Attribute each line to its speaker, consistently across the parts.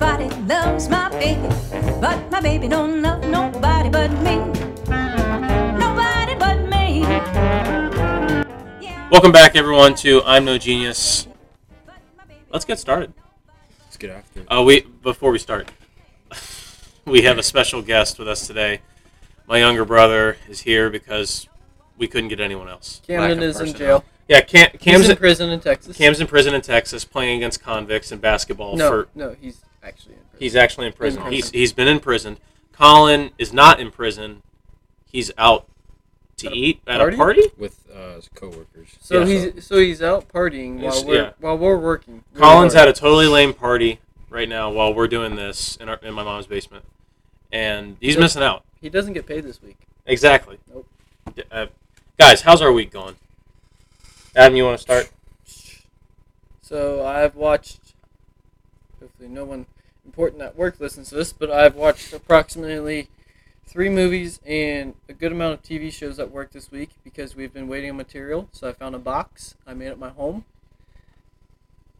Speaker 1: loves my baby, but my baby don't love nobody but me. Nobody but me. Yeah,
Speaker 2: Welcome back, everyone, to I'm No Genius.
Speaker 1: but my baby
Speaker 2: Let's get started.
Speaker 3: Let's get after it.
Speaker 2: Uh, we before we start, we have a special guest with us today. My younger brother is here because we couldn't get anyone else.
Speaker 4: Camden
Speaker 2: Lack of
Speaker 4: is in
Speaker 2: personnel.
Speaker 4: jail.
Speaker 2: Yeah, Cam, Cam's,
Speaker 4: he's in
Speaker 2: in,
Speaker 4: prison in Texas.
Speaker 2: Cam's in prison in Texas playing against convicts in basketball.
Speaker 4: no,
Speaker 2: for
Speaker 4: no, he's actually in prison.
Speaker 2: he's actually in prison.
Speaker 4: prison.
Speaker 2: He's he's been imprisoned. Colin is not in prison. He's out to
Speaker 4: At a
Speaker 2: eat at
Speaker 4: party?
Speaker 2: a party.
Speaker 3: With uh, his coworkers.
Speaker 4: so
Speaker 2: yeah,
Speaker 4: he's so he's out partying
Speaker 2: It's-
Speaker 4: while we're
Speaker 2: yeah.
Speaker 4: while we're working. We're
Speaker 2: Colin's at
Speaker 4: working.
Speaker 2: a totally lame party right now while we're doing this in, our, in my mom's basement, and he's
Speaker 4: Yep.
Speaker 2: missing out.
Speaker 4: He doesn't get paid this week.
Speaker 2: Exactly.
Speaker 4: Nope.
Speaker 2: D- Uh, guys, how's our week going? Adam, you want to start?
Speaker 4: So I've watched. Hopefully, no one important at work listens to this, but I've watched approximately three movies and a good amount of TV shows at work this week because we've been waiting on material. So I found a box. I made it my home.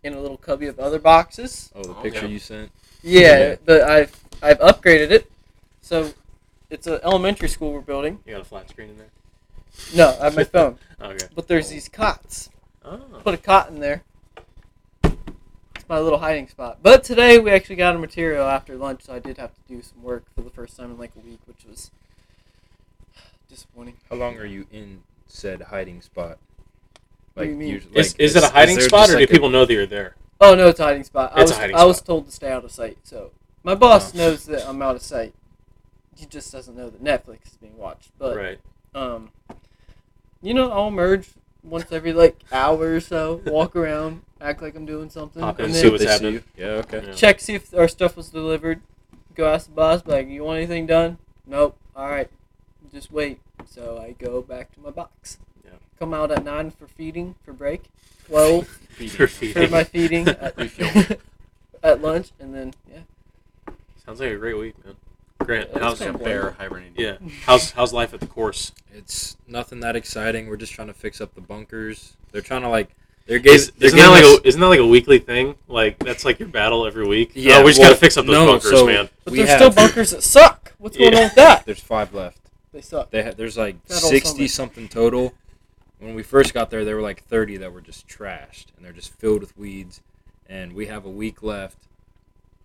Speaker 4: In a little cubby of other boxes.
Speaker 3: Oh, the
Speaker 2: Oh,
Speaker 3: picture
Speaker 2: yeah.
Speaker 3: you sent.
Speaker 4: Yeah,
Speaker 3: Yeah.
Speaker 4: the I've I've upgraded it. So it's an elementary school we're building.
Speaker 2: You got a flat screen in there.
Speaker 4: No, I have my phone.
Speaker 2: Okay.
Speaker 4: But there's these cots.
Speaker 2: Oh.
Speaker 4: Put a cot in there. It's my little hiding spot. But today we actually got a material after lunch, so I did have to do some work for the first time in like a week, which was disappointing.
Speaker 3: How long are you in said hiding spot?
Speaker 4: What do you mean?
Speaker 3: usually-
Speaker 2: Is, is it a hiding
Speaker 3: there
Speaker 2: spot
Speaker 3: just
Speaker 2: or do
Speaker 3: like a-
Speaker 2: people know that you're there?
Speaker 4: Oh no, it's a hiding spot. I
Speaker 2: It's a
Speaker 4: was
Speaker 2: hiding
Speaker 4: I was
Speaker 2: spot.
Speaker 4: told to stay out of sight, so my boss
Speaker 3: Oh.
Speaker 4: knows that I'm out of sight. He just doesn't know that Netflix is being watched. But
Speaker 2: right.
Speaker 4: um you know i'll merge once every like hour or so walk around act like i'm doing something
Speaker 2: Pop in
Speaker 4: and
Speaker 2: and see
Speaker 4: then
Speaker 2: what's
Speaker 3: They see
Speaker 2: happening.
Speaker 3: you? Yeah, okay.
Speaker 2: Yeah.
Speaker 4: check see if our stuff was delivered go ask the boss be like you want anything done nope all right just wait so i go back to my box
Speaker 2: Yeah.
Speaker 4: come out at 9 for feeding for break 12
Speaker 2: For
Speaker 4: for
Speaker 2: feeding.
Speaker 4: my feeding at,
Speaker 3: Refuel.
Speaker 4: at lunch and then yeah
Speaker 2: Sounds like a great week, man. Grant,
Speaker 4: Yeah, it's
Speaker 2: how's
Speaker 4: kinda boring.
Speaker 5: bear hibernating.
Speaker 2: yeah? How's how's life at the course?
Speaker 3: It's nothing that exciting. We're just trying to fix up the bunkers. They're trying to like. They're gave,
Speaker 2: Is,
Speaker 3: they're
Speaker 2: isn't that
Speaker 3: giving
Speaker 2: like
Speaker 3: us-
Speaker 2: a, isn't that like a weekly thing? Like that's like your battle every week.
Speaker 3: Yeah,
Speaker 2: Oh, we just
Speaker 3: well,
Speaker 2: gotta fix up those
Speaker 3: no,
Speaker 2: bunkers,
Speaker 3: so-
Speaker 2: man.
Speaker 4: but
Speaker 3: We
Speaker 4: there's
Speaker 3: have-
Speaker 4: still bunkers that suck what's going on with that
Speaker 3: There's five left.
Speaker 4: they suck
Speaker 3: They ha- there's like
Speaker 4: Federal
Speaker 3: sixty
Speaker 4: summit.
Speaker 3: something total. When we first got there, there were like thirty that were just trashed, and they're just filled with weeds. And we have a week left.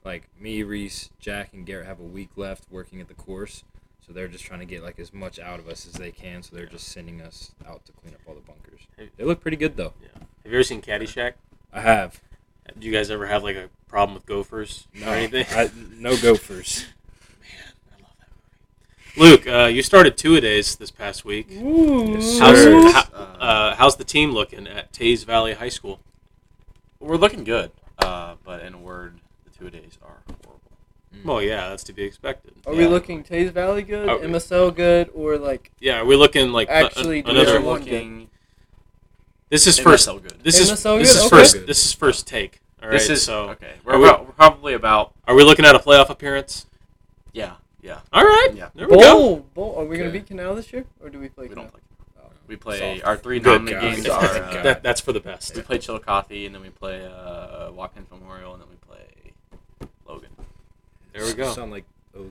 Speaker 3: Like me, Reese, Jack, and Garrett have a week left working at the course, so they're just trying to get like as much out of us as they can. So they're just sending us out to clean up all the bunkers. They look pretty good though.
Speaker 2: Have you ever seen Caddyshack?
Speaker 3: I have
Speaker 2: Do you guys ever have like a problem with gophers
Speaker 3: no,
Speaker 2: or anything?
Speaker 3: I, no gophers.
Speaker 2: Luke, uh, you started two a days this past week.
Speaker 4: Ooh.
Speaker 2: How's,
Speaker 3: Sure.
Speaker 2: how, uh, how's the team looking at Tays Valley High School?
Speaker 5: We're looking good, uh, but in a word, the two days are horrible.
Speaker 2: Well, Oh, yeah, that's to be expected.
Speaker 4: Are we
Speaker 5: Yeah.
Speaker 4: looking Taze Valley good,
Speaker 2: Are we-
Speaker 4: MSL good, or like
Speaker 2: Yeah, are we looking like a-
Speaker 4: Actually,
Speaker 2: a-
Speaker 4: do
Speaker 2: another?
Speaker 4: we
Speaker 5: We're
Speaker 4: one
Speaker 5: looking
Speaker 2: This is
Speaker 5: in
Speaker 2: first.
Speaker 5: NSL good.
Speaker 2: This is
Speaker 4: NSL
Speaker 2: this
Speaker 4: good?
Speaker 2: is
Speaker 4: Okay.
Speaker 2: first. This is first take. All right.
Speaker 5: this is
Speaker 2: so.
Speaker 5: okay.
Speaker 2: Are
Speaker 5: We're,
Speaker 2: we-
Speaker 5: about, we're probably about
Speaker 2: Are we looking at a playoff appearance?
Speaker 5: yeah, yeah.
Speaker 2: All right.
Speaker 5: Yeah.
Speaker 2: There we go.
Speaker 4: bowl? Bowl? Are we gonna
Speaker 3: Okay.
Speaker 4: beat Canal this year, or do we play
Speaker 5: We
Speaker 4: Canal?
Speaker 5: don't play. We play
Speaker 3: Soft.
Speaker 5: our three
Speaker 3: Good
Speaker 5: nominee
Speaker 3: God.
Speaker 5: games
Speaker 3: Soft.
Speaker 5: are uh,
Speaker 2: That, that's for the best.
Speaker 5: we play Chillicothe and then we play uh, Watkins Memorial and then we play Logan.
Speaker 2: There we go.
Speaker 3: Sound like oh,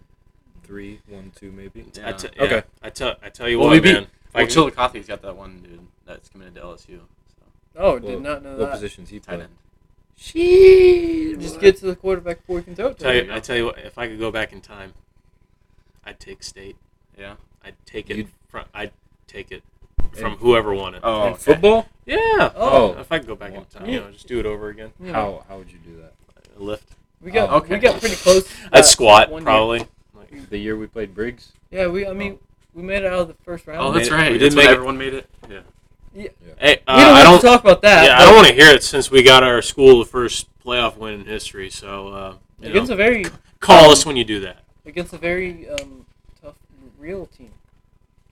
Speaker 3: three, one, two, maybe.
Speaker 2: I
Speaker 5: Yeah.
Speaker 2: te- yeah,
Speaker 3: Okay.
Speaker 2: I tell I tell you
Speaker 5: Well,
Speaker 2: what,
Speaker 5: we beat-
Speaker 2: man. If I
Speaker 5: well,
Speaker 2: can-
Speaker 5: Chillicothe's got that one dude that's committed to LSU. So
Speaker 4: Oh,
Speaker 3: Well,
Speaker 4: did not know
Speaker 3: What
Speaker 4: that.
Speaker 3: positions he
Speaker 5: tight
Speaker 3: played?
Speaker 5: end.
Speaker 3: She
Speaker 4: Just get to the quarterback before you can throw it to
Speaker 2: tell
Speaker 4: him.
Speaker 2: you, I tell you what, if I could go back in time, I'd take state.
Speaker 5: Yeah.
Speaker 2: I'd take it
Speaker 3: You'd-
Speaker 2: from. I'd take it from whoever won it.
Speaker 5: Oh,
Speaker 3: In football.
Speaker 2: Yeah.
Speaker 4: Oh.
Speaker 2: If I could go back in time, you know, just do it over again.
Speaker 4: You know,
Speaker 3: How how would you do that?
Speaker 2: A lift.
Speaker 4: we got
Speaker 5: Oh, okay.
Speaker 4: we got pretty close. to
Speaker 2: I'd
Speaker 4: that
Speaker 2: squat
Speaker 4: one year.
Speaker 2: probably. Oh.
Speaker 3: The year we played Briggs.
Speaker 4: Yeah, we. I mean, we made it out of the first round.
Speaker 5: Oh,
Speaker 2: that's
Speaker 5: that's
Speaker 2: right.
Speaker 5: right.
Speaker 2: We did
Speaker 5: that's when
Speaker 2: make it.
Speaker 5: everyone made it. Yeah.
Speaker 2: Hey, uh,
Speaker 4: we don't
Speaker 2: I
Speaker 4: have
Speaker 2: don't.
Speaker 4: to talk about that.
Speaker 2: yeah, I
Speaker 4: but
Speaker 2: don't want to hear it since we got our school the first playoff win in history. So uh, you know,
Speaker 4: Against a very
Speaker 2: call us when you do that.
Speaker 4: against a very um, tough real team.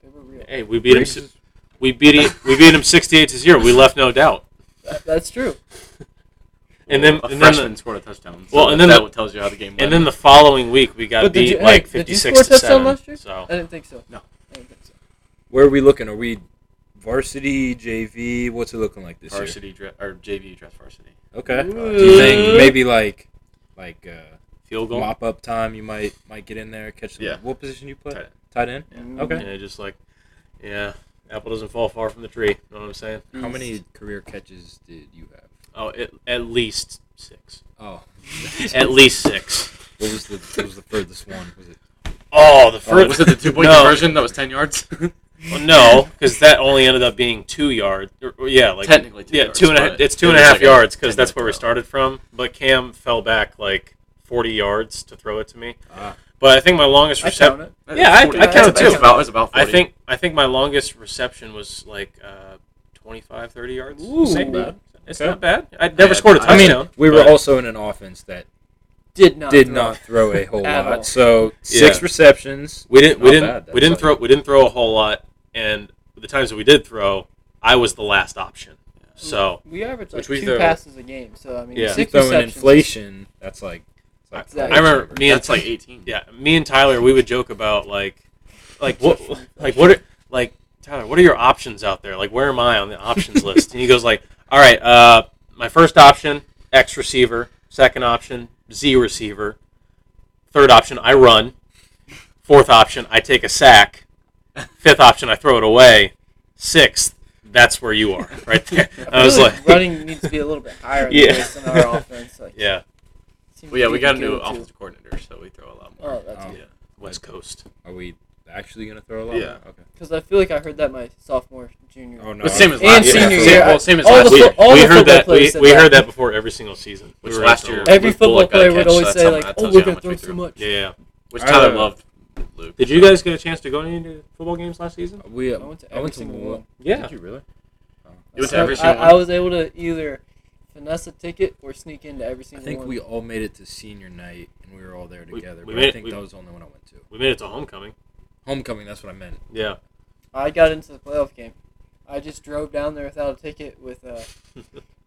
Speaker 4: They were real.
Speaker 2: Hey, we beat
Speaker 3: Briggs
Speaker 2: him.
Speaker 3: is-
Speaker 2: We beat it. We beat him sixty-eight to zero. We left no doubt.
Speaker 4: That, that's true.
Speaker 2: And then-
Speaker 5: a
Speaker 2: and then the-
Speaker 5: freshman scored a touchdown. So
Speaker 2: Well,
Speaker 5: well,
Speaker 2: and
Speaker 5: and
Speaker 2: then
Speaker 5: that
Speaker 2: the-
Speaker 5: tells you how the game.
Speaker 2: And then the following week, we got
Speaker 4: But did
Speaker 2: beat
Speaker 4: you- hey,
Speaker 2: like
Speaker 4: did you
Speaker 2: fifty-six
Speaker 4: score
Speaker 2: to
Speaker 4: a touchdown
Speaker 2: seven.
Speaker 4: last year?
Speaker 2: So
Speaker 4: I didn't think so.
Speaker 5: No.
Speaker 4: I didn't think so.
Speaker 3: Where are we looking? Are we varsity, JV? What's it looking like this
Speaker 5: varsity dre- or JV dress varsity.
Speaker 3: year? Okay.
Speaker 4: Ooh.
Speaker 3: Do you think maybe like like uh,
Speaker 2: field goal.
Speaker 3: mop up time. You might might get in there, catch. The,
Speaker 2: Yeah.
Speaker 3: What position you play?
Speaker 2: Tight end.
Speaker 3: Tight end. Okay.
Speaker 2: Yeah, just like, yeah, apple doesn't fall far from the tree. You know what I'm saying?
Speaker 3: How many career catches did you have?
Speaker 2: Oh, at, at least six.
Speaker 3: Oh,
Speaker 2: At least six.
Speaker 3: what was the what was the furthest one? Was it?
Speaker 2: Oh, the first.
Speaker 5: was it the two point
Speaker 2: No.
Speaker 5: conversion that was ten yards?
Speaker 2: Well, no, because that only ended up being two yards. Yeah, like
Speaker 5: Technically, two
Speaker 2: yeah,
Speaker 5: yards,
Speaker 2: two and a half.
Speaker 5: but
Speaker 2: It's two
Speaker 5: it
Speaker 2: and a
Speaker 5: was
Speaker 2: half
Speaker 5: like a
Speaker 2: yards because
Speaker 5: 10
Speaker 2: that's
Speaker 5: yard
Speaker 2: where we
Speaker 5: throw.
Speaker 2: started from. But Cam fell back like 40 yards to throw it to me.
Speaker 3: Ah.
Speaker 2: But I think my longest
Speaker 4: I count
Speaker 2: reception.
Speaker 4: it.
Speaker 2: Yeah, I- I
Speaker 5: That's
Speaker 2: counted
Speaker 5: about-
Speaker 2: too.
Speaker 5: About, it was about 40.
Speaker 2: I think I think my longest reception was like uh, 25, 30 yards.
Speaker 4: Ooh.
Speaker 2: Same.
Speaker 4: Not bad.
Speaker 2: It's
Speaker 3: Okay.
Speaker 2: not bad. I never
Speaker 5: Yeah,
Speaker 2: scored a
Speaker 5: I
Speaker 2: touchdown.
Speaker 5: mean,
Speaker 3: we were
Speaker 2: but-
Speaker 3: also in an offense that
Speaker 4: Did not.
Speaker 3: did
Speaker 4: throw.
Speaker 3: not throw a whole
Speaker 4: At
Speaker 3: lot.
Speaker 4: all.
Speaker 3: So six
Speaker 2: Yeah.
Speaker 3: receptions.
Speaker 2: We didn't.
Speaker 3: Not
Speaker 2: We didn't.
Speaker 3: bad.
Speaker 2: We
Speaker 3: That's
Speaker 2: didn't
Speaker 3: like-
Speaker 2: throw. We didn't throw a whole lot, and the times that we did throw, I was the last option. So
Speaker 4: We averaged like
Speaker 2: Which we
Speaker 4: two
Speaker 2: throw-
Speaker 4: passes a game, so I mean,
Speaker 2: Yeah.
Speaker 3: You
Speaker 4: six
Speaker 3: throw in
Speaker 4: receptions.
Speaker 3: inflation. That's like. it's like
Speaker 4: Exactly.
Speaker 2: I remember me and
Speaker 5: that's like eighteen.
Speaker 2: yeah, me and Tyler, we would joke about like, like what, like what are like Tyler, what are your options out there? Like where am I on the options list? And he goes like, all right, uh, my first option X receiver, second option Z receiver, third option I run, fourth option I take a sack, fifth option I throw it away, sixth that's where you are right there.
Speaker 4: I,
Speaker 2: I was
Speaker 4: feel like,
Speaker 2: like,
Speaker 4: running needs to be a little bit higher yeah.
Speaker 2: Yeah.
Speaker 4: list in our offense. Like,
Speaker 2: yeah,
Speaker 4: seems
Speaker 5: Well, yeah,
Speaker 4: to
Speaker 5: we
Speaker 4: be
Speaker 5: got a
Speaker 4: good
Speaker 5: new
Speaker 4: too.
Speaker 5: offensive coordinator, so we throw a lot more.
Speaker 4: Oh, that's
Speaker 3: Oh.
Speaker 4: good.
Speaker 5: yeah.
Speaker 2: West Coast.
Speaker 3: Are we actually gonna throw a lot?
Speaker 5: Yeah.
Speaker 3: Okay.
Speaker 4: Because I feel like I heard that my sophomore, junior.
Speaker 3: Oh no.
Speaker 5: The same as
Speaker 4: And
Speaker 5: last
Speaker 4: senior
Speaker 5: year.
Speaker 4: year,
Speaker 5: Well, same as
Speaker 4: all
Speaker 5: last
Speaker 4: the
Speaker 5: year.
Speaker 4: fo- all
Speaker 2: we
Speaker 4: the
Speaker 2: heard
Speaker 4: football
Speaker 2: that. We,
Speaker 4: players said
Speaker 2: we
Speaker 4: that.
Speaker 2: heard that before every single season.
Speaker 5: Which
Speaker 2: we were
Speaker 5: last
Speaker 2: like,
Speaker 5: year-
Speaker 4: Every
Speaker 5: with Bullock
Speaker 4: football
Speaker 5: got
Speaker 4: player
Speaker 5: a
Speaker 4: would
Speaker 5: catch,
Speaker 4: always
Speaker 5: that's
Speaker 4: say
Speaker 5: something
Speaker 4: like,
Speaker 5: that
Speaker 4: "Oh,
Speaker 5: tells
Speaker 4: we're
Speaker 5: you how
Speaker 4: gonna
Speaker 5: much
Speaker 4: throw
Speaker 5: we
Speaker 4: too
Speaker 5: threw."
Speaker 4: much."
Speaker 2: Yeah, yeah.
Speaker 5: Which
Speaker 3: I,
Speaker 5: Tyler
Speaker 3: uh,
Speaker 5: loved. Luke.
Speaker 2: Did you guys get a chance to go to any football games last season?
Speaker 3: We.
Speaker 4: I went to every single
Speaker 3: one.
Speaker 4: one.
Speaker 2: Yeah.
Speaker 3: Did you really?
Speaker 5: You went to
Speaker 4: So
Speaker 5: every
Speaker 4: I-
Speaker 5: single
Speaker 4: I,
Speaker 5: one?
Speaker 4: was able to either finesse a ticket or sneak into every
Speaker 3: I
Speaker 4: single
Speaker 3: think
Speaker 4: one.
Speaker 3: we all made it to senior night and we were all there
Speaker 2: We-
Speaker 3: together.
Speaker 2: we
Speaker 3: but
Speaker 2: made
Speaker 3: I
Speaker 2: it-
Speaker 3: think
Speaker 2: we-
Speaker 3: that was the only one I went to.
Speaker 2: We made it to homecoming.
Speaker 3: Homecoming. That's what I meant.
Speaker 2: Yeah.
Speaker 4: I got into the playoff game. I just drove down there without a ticket with uh,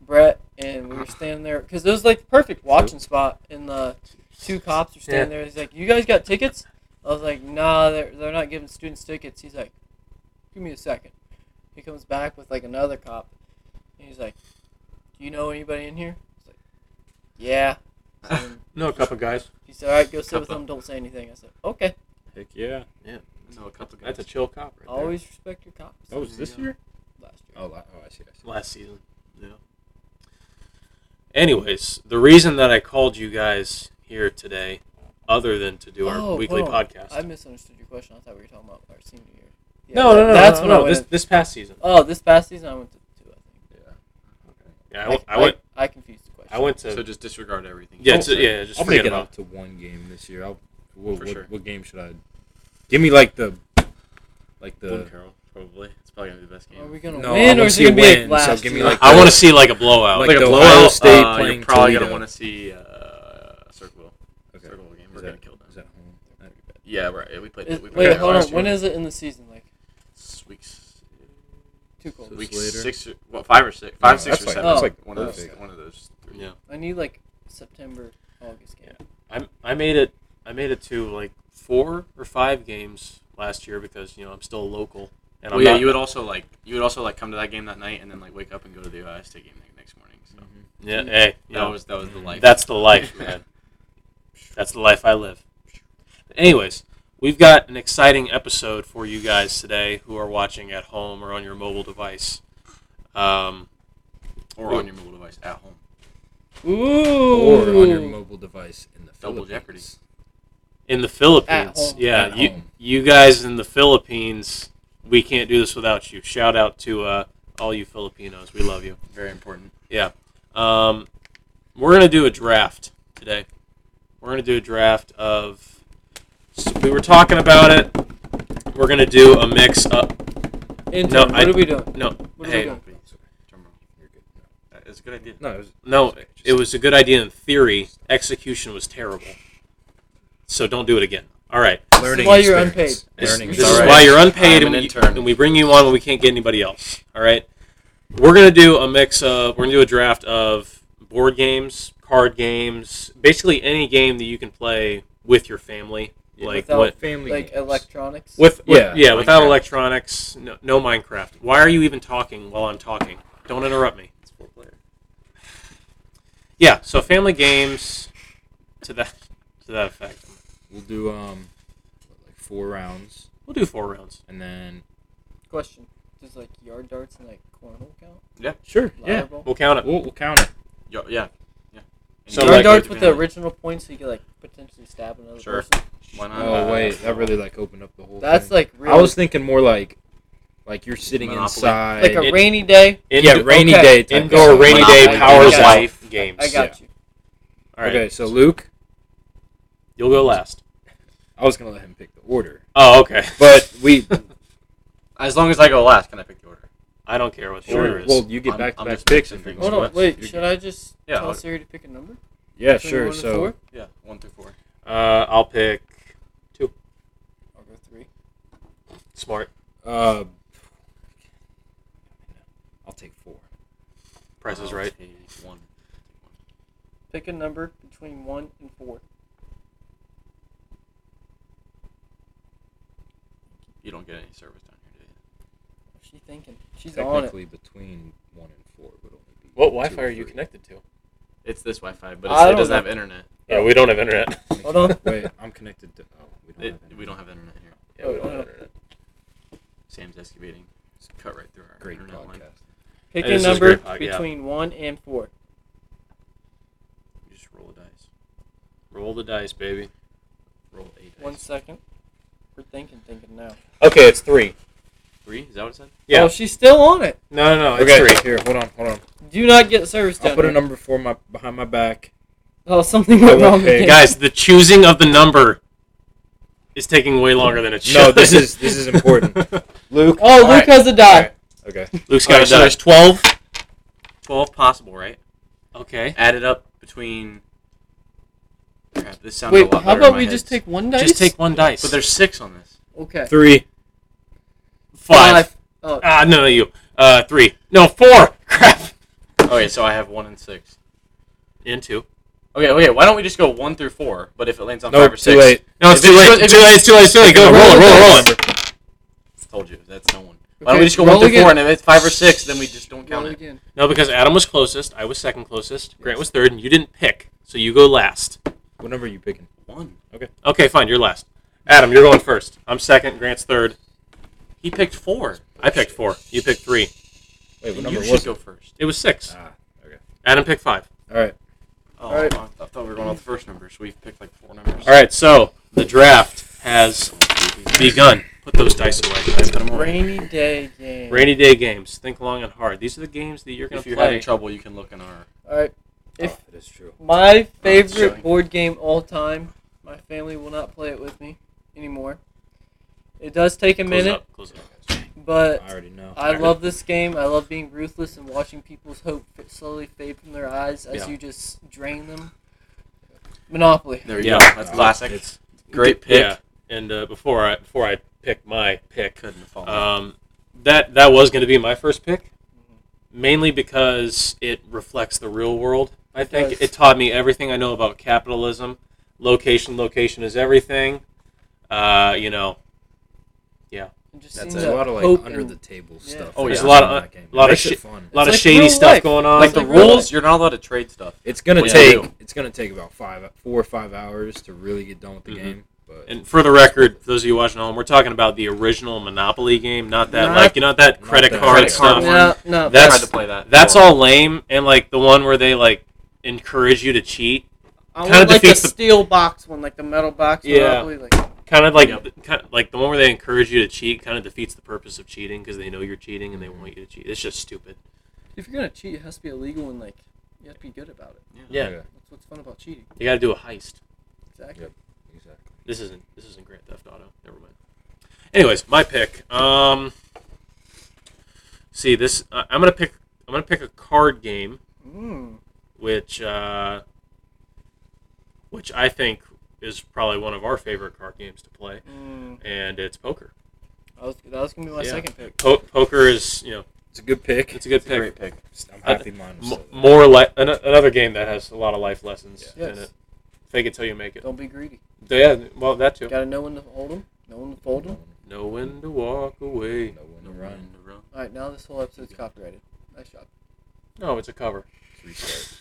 Speaker 4: Brett, and we were standing there because it was like the perfect watching spot. And the two cops were standing there. He's like, "You guys got tickets?" I was like, "Nah, they're they're not giving students tickets." He's like, "Give me a second. He comes back with like another cop, and he's like, "Do you know anybody in here?" I was like, "Yeah." And
Speaker 2: No, a couple guys.
Speaker 4: he said, "All right, go sit with
Speaker 5: Couple.
Speaker 4: them. Don't say anything." I said, "okay.
Speaker 3: Heck yeah.
Speaker 5: No, a couple guys.
Speaker 2: That's a chill cop right there.
Speaker 4: Always respect your cops."
Speaker 2: Oh.
Speaker 3: That was this year?
Speaker 4: Last year.
Speaker 3: Oh, la- oh I see. I see.
Speaker 2: Last season. Yeah. Anyways, the reason that I called you guys here today, other than to do our
Speaker 4: Oh,
Speaker 2: weekly
Speaker 4: hold on.
Speaker 2: podcast.
Speaker 4: I misunderstood your question. I thought we were talking about our senior year. Yeah,
Speaker 2: no,
Speaker 4: that-
Speaker 2: no, no,
Speaker 4: That's
Speaker 2: no,
Speaker 4: when
Speaker 2: no,
Speaker 4: I went.
Speaker 2: this, this past season.
Speaker 4: oh, this past season I went to two.
Speaker 2: Yeah, I,
Speaker 4: I,
Speaker 2: w-
Speaker 4: think.
Speaker 2: I went.
Speaker 4: I, I confused the question.
Speaker 2: I went to.
Speaker 5: So just disregard everything.
Speaker 2: yeah,
Speaker 5: Oh,
Speaker 2: to, yeah. Just
Speaker 3: I'll
Speaker 2: forget
Speaker 3: make it
Speaker 2: about.
Speaker 3: up to one game this year. I'll, what,
Speaker 5: For
Speaker 3: what,
Speaker 5: sure.
Speaker 3: what game should I? Give me like the, like
Speaker 5: Boone
Speaker 3: the.
Speaker 5: Carroll, probably. It's probably gonna be the best game.
Speaker 4: Are we gonna
Speaker 3: No, I
Speaker 4: win
Speaker 3: wanna
Speaker 4: or is
Speaker 3: see
Speaker 4: it gonna
Speaker 3: a
Speaker 4: be like
Speaker 3: win, so
Speaker 4: last
Speaker 3: give me,
Speaker 4: year?
Speaker 3: like,
Speaker 2: I want to see like a blowout.
Speaker 3: Like
Speaker 5: like,
Speaker 3: the
Speaker 5: a
Speaker 3: Ohio
Speaker 5: blowout
Speaker 3: State
Speaker 5: State uh,
Speaker 3: playing
Speaker 5: You're probably
Speaker 3: Toledo.
Speaker 5: gonna want to see uh, Circle.
Speaker 3: Okay.
Speaker 5: Circle game. We're
Speaker 3: Is
Speaker 5: gonna
Speaker 3: that,
Speaker 5: kill them.
Speaker 3: is that home?
Speaker 5: Yeah, right. We played.
Speaker 4: Is-
Speaker 5: we played
Speaker 4: wait,
Speaker 5: them
Speaker 4: hold on.
Speaker 5: last
Speaker 4: When
Speaker 5: year.
Speaker 4: is it in the season? Like
Speaker 5: It's weeks?
Speaker 4: too cold.
Speaker 3: So-
Speaker 5: Week
Speaker 3: later?
Speaker 5: six, or, what five or six, five,
Speaker 3: No,
Speaker 5: six,
Speaker 3: that's
Speaker 5: or
Speaker 3: like-
Speaker 5: seven.
Speaker 4: that's
Speaker 3: like
Speaker 5: one of those,
Speaker 3: perfect.
Speaker 5: one of those. Three.
Speaker 2: Yeah.
Speaker 4: I need like September, August game.
Speaker 2: I I made it. I made it to like four or five games last year because you know I'm still local and
Speaker 5: Well,
Speaker 2: I'm
Speaker 5: Oh, yeah,
Speaker 2: not,
Speaker 5: you would also like you would also like come to that game that night and then like wake up and go to the Ohio State game the next morning. So
Speaker 2: yeah. Hey, you
Speaker 5: that
Speaker 2: know,
Speaker 5: was that was the life.
Speaker 2: That's the life, man. That's the life I live. Anyways, we've got an exciting episode for you guys today who are watching at home or on your mobile device. Um,
Speaker 5: or on your mobile device at home.
Speaker 4: Ooh.
Speaker 3: Or on your mobile device in the
Speaker 5: Double Jeopardy.
Speaker 3: Philippines.
Speaker 2: in the Philippines,
Speaker 4: home.
Speaker 2: yeah,
Speaker 3: At
Speaker 2: you
Speaker 3: home.
Speaker 2: you guys in the Philippines, we can't do this without you. Shout out to uh, all you Filipinos, we love you.
Speaker 5: Very important.
Speaker 2: Yeah. Um, we're going to do a draft today. We're going to do a draft of. so we were talking about it. We're going to do a mix up.
Speaker 4: Intern,
Speaker 2: No,
Speaker 4: what
Speaker 2: I-
Speaker 4: are we doing?
Speaker 2: No.
Speaker 4: What are we
Speaker 2: Hey,
Speaker 4: doing?
Speaker 3: You're good.
Speaker 5: That is a good idea.
Speaker 3: No, it was,
Speaker 2: no, Oh, it was a good idea in theory. Execution was terrible. So don't do it again. All right.
Speaker 3: learning.
Speaker 4: why you're
Speaker 3: experience.
Speaker 2: This,
Speaker 3: Learning.
Speaker 2: this
Speaker 5: is
Speaker 2: is
Speaker 5: all
Speaker 3: experience.
Speaker 5: right.
Speaker 2: why you're unpaid
Speaker 5: I'm
Speaker 2: and
Speaker 5: an
Speaker 2: we,
Speaker 5: intern.
Speaker 2: and we bring you on when we can't get anybody else. All right. We're going to do a mix of, we're going to do a draft of board games, card games, basically any game that you can play with your family.
Speaker 3: Yeah,
Speaker 2: like
Speaker 4: without
Speaker 2: what
Speaker 3: family
Speaker 4: Like
Speaker 3: games.
Speaker 4: electronics.
Speaker 2: With, with-
Speaker 3: Yeah,
Speaker 2: yeah, without
Speaker 5: Minecraft.
Speaker 2: electronics, no, no Minecraft. Why are you even talking while I'm talking? Don't interrupt me.
Speaker 5: It's four player.
Speaker 2: Yeah, so family games to that. to that effect.
Speaker 3: We'll do um, what, like four rounds,
Speaker 2: We'll do four rounds.
Speaker 3: and then
Speaker 4: Question: Does like yard darts and like cornhole count?
Speaker 3: sure, yeah,
Speaker 4: Ladder ball?
Speaker 2: We'll count it.
Speaker 3: we'll, we'll count it.
Speaker 5: Yo, yeah, yeah.
Speaker 2: So,
Speaker 4: yard
Speaker 2: like-
Speaker 4: darts with the original points, so you could like potentially stab another
Speaker 5: Sure.
Speaker 4: person.
Speaker 5: Why not?
Speaker 3: Oh
Speaker 5: Uh,
Speaker 3: wait, that really like opened up the whole.
Speaker 4: That's
Speaker 3: thing.
Speaker 4: like really,
Speaker 3: I was thinking more like, like you're sitting
Speaker 5: Monopoly.
Speaker 3: inside.
Speaker 4: like a
Speaker 2: it-
Speaker 4: rainy day.
Speaker 3: yeah,
Speaker 2: Indo-
Speaker 3: rainy
Speaker 4: okay.
Speaker 3: day. Type
Speaker 2: indoor
Speaker 3: thing.
Speaker 2: rainy day
Speaker 5: Monopoly.
Speaker 2: power
Speaker 4: Yeah.
Speaker 2: life games.
Speaker 4: I got you.
Speaker 2: All right,
Speaker 3: Okay, so Luke,
Speaker 2: you'll go last.
Speaker 3: I was gonna let him pick the order,
Speaker 2: Oh, okay.
Speaker 3: but we.
Speaker 5: As long as I go last, can I pick the order?
Speaker 2: I don't care what the
Speaker 3: sure.
Speaker 2: order is.
Speaker 3: Well, you get
Speaker 5: I'm-
Speaker 3: back to
Speaker 5: I'm
Speaker 3: back
Speaker 5: just
Speaker 3: picks
Speaker 5: fixing
Speaker 3: and things.
Speaker 5: things.
Speaker 4: Hold
Speaker 5: so
Speaker 4: on,
Speaker 5: what?
Speaker 4: wait.
Speaker 3: You're
Speaker 4: Should I just
Speaker 5: Yeah,
Speaker 4: tell
Speaker 5: I'll-
Speaker 4: Siri to pick a number?
Speaker 3: Yeah,
Speaker 4: Between
Speaker 3: sure.
Speaker 4: one and
Speaker 3: So
Speaker 4: four?
Speaker 5: Yeah, one through four.
Speaker 2: uh, I'll pick
Speaker 4: I'll go three.
Speaker 2: smart,
Speaker 3: Uh, I'll take four.
Speaker 2: Price is
Speaker 5: I'll
Speaker 2: right.
Speaker 5: take One.
Speaker 4: Pick a number between one and four.
Speaker 5: You don't get any service down here, do you?
Speaker 4: What's she thinking? She's on it.
Speaker 3: Technically, between one and four would only be.
Speaker 2: What
Speaker 3: two or
Speaker 2: Wi-Fi are you
Speaker 3: three.
Speaker 2: connected to?
Speaker 5: It's this Wi-Fi, but
Speaker 4: I
Speaker 5: it's, it
Speaker 4: don't
Speaker 5: doesn't
Speaker 4: know.
Speaker 5: have internet.
Speaker 2: Yeah, we don't have internet.
Speaker 4: Hold on.
Speaker 3: Wait, I'm connected to. Oh, we don't
Speaker 5: It,
Speaker 3: have. Any.
Speaker 5: we don't have internet here.
Speaker 2: Yeah, we don't
Speaker 4: Oh,
Speaker 2: have
Speaker 4: no.
Speaker 2: internet.
Speaker 5: Sam's excavating. It's cut right through our
Speaker 3: Great
Speaker 5: internet line.
Speaker 3: podcast.
Speaker 4: Pick
Speaker 2: Hey,
Speaker 4: a
Speaker 2: this is
Speaker 4: number
Speaker 2: great pod- yeah.
Speaker 4: between one and four.
Speaker 5: You just roll a dice.
Speaker 2: Roll the dice, baby.
Speaker 5: Roll a dice.
Speaker 4: One second. We're thinking, thinking now.
Speaker 2: Okay, it's three.
Speaker 5: Three? Is that what it said?
Speaker 2: Yeah.
Speaker 4: Oh, she's still on it.
Speaker 2: No, no, no, it's
Speaker 3: okay,
Speaker 2: three.
Speaker 3: Oh, here. Hold on, hold on.
Speaker 4: Do not get service down
Speaker 3: I'll put
Speaker 4: here.
Speaker 3: a number for my behind my back.
Speaker 4: Oh, something
Speaker 3: I
Speaker 4: went
Speaker 3: won't
Speaker 4: wrong
Speaker 3: pay.
Speaker 4: again.
Speaker 2: Guys, the choosing of the number is taking way longer than it should.
Speaker 3: No, this is this is important. Luke.
Speaker 4: Oh, Luke
Speaker 3: Alright.
Speaker 4: has a die.
Speaker 3: Alright, Okay.
Speaker 2: Luke's
Speaker 5: All
Speaker 2: got
Speaker 5: right,
Speaker 2: a
Speaker 5: so
Speaker 2: die.
Speaker 5: there's 12. 12 possible, right?
Speaker 2: Okay.
Speaker 5: Add it up between. Crap, this sounded
Speaker 4: Wait,
Speaker 5: a lot
Speaker 4: how
Speaker 5: better in
Speaker 4: about
Speaker 5: my
Speaker 4: we
Speaker 5: head.
Speaker 4: just take one dice?
Speaker 2: Just take one dice.
Speaker 5: But there's six on this.
Speaker 4: Okay.
Speaker 3: Three.
Speaker 2: five.
Speaker 4: Oh,
Speaker 2: Ah, no, no, you. Uh, three. No, four. Crap.
Speaker 5: Okay, so I have one and six.
Speaker 2: And two.
Speaker 5: Okay, okay, why don't we just go one through four? But if it lands on
Speaker 3: No,
Speaker 5: five or
Speaker 3: too
Speaker 5: six.
Speaker 3: late.
Speaker 2: No, it's
Speaker 5: If
Speaker 2: too
Speaker 5: it's-
Speaker 2: late.
Speaker 5: if
Speaker 2: It's too late. It's too late. It's too late. Go. Roll it. Roll it. Roll it.
Speaker 5: Told you, that's no one. Why don't we just go
Speaker 4: roll
Speaker 5: one through
Speaker 4: again.
Speaker 5: four? And if it's five or six, then we just don't count
Speaker 4: roll
Speaker 5: it.
Speaker 4: again.
Speaker 2: No, because Adam was closest. I was second closest. Grant was third, and you didn't pick, so you go last.
Speaker 3: What number are you picking?
Speaker 5: One.
Speaker 2: Okay, fine. You're last. Adam, you're going first. I'm second. Grant's third.
Speaker 5: He picked four.
Speaker 2: I picked four. You picked three.
Speaker 3: Wait, what
Speaker 5: And
Speaker 3: number
Speaker 5: you
Speaker 3: was
Speaker 5: should
Speaker 3: it?
Speaker 5: go first.
Speaker 2: It was six.
Speaker 3: Ah, okay.
Speaker 2: Adam picked five.
Speaker 3: All right.
Speaker 5: Oh,
Speaker 4: Alright.
Speaker 5: I I thought we were going off the first number, so we've picked like four numbers.
Speaker 2: All right, so the draft has begun. Put those dice away.
Speaker 5: Put 'em away.
Speaker 4: Rainy day game.
Speaker 2: Rainy day games. Think long and hard. These are the games that you're going
Speaker 5: If
Speaker 2: to
Speaker 5: you're having
Speaker 2: play.
Speaker 5: trouble, you can look in our.
Speaker 4: All right.
Speaker 3: If
Speaker 4: If-
Speaker 3: it Ah, is true.
Speaker 4: My favorite
Speaker 5: silly.
Speaker 4: board game all time. My family will not play it with me anymore. It does take a
Speaker 2: Close
Speaker 4: minute,
Speaker 2: up. Uh, Close up.
Speaker 4: but
Speaker 3: I already know.
Speaker 4: I love this game. I love being ruthless and watching people's hope f- slowly fade from their eyes as
Speaker 2: Yeah.
Speaker 4: you just drain them. Monopoly.
Speaker 5: There
Speaker 2: you
Speaker 5: you
Speaker 2: Yeah.
Speaker 5: go. That's
Speaker 3: Uh,
Speaker 5: classic.
Speaker 3: It's
Speaker 5: Great pick.
Speaker 2: Yeah. And uh, before I before I pick my pick,
Speaker 5: Couldn't have fallen.
Speaker 2: um, that that was going to be my first pick, mainly because it reflects the real world. I think
Speaker 4: does.
Speaker 2: it taught me everything I know about capitalism. Location, location is everything. Uh, you know,
Speaker 4: It just
Speaker 3: that's
Speaker 4: seems
Speaker 3: a
Speaker 4: that
Speaker 3: lot of
Speaker 4: hope
Speaker 3: like under
Speaker 4: and-
Speaker 3: the table
Speaker 4: yeah.
Speaker 3: stuff.
Speaker 5: Oh,
Speaker 2: There's
Speaker 3: that's
Speaker 5: yeah.
Speaker 2: a lot of
Speaker 3: in
Speaker 2: un-
Speaker 3: that game.
Speaker 2: lot of
Speaker 3: Makes it
Speaker 2: shady-
Speaker 3: fun.
Speaker 2: a lot of
Speaker 4: like
Speaker 2: shady
Speaker 4: real
Speaker 2: stuff
Speaker 4: life.
Speaker 2: going on.
Speaker 5: like the
Speaker 4: like real
Speaker 5: rules,
Speaker 4: life.
Speaker 5: you're not allowed to trade stuff.
Speaker 3: It's gonna
Speaker 5: Yeah.
Speaker 3: take it's gonna take about five, four or five hours to really get done with the
Speaker 2: Mhm.
Speaker 3: game. But
Speaker 2: And for the record, those of you watching at home, we're talking about the original Monopoly game, not that
Speaker 4: Not-
Speaker 2: like you know that
Speaker 3: Not
Speaker 2: credit
Speaker 3: that.
Speaker 2: card
Speaker 5: Credit
Speaker 2: stuff.
Speaker 5: card one.
Speaker 4: No, no.
Speaker 2: That's-
Speaker 5: I tried to play that.
Speaker 2: That's
Speaker 5: before.
Speaker 2: all lame, and like the one where they like encourage you to cheat,
Speaker 4: I
Speaker 2: kinda
Speaker 4: want like the
Speaker 2: defeats the-
Speaker 4: steel box one, like the metal box.
Speaker 2: Yeah.
Speaker 4: Monopoly, like,
Speaker 2: kind of like
Speaker 5: Yep.
Speaker 2: th- kind like the one where they encourage you to cheat, kind of defeats the purpose of cheating because they know you're cheating and they want you to cheat. It's just stupid.
Speaker 4: if you're gonna cheat, it has to be illegal and like you have to be good about it.
Speaker 2: Yeah,
Speaker 3: yeah,
Speaker 4: That's what's fun about cheating.
Speaker 2: you got to do a heist.
Speaker 4: Exactly.
Speaker 3: Yep. exactly.
Speaker 2: This isn't this isn't Grand Theft Auto. Never mind. Anyways, my pick. Um, see this. I I'm gonna pick. I'm gonna pick a card game.
Speaker 4: Mm.
Speaker 2: which uh, which I think is probably one of our favorite card games to play,
Speaker 4: Mm.
Speaker 2: and it's poker.
Speaker 4: That was that was gonna be my
Speaker 2: Yeah.
Speaker 4: second pick.
Speaker 2: Po- poker is you know
Speaker 3: It's a good pick.
Speaker 2: it's a good
Speaker 5: It's a
Speaker 2: pick.
Speaker 5: great pick.
Speaker 3: I'm happy mine was
Speaker 2: M-
Speaker 3: seven.
Speaker 2: more like an- another game that has a lot of life lessons
Speaker 4: Yeah.
Speaker 2: in
Speaker 4: Yes.
Speaker 2: it. Fake it till you make it.
Speaker 4: Don't be greedy.
Speaker 2: Yeah, well that too.
Speaker 4: Gotta know when to hold 'em, know when to fold 'em.
Speaker 2: Know when to walk away.
Speaker 3: No one
Speaker 5: No
Speaker 3: to run.
Speaker 5: run, no run.
Speaker 4: All right, now this whole episode's copyrighted. Nice job.
Speaker 2: No, it's a cover.
Speaker 3: Three stars.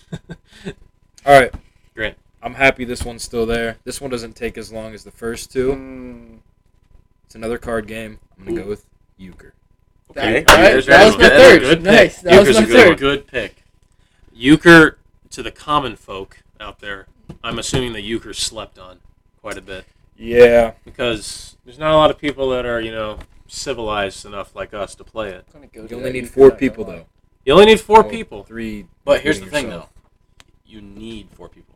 Speaker 3: All right,
Speaker 2: Grant.
Speaker 3: I'm happy this one's still there. This one doesn't take as long as the first two.
Speaker 4: Mm,
Speaker 3: It's another card game. I'm gonna go with euchre.
Speaker 4: that,
Speaker 5: Okay.
Speaker 4: all right,
Speaker 5: There's
Speaker 4: that
Speaker 5: your
Speaker 4: was
Speaker 5: answer.
Speaker 4: my
Speaker 5: That's a
Speaker 4: third.
Speaker 2: good pick.
Speaker 4: nice. That
Speaker 2: Euchre's
Speaker 4: was my
Speaker 2: a good,
Speaker 4: third.
Speaker 2: one. good pick. Euchre to the common folk out there. I'm assuming that euchre slept on quite a bit
Speaker 3: Yeah,
Speaker 2: because there's not a lot of people that are you know civilized enough like us to play it.
Speaker 4: I'm gonna go
Speaker 3: you
Speaker 4: to
Speaker 3: only
Speaker 4: that
Speaker 3: need
Speaker 4: Euchre,
Speaker 3: four
Speaker 4: not gonna
Speaker 3: people
Speaker 4: lie.
Speaker 3: though.
Speaker 2: You only need four
Speaker 4: Oh.
Speaker 3: Or
Speaker 2: people.
Speaker 3: Three.
Speaker 5: But here's the
Speaker 3: including
Speaker 5: thing,
Speaker 3: yourself.
Speaker 5: though. You need four people.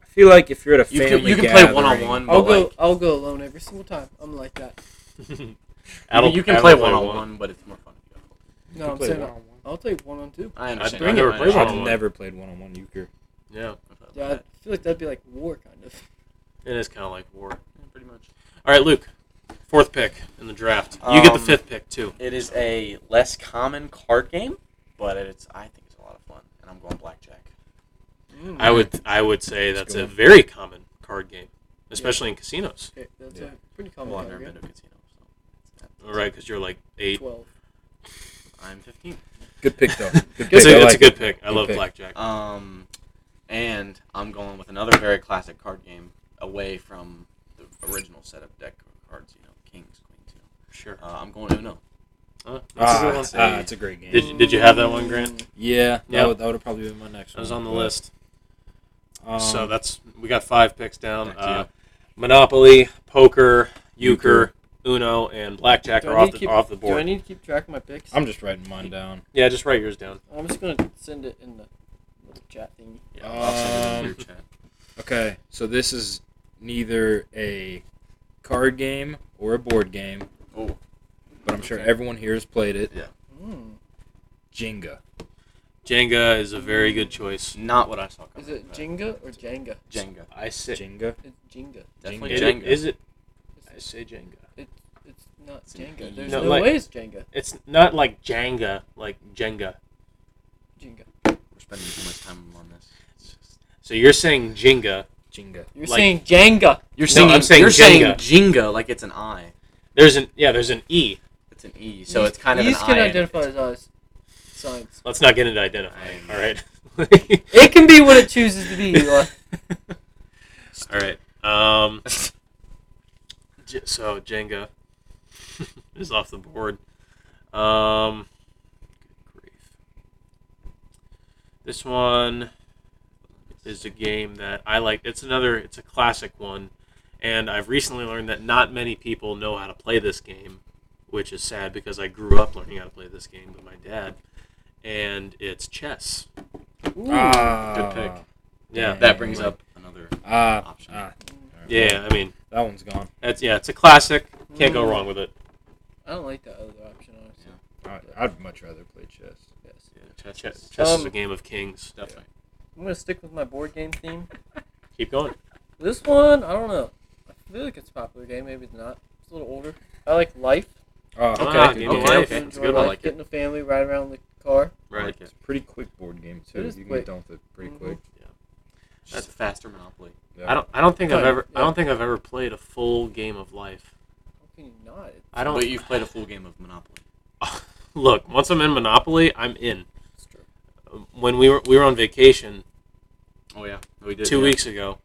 Speaker 3: I feel like if you're at a
Speaker 5: You
Speaker 3: family
Speaker 5: can, you can play
Speaker 3: gathering,
Speaker 5: one on one,
Speaker 4: I'll
Speaker 5: but
Speaker 4: go.
Speaker 5: like
Speaker 4: I'll go alone every single time. I'm like that.
Speaker 5: you,
Speaker 2: Adult-
Speaker 5: you can
Speaker 2: adult
Speaker 5: play one on one, but it's more fun. if you have four.
Speaker 3: you
Speaker 4: No,
Speaker 3: can
Speaker 4: I'm
Speaker 3: play
Speaker 4: saying I'll,
Speaker 3: one-on-one.
Speaker 4: I'll take one on two.
Speaker 5: I understand.
Speaker 2: I never played
Speaker 5: I
Speaker 2: one-on-one.
Speaker 3: I've never played one on one euchre.
Speaker 2: Yeah,
Speaker 5: understand.
Speaker 4: Yeah, I feel like that'd be like war kind of.
Speaker 2: it is kind of like war.
Speaker 5: Yeah, pretty much.
Speaker 2: All right, Luke, fourth pick in the draft. You get the
Speaker 5: Um,
Speaker 2: fifth pick too.
Speaker 5: It is a less common card game, but it's I think it's a lot of fun, and I'm going blackjack.
Speaker 4: Mm.
Speaker 2: I would I would say that's
Speaker 3: go
Speaker 2: a
Speaker 3: on.
Speaker 2: very common card game, especially in casinos.
Speaker 4: Okay, that's
Speaker 3: Yeah.
Speaker 4: a pretty common
Speaker 5: Well, I've never
Speaker 4: category.
Speaker 5: been to a casino, so it's not-
Speaker 2: All right, because you're like eight.
Speaker 4: Twelve.
Speaker 5: I'm 15.
Speaker 3: Good pick though. Good pick.
Speaker 2: It's,
Speaker 3: I
Speaker 2: a, it's
Speaker 3: like
Speaker 2: a good
Speaker 3: it.
Speaker 2: pick. I
Speaker 3: Good
Speaker 2: love
Speaker 3: pick.
Speaker 2: blackjack.
Speaker 5: Um, and I'm going with another very classic card game away from the original set of deck cards. You know, kings, queens. You
Speaker 2: Sure.
Speaker 5: know. Uh, I'm going Uno.
Speaker 2: Uh, that's a good
Speaker 3: Ah,
Speaker 2: one.
Speaker 3: ah, it's a great game.
Speaker 2: Did you- did you have that one, Grant?
Speaker 4: Mm.
Speaker 3: yeah,
Speaker 2: Yeah.
Speaker 3: that would, that would have probably been my next
Speaker 2: That
Speaker 3: one.
Speaker 2: was on the
Speaker 3: but,
Speaker 2: list.
Speaker 3: um,
Speaker 2: so that's we got five picks down.
Speaker 5: Back to
Speaker 2: Uh, Monopoly, poker, euchre, Uno, and blackjack
Speaker 4: Do
Speaker 2: are
Speaker 4: I need
Speaker 2: off
Speaker 4: to
Speaker 2: the,
Speaker 4: keep-
Speaker 2: off the
Speaker 4: Do I
Speaker 2: board.
Speaker 4: need to keep track of my picks? I'm,
Speaker 3: I'm just writing mine down.
Speaker 2: yeah, just write yours down.
Speaker 4: just gonna send it in the little chat thingy.
Speaker 5: Yeah, I'll send it in
Speaker 3: Um,
Speaker 5: your chat.
Speaker 3: Okay, so this is neither a card game or a board game,
Speaker 5: Oh,
Speaker 3: but I'm sure
Speaker 5: Okay.
Speaker 3: everyone here has played it.
Speaker 2: Hmm.
Speaker 4: Mm.
Speaker 3: Jenga.
Speaker 2: Jenga is a very good choice.
Speaker 5: not what I saw. Coming,
Speaker 4: Is it
Speaker 5: but
Speaker 4: Jenga or Jenga?
Speaker 5: Jenga?
Speaker 2: I say
Speaker 3: Jenga.
Speaker 4: It's Jenga.
Speaker 5: Definitely
Speaker 2: Is
Speaker 5: Jenga.
Speaker 2: it- Is it? I
Speaker 4: It's,
Speaker 2: say Jenga.
Speaker 4: it's not
Speaker 5: It's an E.
Speaker 4: Jenga. There's
Speaker 2: No,
Speaker 4: no,
Speaker 2: like-
Speaker 4: way it's Jenga.
Speaker 2: It's not like Jenga, like Jenga.
Speaker 4: Jenga.
Speaker 5: We're spending too much time on this. It's just-
Speaker 2: So you're saying Jenga.
Speaker 3: Jenga.
Speaker 4: You're
Speaker 2: Like-
Speaker 4: saying Jenga.
Speaker 2: No,
Speaker 5: You're saying
Speaker 2: I'm saying
Speaker 5: you're
Speaker 2: Jenga.
Speaker 5: saying Jenga like it's an I.
Speaker 2: There's an yeah. There's an E.
Speaker 5: It's an E, so
Speaker 4: These-
Speaker 5: it's kind of
Speaker 4: These
Speaker 5: an
Speaker 4: can
Speaker 5: I. and
Speaker 4: identify
Speaker 5: it's-
Speaker 4: as eyes. Signs.
Speaker 2: Let's not get into identifying. All
Speaker 5: I-
Speaker 2: right.
Speaker 4: It can be what it chooses to be. Eli.
Speaker 2: All right. Um. J- so Jenga is off the board. Um. Good grief. This one is a game that I like. It's another. It's a classic one, and I've recently learned that not many people know how to play this game, which is sad because I grew up learning how to play this game with my dad, and it's chess.
Speaker 4: Ooh.
Speaker 3: Ah,
Speaker 5: good pick.
Speaker 2: Yeah.
Speaker 3: Dang.
Speaker 5: That brings up another
Speaker 3: Ah,
Speaker 5: option.
Speaker 3: ah,
Speaker 2: Yeah. I mean,
Speaker 3: that one's gone.
Speaker 2: that's yeah. It's a classic. Can't go wrong with it.
Speaker 4: I don't like that other option, honestly.
Speaker 3: I, I'd much rather play chess.
Speaker 4: Yes.
Speaker 5: Yeah,
Speaker 2: Che-
Speaker 5: chess,
Speaker 2: Chess,
Speaker 5: chess,
Speaker 2: is a
Speaker 4: Um,
Speaker 2: game of kings.
Speaker 5: definitely.
Speaker 4: I'm gonna stick with my board game theme.
Speaker 2: Keep going.
Speaker 4: This one, I don't know. I feel like it's a popular game. Maybe it's not. It's a little older. I like life.
Speaker 3: Oh,
Speaker 2: Ah,
Speaker 3: okay.
Speaker 2: Game
Speaker 3: good
Speaker 2: of
Speaker 3: game.
Speaker 5: Okay,
Speaker 2: Life.
Speaker 5: okay.
Speaker 2: That's a
Speaker 4: Enjoy
Speaker 2: good one.
Speaker 4: life,
Speaker 5: I like it.
Speaker 4: get in a family, ride around in the car.
Speaker 5: Right.
Speaker 3: It's a pretty quick board game too.
Speaker 4: It is
Speaker 3: You can
Speaker 4: quick.
Speaker 3: get done with it pretty
Speaker 4: Mhm.
Speaker 3: quick.
Speaker 5: That's a faster Monopoly.
Speaker 3: Yeah.
Speaker 2: I don't. I don't think I've
Speaker 4: Fine,
Speaker 2: ever. I
Speaker 4: yeah.
Speaker 2: don't think I've ever played a full game of life.
Speaker 4: How can you not? It's
Speaker 2: I don't.
Speaker 5: But you've played a full game of Monopoly.
Speaker 2: Look, once I'm in Monopoly, I'm in.
Speaker 4: it's true.
Speaker 2: When we were we were on vacation
Speaker 5: Oh yeah, we did.
Speaker 2: two
Speaker 5: yeah.
Speaker 2: weeks ago,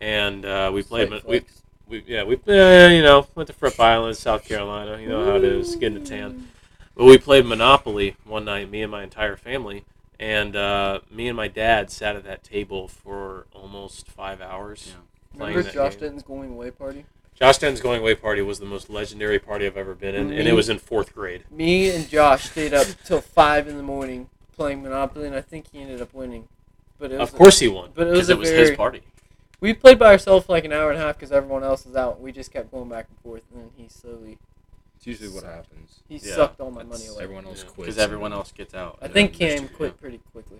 Speaker 2: and uh, we played.
Speaker 4: Slight
Speaker 2: Mon- We,
Speaker 4: flex.
Speaker 2: we yeah we uh, you know went to Fripp Island, South Carolina. You know how it is, getting a
Speaker 1: Mm.
Speaker 2: tan. But we played Monopoly one night, me and my entire family, and uh, me and my dad sat at that table for almost five hours.
Speaker 5: Yeah.
Speaker 2: playing
Speaker 4: Remember
Speaker 2: that
Speaker 4: Josh
Speaker 2: game.
Speaker 4: Denton's going away party?
Speaker 2: Josh Denton's going away party was the most legendary party I've ever been in, and it was in fourth grade.
Speaker 4: Me and Josh stayed up till five in the morning playing Monopoly, and I think he ended up winning. But it was
Speaker 2: Of course, he won.
Speaker 4: a, but it
Speaker 5: Because
Speaker 4: was,
Speaker 5: it
Speaker 4: a
Speaker 5: was
Speaker 4: very,
Speaker 5: his party.
Speaker 4: We played by ourselves for like an hour and a half because everyone else was out. We just kept going back and forth, and then he slowly
Speaker 3: It's usually what happens.
Speaker 4: he
Speaker 5: Yeah,
Speaker 4: sucked all my
Speaker 5: that's
Speaker 4: money away.
Speaker 3: Everyone else
Speaker 5: Yeah,
Speaker 3: quits.
Speaker 5: everyone else gets out.
Speaker 4: I
Speaker 5: and
Speaker 4: think
Speaker 5: then there's
Speaker 4: Cam
Speaker 5: two-
Speaker 4: quit pretty quickly.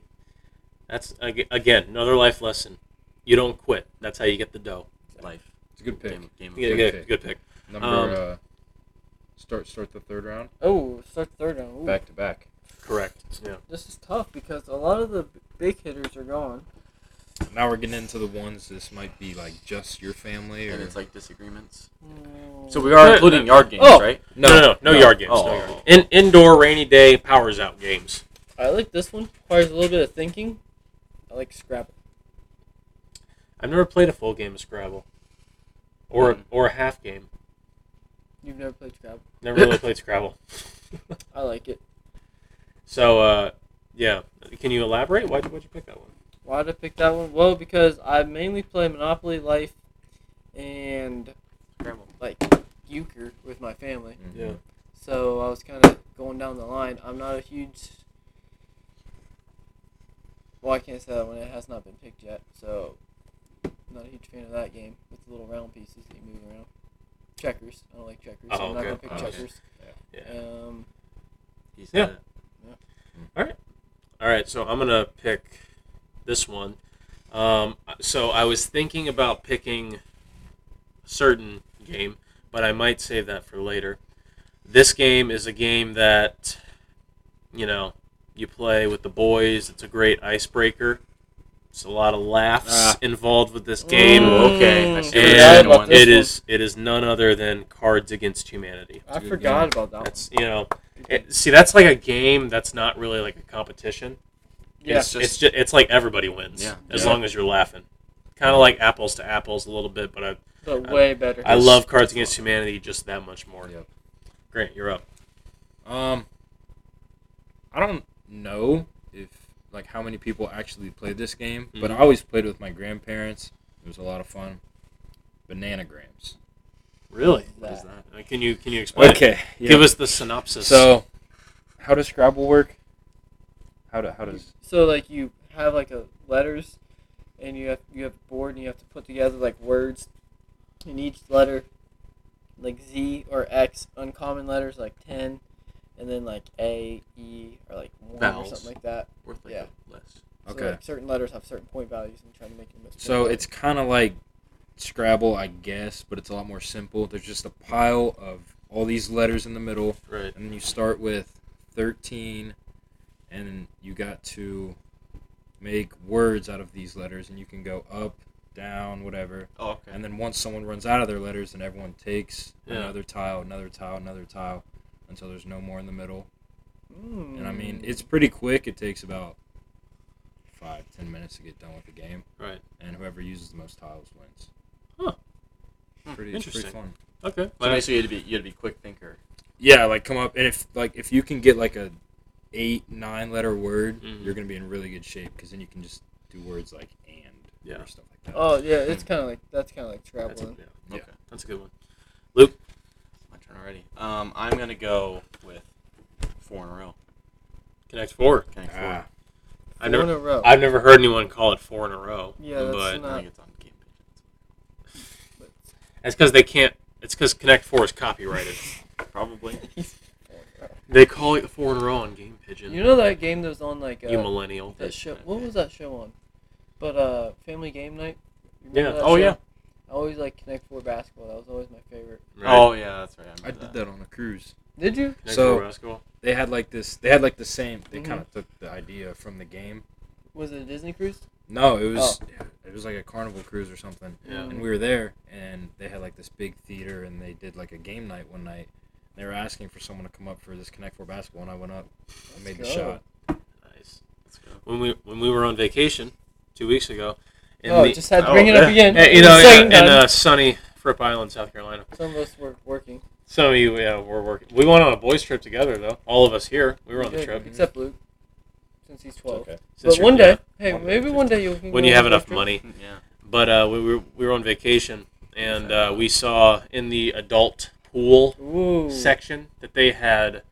Speaker 2: That's ag- again another life lesson. You don't quit. That's how you get the dough.
Speaker 5: yeah, Life.
Speaker 3: It's a good pick.
Speaker 5: Game, game of
Speaker 2: Good,
Speaker 5: Thrones.
Speaker 2: good,
Speaker 3: pick.
Speaker 2: good pick.
Speaker 3: Number
Speaker 2: Um,
Speaker 3: uh, start start the third round
Speaker 4: Oh, start the third round. Ooh.
Speaker 3: back to back.
Speaker 2: Correct. Yeah.
Speaker 4: This is tough because a lot of the b- big hitters are gone.
Speaker 3: Now we're getting into the ones. This might be like just your family or
Speaker 5: And it's like disagreements.
Speaker 4: Mm.
Speaker 5: So we are
Speaker 2: No,
Speaker 5: including yard games,
Speaker 4: Oh!
Speaker 5: right?
Speaker 2: No, no, no, no, yard games. No
Speaker 5: Oh.
Speaker 2: yard. In, indoor rainy day powers out games.
Speaker 4: I like this one. Requires a little bit of thinking. I like Scrabble.
Speaker 2: I've never played a full game of Scrabble, or
Speaker 4: Hmm.
Speaker 2: or a half game.
Speaker 4: You've never played Scrabble.
Speaker 2: Never really played Scrabble.
Speaker 4: I like it.
Speaker 2: So uh, yeah, can you elaborate? Why would you pick that one?
Speaker 4: Why did I pick that one? Well, because I mainly play Monopoly Life and
Speaker 5: Scrabble.
Speaker 4: like euchre with my family.
Speaker 3: Mm-hmm.
Speaker 2: Yeah.
Speaker 4: So I was kind of going down the line. I'm not a huge. Well, I can't say that when it has not been picked yet. So, I'm not a huge fan of that game with the little round pieces that you move around. Checkers. I don't like checkers. so
Speaker 2: Oh,
Speaker 4: I'm not
Speaker 2: okay.
Speaker 4: gonna pick
Speaker 5: Oh, okay.
Speaker 4: checkers.
Speaker 2: Yeah.
Speaker 4: Um,
Speaker 5: He said
Speaker 2: Yeah.
Speaker 5: it.
Speaker 2: All right, so I'm gonna pick this one. Um, so I was thinking about picking a certain game, but I might save that for later. This game is a game that you know you play with the boys. It's a great icebreaker. It's a lot of laughs
Speaker 3: Ah.
Speaker 2: involved with this game.
Speaker 4: Mm.
Speaker 5: Okay. I see where
Speaker 2: And
Speaker 5: you're
Speaker 4: Yeah,
Speaker 5: going.
Speaker 4: about this
Speaker 2: It
Speaker 4: one.
Speaker 2: is it is none other than Cards Against Humanity.
Speaker 4: I
Speaker 3: a good
Speaker 4: forgot about that
Speaker 2: That's you know,
Speaker 4: one.
Speaker 2: it, see that's like a game that's not really like a competition
Speaker 4: yeah.
Speaker 5: It's just,
Speaker 2: it's just it's like everybody wins
Speaker 5: Yeah.
Speaker 2: as
Speaker 3: Yeah.
Speaker 2: long as you're laughing kind of like apples to apples a little bit but i,
Speaker 4: but way better.
Speaker 2: I love cards against humanity just that much more
Speaker 3: Yep.
Speaker 2: grant you're up
Speaker 3: Um, I don't know if like how many people actually played this game,
Speaker 2: Mm-hmm.
Speaker 3: but I always played with my grandparents. It was a lot of fun. Bananagrams.
Speaker 2: really
Speaker 5: what is that?
Speaker 2: can you can you explain it?
Speaker 3: Okay.
Speaker 2: give us the synopsis
Speaker 3: So, how does Scrabble work? How do how does
Speaker 4: So like you have like a letters, and you have you have a board and you have to put together like words, and each letter, like Z or X, uncommon letters like ten, and then like A, E or like one or
Speaker 5: Vowels.
Speaker 4: something like that.
Speaker 5: Worth like
Speaker 4: Yeah.
Speaker 5: a list.
Speaker 4: So,
Speaker 3: okay?
Speaker 4: like, certain letters have certain point values, and trying to make them. as point
Speaker 3: So
Speaker 4: values.
Speaker 3: it's kind of like Scrabble, I guess, but it's a lot more simple. There's just a pile of all these letters in the middle,
Speaker 2: right
Speaker 3: and you start with 13 and you got to make words out of these letters and you can go up down whatever
Speaker 5: Oh, okay.
Speaker 3: and then once someone runs out of their letters then everyone takes
Speaker 2: Yeah.
Speaker 3: another tile another tile another tile until there's no more in the middle and i mean
Speaker 4: Mm.
Speaker 3: it's pretty quick it takes about five ten minutes to get done with the game
Speaker 2: right
Speaker 3: and whoever uses the most tiles wins
Speaker 2: Huh.
Speaker 3: pretty, it's pretty
Speaker 2: interesting.
Speaker 3: fun
Speaker 2: okay
Speaker 5: so basically, you had to be you had to be quick thinker.
Speaker 3: Yeah, like come up and if like if you can get like a eight nine letter word,
Speaker 2: Mhm.
Speaker 3: you're gonna be in really good shape because then you can just do words like and
Speaker 2: Yeah.
Speaker 3: or stuff like that.
Speaker 4: Oh yeah, it's kind of like that's kind of like
Speaker 2: that's a,
Speaker 4: traveling.
Speaker 2: yeah,
Speaker 5: Yeah.
Speaker 3: Yeah.
Speaker 5: Okay.
Speaker 2: that's a good one
Speaker 5: My turn already. Um, I'm gonna go with four in a row.
Speaker 2: connect four
Speaker 5: Connect four.
Speaker 3: Ah,
Speaker 2: i've
Speaker 4: Four
Speaker 2: never
Speaker 4: in a row.
Speaker 2: i've never heard anyone call it four in a row
Speaker 4: Yeah, that's
Speaker 2: but
Speaker 5: I
Speaker 4: not-
Speaker 5: think it's on game pitch.
Speaker 2: it's because they can't it's because connect four is copyrighted
Speaker 5: Probably.
Speaker 2: they call it four in a row on game pigeon
Speaker 4: you know that game that was on like uh,
Speaker 2: you millennial
Speaker 4: that show. What was that show on? But uh, Family Game Night. You remember
Speaker 2: Yeah.
Speaker 4: that
Speaker 5: Oh,
Speaker 4: show?
Speaker 5: yeah.
Speaker 4: I always like Connect Four basketball. That was always my favorite.
Speaker 2: Right.
Speaker 5: Oh yeah, that's right. I,
Speaker 3: I
Speaker 5: remember
Speaker 3: did that on a cruise.
Speaker 4: Did you?
Speaker 2: Connect
Speaker 3: so-
Speaker 2: Four basketball
Speaker 3: They had like this. They had like the same. They
Speaker 4: Mhm.
Speaker 3: kind of took the idea from the game.
Speaker 4: Was it a Disney cruise?
Speaker 3: No, it was
Speaker 4: Oh.
Speaker 3: it was like a carnival cruise or something.
Speaker 2: yeah
Speaker 3: And we were there, and they had like this big theater, and they did like a game night one night. They were asking for someone to come up for this Connect Four basketball, and I went up. I made the
Speaker 4: Mm, go.
Speaker 3: shot.
Speaker 2: nice
Speaker 5: Let's go.
Speaker 2: when we when we were on vacation two weeks ago. In
Speaker 4: oh,
Speaker 2: the,
Speaker 4: just had to
Speaker 5: oh,
Speaker 4: bring it up
Speaker 5: yeah.
Speaker 4: again.
Speaker 2: eh, you know, uh,
Speaker 4: The
Speaker 2: in,
Speaker 4: second
Speaker 2: in
Speaker 4: time.
Speaker 2: uh, sunny Fripp Island, South Carolina.
Speaker 4: Some of us were working.
Speaker 2: Some of you yeah, were working. We went on a boys trip together, though. All of us here. We were on the
Speaker 4: Yeah,
Speaker 2: trip.
Speaker 4: Except Luke, since he's
Speaker 3: It's
Speaker 4: twelve.
Speaker 3: okay.
Speaker 2: Since
Speaker 4: but
Speaker 2: you're-
Speaker 4: one day, hey,
Speaker 3: One day.
Speaker 4: maybe one day you can.
Speaker 2: yeah, when
Speaker 4: go
Speaker 2: you
Speaker 4: on
Speaker 2: have
Speaker 4: a
Speaker 2: enough
Speaker 4: trip.
Speaker 2: money.
Speaker 5: Yeah.
Speaker 2: But uh, we were we were on vacation, and uh, we saw in the adult pool
Speaker 4: Ooh,
Speaker 2: section that they had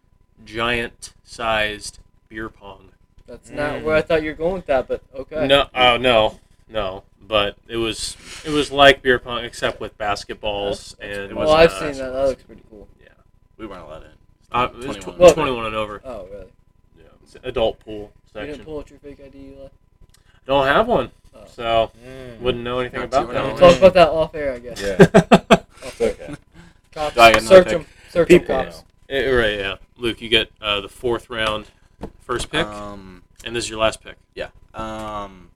Speaker 2: giant sized beer pong.
Speaker 4: that's
Speaker 3: Mm.
Speaker 4: not where I thought you were going with that, but okay.
Speaker 2: No, oh no, no. But it was it was like beer pong except with basketballs and
Speaker 5: it
Speaker 4: well,
Speaker 5: was
Speaker 4: I've
Speaker 2: uh,
Speaker 4: seen that. That looks pretty cool.
Speaker 5: We weren't allowed in.
Speaker 2: Uh, it was tw-
Speaker 5: 21.
Speaker 4: Well-
Speaker 2: 21 and over.
Speaker 4: Oh, really?
Speaker 2: Yeah. It's an adult pool
Speaker 4: You
Speaker 2: section.
Speaker 4: didn't pull out your fake ID, Eli?
Speaker 2: Don't have one,
Speaker 4: Oh.
Speaker 2: so
Speaker 3: Mm.
Speaker 2: wouldn't know anything
Speaker 5: Not
Speaker 2: about
Speaker 5: too
Speaker 4: We'll
Speaker 5: Oh,
Speaker 2: that.
Speaker 4: talk about that off air, I guess.
Speaker 3: Yeah. It's
Speaker 4: Off air.
Speaker 3: okay.
Speaker 4: Cops,
Speaker 5: Yeah, I got another
Speaker 4: search
Speaker 5: pick.
Speaker 4: them. Search them,
Speaker 3: People
Speaker 4: cops.
Speaker 2: Eh, right, yeah. Luke, you get uh, the fourth round first pick,
Speaker 5: Um,
Speaker 2: and this is your last pick.
Speaker 5: um,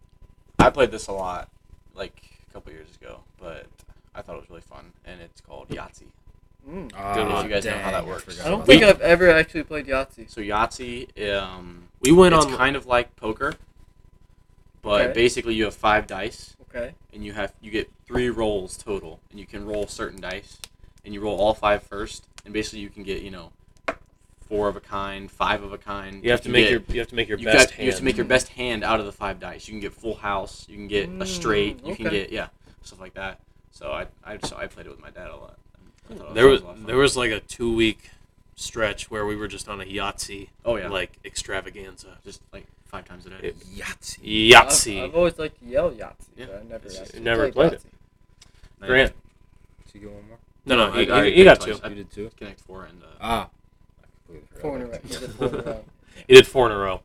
Speaker 5: I played this a lot, like a couple years ago, but I thought it was really fun, and it's called Yahtzee.
Speaker 4: Mm.
Speaker 3: Ah,
Speaker 2: one.
Speaker 5: You guys know how that
Speaker 3: dang,
Speaker 5: works.
Speaker 3: forgot
Speaker 4: I don't
Speaker 3: about
Speaker 4: think
Speaker 3: that.
Speaker 4: I've ever actually played Yahtzee.
Speaker 5: So Yahtzee, um,
Speaker 2: We went
Speaker 5: it's
Speaker 2: on
Speaker 5: kind of like poker, but
Speaker 4: Okay.
Speaker 5: basically you have five dice,
Speaker 4: Okay.
Speaker 5: and you have you get three rolls total, and you can roll certain dice, and you roll all five first, and basically you can get you know four of a kind, five of a kind.
Speaker 2: You have to
Speaker 5: can
Speaker 2: make
Speaker 5: get-
Speaker 2: your you have to make your
Speaker 5: you
Speaker 2: best
Speaker 5: got-
Speaker 2: hand.
Speaker 5: You have to make your best hand out of the five dice. You can get full house. You can get a straight.
Speaker 4: Mm,
Speaker 5: You can
Speaker 4: okay.
Speaker 5: get yeah stuff like that. So I I so I played it with my dad a lot. I thought it
Speaker 2: there was
Speaker 5: a lot of fun.
Speaker 2: there was like a two week stretch where we were just on a Yahtzee
Speaker 5: oh yeah like
Speaker 2: like extravaganza.
Speaker 5: just like five times a day.
Speaker 2: It-
Speaker 3: Yahtzee.
Speaker 2: Yahtzee.
Speaker 4: I've, I've always liked to yell Yahtzee, but
Speaker 5: Yeah,
Speaker 4: I never
Speaker 5: it's just-
Speaker 4: actually
Speaker 2: never played it.
Speaker 4: Yahtzee.
Speaker 5: Nice.
Speaker 2: Grant,
Speaker 3: Did you get one more?
Speaker 2: no, no,
Speaker 5: No,
Speaker 2: you,
Speaker 5: I- I
Speaker 2: you- you got
Speaker 5: picked
Speaker 2: two.
Speaker 5: twice. I-
Speaker 3: you did two.
Speaker 5: Connect four and uh,
Speaker 3: Ah. I completely forgot
Speaker 4: Four in a
Speaker 3: about
Speaker 4: row.
Speaker 3: that.
Speaker 2: You
Speaker 4: You did four in a row.
Speaker 2: did four in a row.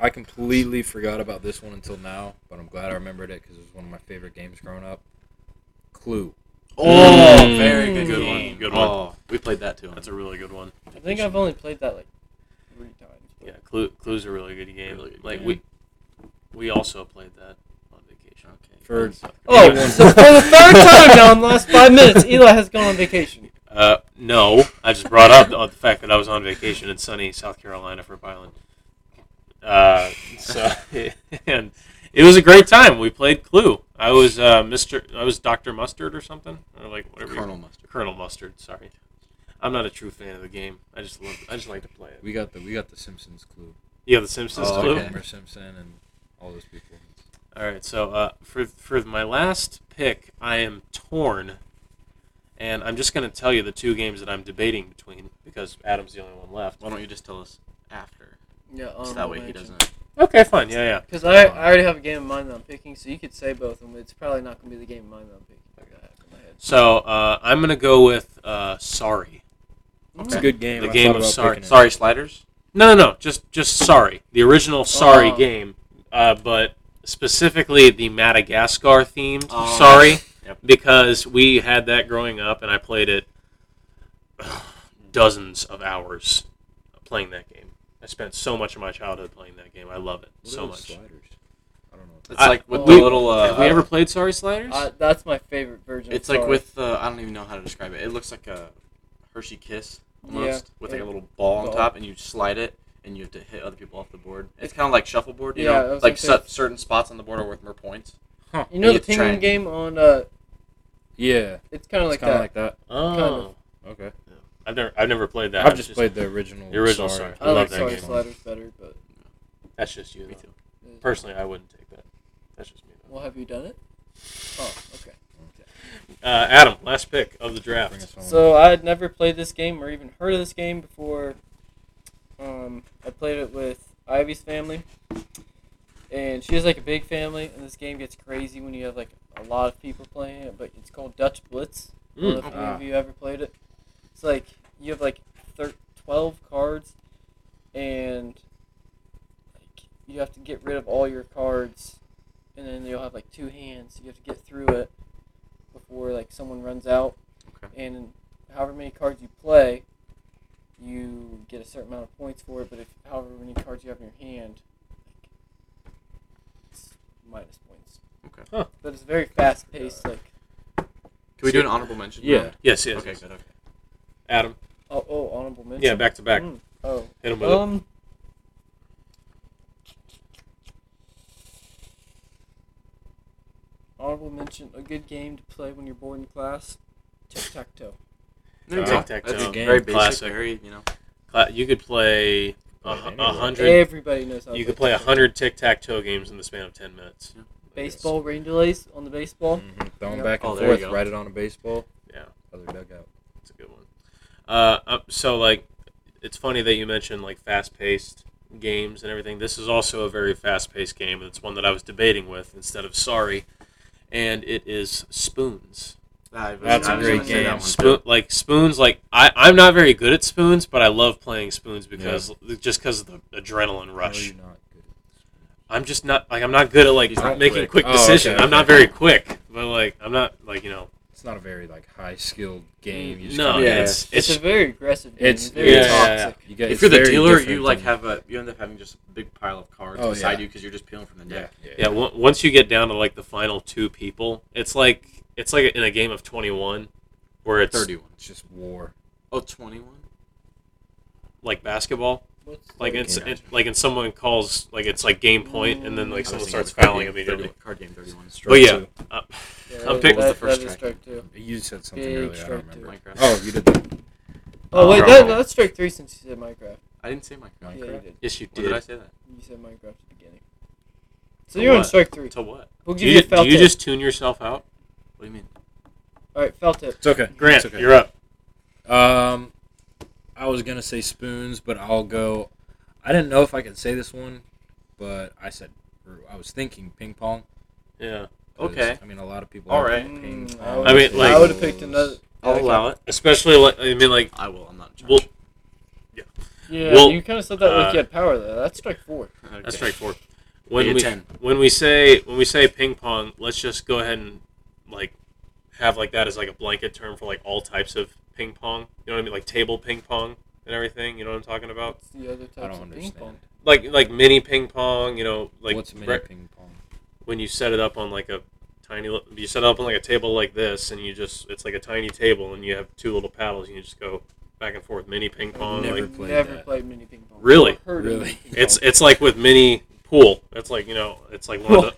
Speaker 3: I completely forgot about this one until now, but I'm glad I remembered it because it was one of my favorite games growing up. Clue.
Speaker 2: Oh,
Speaker 5: Mm.
Speaker 2: very good
Speaker 5: Good
Speaker 2: game.
Speaker 5: one.
Speaker 2: Good one.
Speaker 5: Oh, we played that too.
Speaker 2: That's a really good one.
Speaker 4: I think I've only played that like three times. but-
Speaker 2: Yeah, Clue, Clue's a really good game.
Speaker 5: Really good
Speaker 2: like
Speaker 5: game.
Speaker 2: we we also played that on vacation.
Speaker 5: Okay.
Speaker 3: For-
Speaker 4: Oh,
Speaker 3: Anyone-
Speaker 4: so for the third time now in the last five minutes, Eli has gone on vacation.
Speaker 2: Uh, no, I just brought up the, the fact that I was on vacation in sunny South Carolina for Island. Uh, so and it was a great time. We played Clue. I was uh, Mister. I was Doctor Mustard or something, or like whatever. you-
Speaker 5: Colonel Mustard.
Speaker 2: Colonel Mustard. Sorry, I'm not a true fan of the game. I just love. I just like to play it.
Speaker 3: We got the we got the Simpsons clue.
Speaker 2: Yeah, The Simpsons
Speaker 5: Oh,
Speaker 2: Clue.
Speaker 5: okay.
Speaker 3: Homer Simpson and all those people.
Speaker 2: All right, so uh, for for my last pick, I am torn, and I'm just going to tell you the two games that I'm debating between because Adam's the only one left.
Speaker 5: Why don't you just tell us after?
Speaker 4: Yeah, um,
Speaker 5: So that way he doesn't.
Speaker 2: Okay, fine. Yeah, yeah.
Speaker 4: Because I, I already have a game in mind that I'm picking, so you could say both, and it's probably not going to be the game in mind that I'm picking. I got it in my head.
Speaker 2: So uh, I'm going to go with uh, Sorry.
Speaker 3: It's a good game.
Speaker 2: The
Speaker 3: I
Speaker 2: game
Speaker 3: thought
Speaker 2: of
Speaker 3: about
Speaker 2: Sorry-
Speaker 3: picking it.
Speaker 5: Sorry, sliders.
Speaker 2: No, no, no. Just just Sorry, the original Sorry
Speaker 4: Oh.
Speaker 2: game, uh, but specifically the Madagascar themed
Speaker 5: Oh.
Speaker 2: Sorry,
Speaker 5: Yep.
Speaker 2: because we had that growing up, and I played it dozens of hours playing that game. I spent so much of my childhood playing that game. I love it
Speaker 3: What are
Speaker 2: so
Speaker 3: those
Speaker 2: much.
Speaker 3: Sliders. I don't know. what that-
Speaker 5: It's
Speaker 2: I-
Speaker 5: like with
Speaker 4: we-
Speaker 5: the little. Uh,
Speaker 2: Have we ever played Sorry Sliders?
Speaker 4: I, that's my favorite version. of
Speaker 5: It's like
Speaker 4: Sorry.
Speaker 5: with uh, I don't even know how to describe it. It looks like a Hershey Kiss almost
Speaker 4: Yeah,
Speaker 5: with like
Speaker 4: yeah.
Speaker 5: a little ball on
Speaker 4: Ball.
Speaker 5: top, and you slide it, and you have to hit other people off the board. It's kind of like shuffleboard, you
Speaker 4: Yeah, I
Speaker 5: know,
Speaker 4: was
Speaker 5: like
Speaker 4: gonna say-
Speaker 5: cer- certain spots on the board are worth more points.
Speaker 4: you know
Speaker 5: you
Speaker 4: the
Speaker 5: have to try
Speaker 4: penguin
Speaker 5: and-
Speaker 4: game on uh,
Speaker 3: yeah,
Speaker 4: it's kind of
Speaker 3: it's
Speaker 4: like
Speaker 3: kind of
Speaker 4: that.
Speaker 3: like that.
Speaker 2: oh,
Speaker 4: of.
Speaker 3: Okay,
Speaker 2: I've never I've never played that.
Speaker 3: I've
Speaker 2: It's
Speaker 3: just played the original.
Speaker 2: the original Sorry. I
Speaker 4: I like
Speaker 2: love that
Speaker 4: Sorry
Speaker 2: game.
Speaker 4: Sliders better, but eh,
Speaker 2: That's just you.
Speaker 5: Me
Speaker 2: though.
Speaker 5: too.
Speaker 2: Personally, I wouldn't take that. That's just me. though.
Speaker 4: well, have you done it? Oh, okay.
Speaker 2: Uh, Adam, last pick of the
Speaker 3: Bring
Speaker 2: draft.
Speaker 3: us home.
Speaker 4: So I had never played this game or even heard of this game before. Um, I played it with Ivy's family, and she has like a big family, and this game gets crazy when you have like a lot of people playing it. But it's called Dutch Blitz. I don't know
Speaker 2: Mm.
Speaker 4: if any
Speaker 3: Ah.
Speaker 4: of you ever played it. It's like you have like thir- twelve cards, and like you have to get rid of all your cards, and then you'll have like two hands. You have to get through it before like someone runs out and however many cards you play, you get a certain amount of points for it. But if however many cards you have in your hand, like, it's minus points.
Speaker 5: Okay.
Speaker 2: Huh.
Speaker 4: But it's very fast paced. Like
Speaker 5: Can we do an honorable mention?
Speaker 3: Yeah.
Speaker 5: round?
Speaker 2: Yes, yes.
Speaker 5: Okay.
Speaker 2: yes.
Speaker 5: Good. Okay.
Speaker 2: Adam.
Speaker 4: oh, oh honorable mention.
Speaker 2: Yeah, back to back.
Speaker 4: Mm, oh,
Speaker 2: Hit him with it.
Speaker 4: um, honorable mention. A good game to play when you're bored in class. Tic tac toe.
Speaker 2: There you go. Tic-tac-toe.
Speaker 5: That's
Speaker 3: Game.
Speaker 5: Very basic.
Speaker 2: Classic.
Speaker 5: Very you know.
Speaker 2: Cla- You could play a,
Speaker 3: Play
Speaker 2: hu-
Speaker 3: anywhere.
Speaker 2: a hundred.
Speaker 4: Everybody knows how. to
Speaker 2: You could play
Speaker 4: play
Speaker 2: a
Speaker 4: tic-tac-toe.
Speaker 2: hundred tic tac toe games in the span of ten minutes.
Speaker 5: Yeah.
Speaker 4: Baseball rain delays on the baseball.
Speaker 3: Mhm, Throw 'em
Speaker 4: Yeah.
Speaker 3: back and
Speaker 5: Oh, there you
Speaker 3: forth.
Speaker 5: go.
Speaker 3: Write it on a baseball.
Speaker 2: Yeah.
Speaker 3: Other dugout.
Speaker 2: That's a good one. Uh, uh, so like, it's funny that you mentioned like fast paced games and everything. This is also a very fast paced game, and it's one that I was debating with instead of sorry, and it is spoons.
Speaker 5: I was-
Speaker 3: That's
Speaker 5: I
Speaker 3: a
Speaker 5: was
Speaker 3: great
Speaker 5: gonna say
Speaker 3: game.
Speaker 5: that one, too.
Speaker 2: Spoon, like spoons, like I, I'm not very good at spoons, but I love playing spoons because just because of the adrenaline
Speaker 3: No,
Speaker 2: rush.
Speaker 3: you're not good.
Speaker 2: I'm just not like I'm not good at like
Speaker 5: He's not
Speaker 2: making
Speaker 5: quick.
Speaker 2: quick,
Speaker 3: Oh,
Speaker 2: decisions.
Speaker 3: okay,
Speaker 2: I'm not
Speaker 3: okay.
Speaker 2: very quick, but like I'm not like you know.
Speaker 3: It's not a very like high skilled game. You just
Speaker 2: No,
Speaker 3: kinda-
Speaker 5: yeah.
Speaker 2: it's
Speaker 4: It's,
Speaker 2: it's
Speaker 4: a very aggressive game.
Speaker 3: It's-
Speaker 4: very
Speaker 2: yeah, yeah, yeah.
Speaker 4: toxic.
Speaker 3: You get,
Speaker 5: If
Speaker 3: it's
Speaker 5: you're the
Speaker 3: very
Speaker 5: dealer, you
Speaker 3: different
Speaker 5: like
Speaker 3: than-
Speaker 5: have a you end up having just a big pile of cards
Speaker 3: Oh,
Speaker 5: beside
Speaker 3: yeah.
Speaker 5: you because you're just peeling from the
Speaker 3: yeah,
Speaker 5: deck.
Speaker 3: yeah,
Speaker 2: Yeah, on- once you get down to like the final two people, it's like it's like in a game of 21 where it's
Speaker 5: Thirty-one.
Speaker 3: It's just war.
Speaker 5: Oh, 21?
Speaker 2: like basketball.
Speaker 4: What's the-
Speaker 2: Like it's
Speaker 3: Game.
Speaker 2: it, like and someone calls like it's like game point and then like
Speaker 5: I was
Speaker 2: someone
Speaker 5: thinking
Speaker 2: starts
Speaker 5: of card
Speaker 2: fouling
Speaker 5: game
Speaker 2: immediately. Uh,
Speaker 5: 30 Card game 31.
Speaker 3: Strike
Speaker 2: yeah.
Speaker 3: two.
Speaker 4: yeah,
Speaker 2: I'm
Speaker 4: that-
Speaker 2: picking-
Speaker 4: that-
Speaker 5: What's the first
Speaker 4: that is strike two.
Speaker 3: You said something
Speaker 4: Big
Speaker 3: earlier. I
Speaker 4: strike
Speaker 3: don't remember.
Speaker 5: Minecraft.
Speaker 3: Oh, you did the
Speaker 4: Oh wait,
Speaker 2: Oh.
Speaker 4: that, that's strike three since you said Minecraft.
Speaker 5: I didn't say Minecraft.
Speaker 4: Yeah, you did.
Speaker 2: Yes, you
Speaker 5: Did. did I
Speaker 2: did.
Speaker 5: say that?
Speaker 4: You said Minecraft at the beginning. So
Speaker 2: To
Speaker 4: you're on
Speaker 2: what?
Speaker 4: strike three.
Speaker 5: To what?
Speaker 4: We'll
Speaker 2: Do
Speaker 4: give you,
Speaker 2: you,
Speaker 4: a foul
Speaker 2: do you
Speaker 4: tip.
Speaker 2: just tune yourself out?
Speaker 5: What do you mean?
Speaker 4: All right, foul tip.
Speaker 3: It's okay.
Speaker 2: Grant,
Speaker 3: It's okay.
Speaker 2: you're up.
Speaker 3: Um, I was gonna say spoons, but I'll go. I didn't know if I could say this one, but I said or I was thinking ping pong.
Speaker 2: Yeah,
Speaker 3: 'cause,
Speaker 5: Okay.
Speaker 3: I mean, a lot of people.
Speaker 5: All
Speaker 3: like
Speaker 5: right.
Speaker 3: Ping
Speaker 4: Mm,
Speaker 3: pong.
Speaker 2: I mean, like-
Speaker 4: I would have picked another.
Speaker 5: I'll
Speaker 4: Okay.
Speaker 5: allow it.
Speaker 2: especially like I mean like
Speaker 5: I will. I'm not. in charge.
Speaker 2: well
Speaker 4: Yeah,
Speaker 2: Well,
Speaker 4: you kind of said that like
Speaker 2: uh,
Speaker 4: you had power though. That's strike four.
Speaker 5: Okay.
Speaker 2: that's straightforward. When
Speaker 5: Make it
Speaker 2: we
Speaker 5: 10.
Speaker 2: when we say when we say ping pong, let's just go ahead and like have like that as like a blanket term for like all types of ping pong. You know what I mean? Like table ping pong and everything. You know what I'm talking about?
Speaker 4: What's the other
Speaker 3: I
Speaker 4: types
Speaker 3: don't
Speaker 4: of ping pong?
Speaker 3: understand.
Speaker 2: Like like mini ping pong. You know like
Speaker 3: What's mini
Speaker 2: re-
Speaker 3: ping pong?
Speaker 2: when you set it up on like a tiny li- you set it up on like a table like this and you just it's like a tiny table and you have two little paddles and you just go back and forth mini ping pong
Speaker 3: never
Speaker 2: like
Speaker 4: I've
Speaker 3: played
Speaker 4: never
Speaker 3: that.
Speaker 4: played mini ping pong.
Speaker 2: Really?
Speaker 4: I've heard of
Speaker 3: Really?
Speaker 4: mini ping
Speaker 2: It's
Speaker 4: pong.
Speaker 2: it's like with mini pool. It's like you know, it's like one of
Speaker 4: Well-
Speaker 2: the.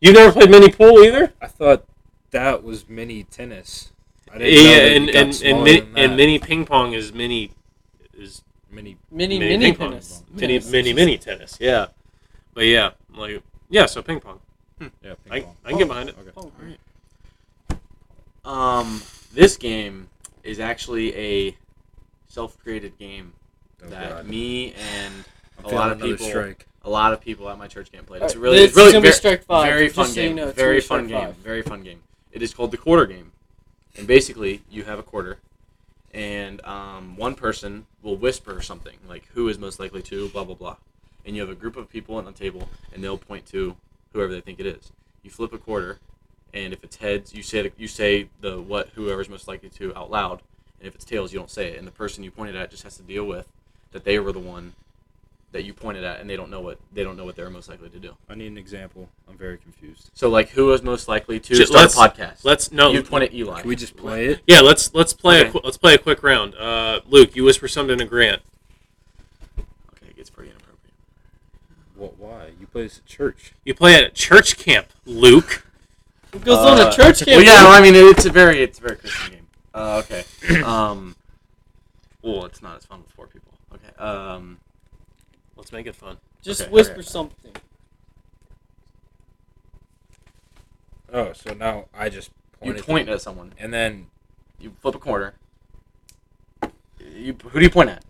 Speaker 2: You never played mini pool either.
Speaker 3: I thought that was mini tennis.
Speaker 2: Yeah,
Speaker 3: I didn't know that it
Speaker 2: and
Speaker 3: got
Speaker 2: and and,
Speaker 3: smaller
Speaker 2: mini,
Speaker 3: than that.
Speaker 2: and mini ping pong is mini is
Speaker 3: mini.
Speaker 4: mini
Speaker 2: mini
Speaker 4: mini,
Speaker 2: ping pong.
Speaker 4: tennis.
Speaker 2: mini
Speaker 4: Tennis.
Speaker 2: mini mini tennis. Yeah, but yeah, like yeah, so ping pong.
Speaker 3: Yeah, ping
Speaker 2: I,
Speaker 3: pong.
Speaker 2: I can get behind it.
Speaker 3: Okay.
Speaker 4: Oh,
Speaker 5: Alright. Um, this game is actually a self-created game
Speaker 3: Oh,
Speaker 5: that
Speaker 3: God.
Speaker 5: me and
Speaker 3: I'm
Speaker 5: a
Speaker 3: feeling
Speaker 5: lot of
Speaker 3: another
Speaker 5: people,
Speaker 3: Strike.
Speaker 5: a lot of people at my church can't play. it. It's
Speaker 4: Alright,
Speaker 5: really,
Speaker 4: this
Speaker 5: it's really
Speaker 4: is gonna be
Speaker 5: ver-
Speaker 4: strike five.
Speaker 5: very
Speaker 4: just
Speaker 5: fun
Speaker 4: so you
Speaker 5: game.
Speaker 4: know, it's gonna be
Speaker 5: very fun
Speaker 4: strike
Speaker 5: game.
Speaker 4: five.
Speaker 5: Very fun game. It is called the quarter game, and basically you have a quarter, and um, one person will whisper something like who is most likely to blah blah blah, and you have a group of people on a table, and they'll point to whoever they think it is. You flip a quarter, and if it's heads, you say you say the what whoever's most likely to out loud, and if it's tails, you don't say it, and the person you pointed at just has to deal with that they were the one that you pointed at, and they don't know what they don't know what they're most likely to do.
Speaker 3: I need an example. I'm very confused.
Speaker 5: So like, who is most likely to
Speaker 2: Shit,
Speaker 5: start
Speaker 2: let's-
Speaker 5: a podcast?
Speaker 2: Let's no.
Speaker 5: you point at Eli.
Speaker 3: Can we just play it?
Speaker 2: yeah, let's let's play
Speaker 5: Okay.
Speaker 2: a qu- let's play a quick round. Uh, Luke, you whisper something to Grant.
Speaker 5: Okay, it gets pretty inappropriate.
Speaker 3: What? Why? You play this at church?
Speaker 2: You play it at church camp, Luke.
Speaker 4: Who goes on a
Speaker 5: Uh,
Speaker 4: church
Speaker 5: Well,
Speaker 4: game?
Speaker 5: yeah, well, I mean, it's a very it's a very Christian game. Uh, okay. Um. Well, it's not as fun with four people. Okay. Um.
Speaker 2: Let's make it fun.
Speaker 4: just
Speaker 5: okay,
Speaker 4: whisper
Speaker 5: okay.
Speaker 4: something.
Speaker 3: Oh, so now I just
Speaker 5: You
Speaker 3: point. at
Speaker 5: point at someone.
Speaker 3: and then
Speaker 5: You flip a corner. You, who do you point at?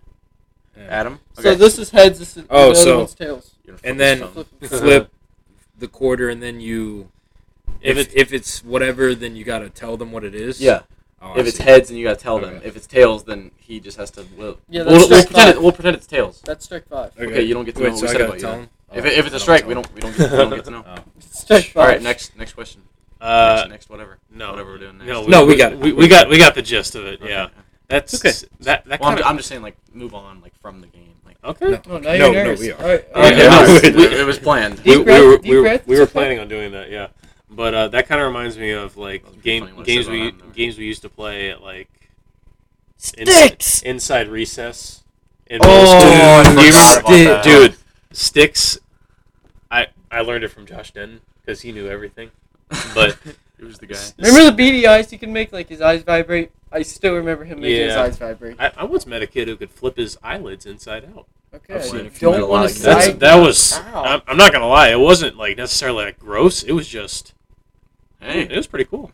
Speaker 3: yeah.
Speaker 5: Adam.
Speaker 4: So this is heads. This is
Speaker 3: Oh,
Speaker 4: the other
Speaker 3: so-
Speaker 4: one's tails.
Speaker 5: You're gonna flip
Speaker 3: and
Speaker 5: this
Speaker 3: then-
Speaker 5: phone.
Speaker 4: Flip 'em.
Speaker 3: flip the quarter, and then you.
Speaker 2: If
Speaker 3: If
Speaker 2: it's
Speaker 3: it's if it's whatever, then you gotta tell them what it is.
Speaker 5: Yeah.
Speaker 3: Oh, I
Speaker 5: If it's
Speaker 3: see.
Speaker 5: heads, then you gotta tell them.
Speaker 3: Okay.
Speaker 5: If it's tails, then he just has to. We'll,
Speaker 4: Yeah, that's
Speaker 5: we'll, we'll
Speaker 4: strike
Speaker 5: pretend
Speaker 4: five.
Speaker 5: it, we'll pretend it's tails.
Speaker 4: That's strike five.
Speaker 5: okay, you don't get to
Speaker 3: Wait,
Speaker 5: know what
Speaker 3: so
Speaker 5: we
Speaker 3: I
Speaker 5: said
Speaker 3: gotta
Speaker 5: about
Speaker 3: tell
Speaker 5: you.
Speaker 3: them?
Speaker 5: If,
Speaker 3: Oh, I
Speaker 5: it, if it's a
Speaker 3: don't
Speaker 5: strike,
Speaker 3: tell
Speaker 5: we
Speaker 3: them.
Speaker 5: don't we don't get, we don't get to know.
Speaker 3: Oh.
Speaker 4: Strike five.
Speaker 5: All right, next next question.
Speaker 2: uh,
Speaker 5: next, next whatever.
Speaker 2: no,
Speaker 5: whatever we're doing next.
Speaker 2: No, we,
Speaker 3: No, we got it.
Speaker 2: We, we got we got the gist of it.
Speaker 5: Okay.
Speaker 2: Yeah, that's
Speaker 3: Okay.
Speaker 2: That that
Speaker 5: Well,
Speaker 2: kind
Speaker 5: I'm,
Speaker 2: of
Speaker 5: I'm just saying, like, move on, like, from the game. Like,
Speaker 2: okay.
Speaker 4: Oh, now
Speaker 3: No,
Speaker 4: you're
Speaker 3: no,
Speaker 4: nervous.
Speaker 3: we are.
Speaker 4: All right. all
Speaker 2: Okay,
Speaker 4: right.
Speaker 5: yeah,
Speaker 2: no,
Speaker 5: no,
Speaker 2: we-
Speaker 5: we- it was planned.
Speaker 2: Oh,
Speaker 4: Deep
Speaker 2: we,
Speaker 4: breath,
Speaker 2: we were,
Speaker 4: deep
Speaker 2: we, were,
Speaker 4: breath,
Speaker 2: we were
Speaker 4: deep breath.
Speaker 2: planning on doing that, yeah. But uh, that kind of reminds me of like
Speaker 5: That was pretty
Speaker 2: game
Speaker 5: funny when I
Speaker 2: games
Speaker 5: said that
Speaker 2: we
Speaker 5: on there.
Speaker 2: games we used to play at like ins-
Speaker 4: Sticks.
Speaker 2: inside recess. In
Speaker 3: Oh,
Speaker 2: middle school.
Speaker 3: dude,
Speaker 2: Do you remember-
Speaker 5: forgot about that.
Speaker 2: dude, sticks. I I learned it from Josh Denton because he knew everything. But
Speaker 5: it was the guy.
Speaker 4: Remember the beady eyes he can make, like his eyes vibrate. I still remember him making his
Speaker 2: Yeah.
Speaker 4: eyes vibrate.
Speaker 2: I, I once met a kid who could flip his eyelids inside out.
Speaker 4: Okay,
Speaker 5: I've seen
Speaker 4: I
Speaker 5: it from
Speaker 4: don't
Speaker 5: Metal
Speaker 4: want to
Speaker 5: Logic.
Speaker 2: That's,
Speaker 5: I-
Speaker 4: side.
Speaker 2: that was.
Speaker 4: Wow.
Speaker 2: I'm, I'm not gonna lie. It wasn't like necessarily like gross. It was just. It
Speaker 5: Hey,
Speaker 2: was pretty cool.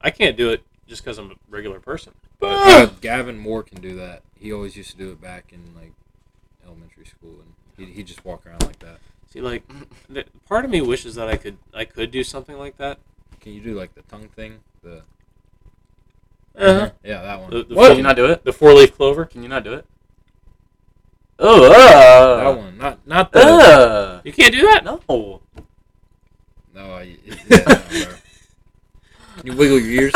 Speaker 2: I can't do it just because I'm a regular person. But
Speaker 3: Uh, Gavin Moore can do that. He always used to do it back in like elementary school, and he he just walk around like that.
Speaker 2: see, like, the, part of me wishes that I could I could do something like that.
Speaker 3: Can you do like the tongue thing? The
Speaker 2: Uh-huh.
Speaker 3: yeah, that one.
Speaker 2: The, the,
Speaker 5: can
Speaker 2: four,
Speaker 5: you not do it?
Speaker 2: the four leaf clover.
Speaker 5: Can you not do it? Oh, uh,
Speaker 3: that one, not not the.
Speaker 5: Uh,
Speaker 2: You can't do that.
Speaker 5: no.
Speaker 3: No, I, it- yeah, no, bro. Can you wiggle your ears?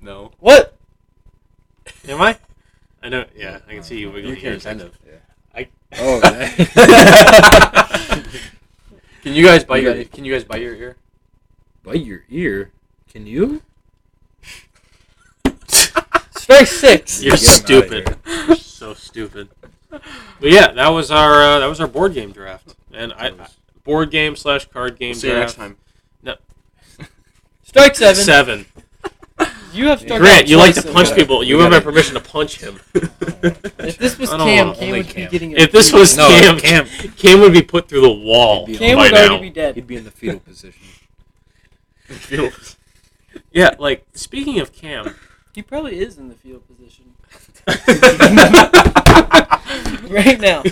Speaker 5: No.
Speaker 4: What?
Speaker 2: Am I? I know. Yeah, I can see you wiggling. your
Speaker 5: You can,
Speaker 2: ears.
Speaker 5: kind of.
Speaker 3: Oh, that-
Speaker 5: can you guys
Speaker 3: You
Speaker 5: bite your?
Speaker 3: got it.
Speaker 5: Can you guys bite your ear?
Speaker 3: bite your ear. Can you?
Speaker 4: Strike six.
Speaker 2: You're
Speaker 3: Get him outta
Speaker 2: stupid.
Speaker 3: here.
Speaker 2: You're so stupid. But yeah, that was our uh, that was our board game draft, and I, I- board game slash card game.
Speaker 5: See you next
Speaker 2: draft.
Speaker 5: time.
Speaker 4: Strike seven.
Speaker 2: Seven.
Speaker 4: You have struck out
Speaker 2: Grant, you like to
Speaker 4: twice in
Speaker 2: punch
Speaker 4: a row.
Speaker 2: people. You
Speaker 3: We
Speaker 2: have my
Speaker 3: gotta-
Speaker 2: permission to punch him.
Speaker 4: If this was
Speaker 2: I don't
Speaker 4: Cam,
Speaker 2: wanna
Speaker 4: Cam
Speaker 3: only
Speaker 4: would be
Speaker 3: Cam.
Speaker 4: getting. a
Speaker 2: If this
Speaker 4: fever.
Speaker 2: was
Speaker 3: No,
Speaker 2: Cam,
Speaker 3: Cam-
Speaker 2: Cam, would be put through the wall
Speaker 3: He'd be
Speaker 4: Cam
Speaker 2: by
Speaker 4: would
Speaker 2: now.
Speaker 4: already be dead.
Speaker 3: He'd be in the fetal position.
Speaker 2: Yeah, like speaking of Cam,
Speaker 4: He probably is in the field position right now.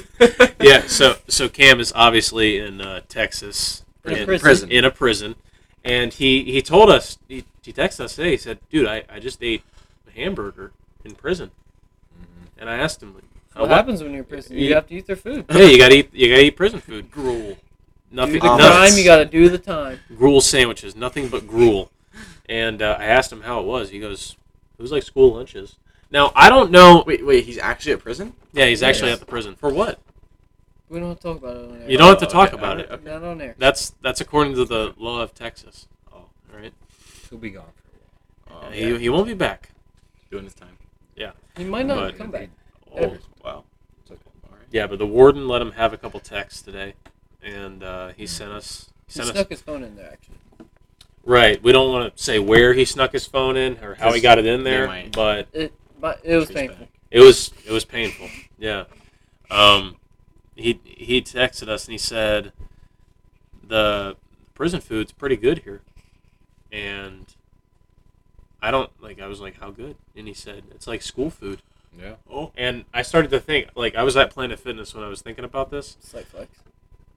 Speaker 2: yeah. So so Cam is obviously in uh, Texas
Speaker 4: In a
Speaker 2: in
Speaker 4: prison.
Speaker 5: Prison.
Speaker 2: in a prison, and he he told us he, he texted us today. He said, "Dude, I, I just ate a hamburger in prison," and I asked him, like,
Speaker 4: What
Speaker 2: "What?
Speaker 4: happens when you're in prison? You
Speaker 2: Yeah.
Speaker 4: have to eat their food.
Speaker 2: "Yeah, you gotta eat you gotta eat prison food, gruel,
Speaker 4: Do the
Speaker 2: nothing,
Speaker 4: crime,
Speaker 5: Um,
Speaker 2: nuts,
Speaker 4: you gotta do the time.
Speaker 2: gruel sandwiches, nothing but gruel." And uh, I asked him how it was. He goes, "It was like school lunches." Now I don't know.
Speaker 5: Oh, Wait, wait, he's actually at prison?
Speaker 2: Yeah, he's actually at
Speaker 4: Yes.
Speaker 2: the prison for what?
Speaker 4: We don't have to talk about it on air.
Speaker 2: You don't have to
Speaker 3: Oh,
Speaker 2: talk
Speaker 3: okay,
Speaker 2: about
Speaker 3: alright,
Speaker 2: it.
Speaker 5: okay.
Speaker 4: Not on air.
Speaker 2: That's that's according to the law of Texas.
Speaker 5: Oh.
Speaker 2: All right.
Speaker 3: He'll be gone for a while.
Speaker 5: Oh,
Speaker 2: He, he won't be back.
Speaker 5: doing his time.
Speaker 4: He might not
Speaker 2: But-
Speaker 4: come back.
Speaker 2: Oh,
Speaker 5: Wow.
Speaker 3: It's okay.
Speaker 5: All right.
Speaker 2: yeah, but the warden let him have a couple texts today, and uh, he sent us. He
Speaker 4: He
Speaker 2: sent us
Speaker 4: snuck his phone in there actually.
Speaker 2: right. We don't want to say where he snuck his phone in or how he got it in
Speaker 5: They
Speaker 2: there,
Speaker 5: might.
Speaker 2: but
Speaker 4: It, but it was
Speaker 5: Trace
Speaker 4: painful.
Speaker 5: back.
Speaker 2: it was it was painful. Yeah. Um, he he texted us and he said, the prison food's pretty good here, and I don't like. I was like, how good? And he said, it's like school food.
Speaker 3: Yeah.
Speaker 5: Oh.
Speaker 2: And I started to think, like, I was at Planet Fitness when I was thinking about this.
Speaker 4: Slight flex.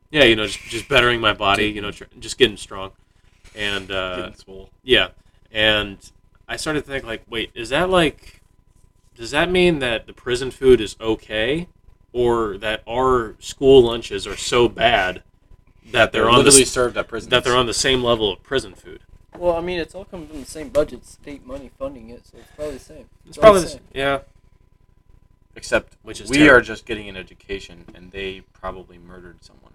Speaker 2: Yeah, you know, just, just bettering my body, you know, tr- just getting strong. And, uh,
Speaker 5: Getting swole.
Speaker 2: yeah. And I started to think, like, wait, is that like, does that mean that the prison food is okay? Or that our school lunches are so bad that they're, on the,
Speaker 5: literally
Speaker 2: s-
Speaker 5: served at prison.
Speaker 2: that they're on the same level of prison food?
Speaker 4: Well, I mean, it's all coming from the same budget. State money funding it, so it's probably the same.
Speaker 2: It's
Speaker 4: all
Speaker 2: probably,
Speaker 4: the
Speaker 2: the s- yeah.
Speaker 5: Except
Speaker 2: Which is
Speaker 5: we
Speaker 2: terrible.
Speaker 5: are just getting an education, and they probably murdered someone.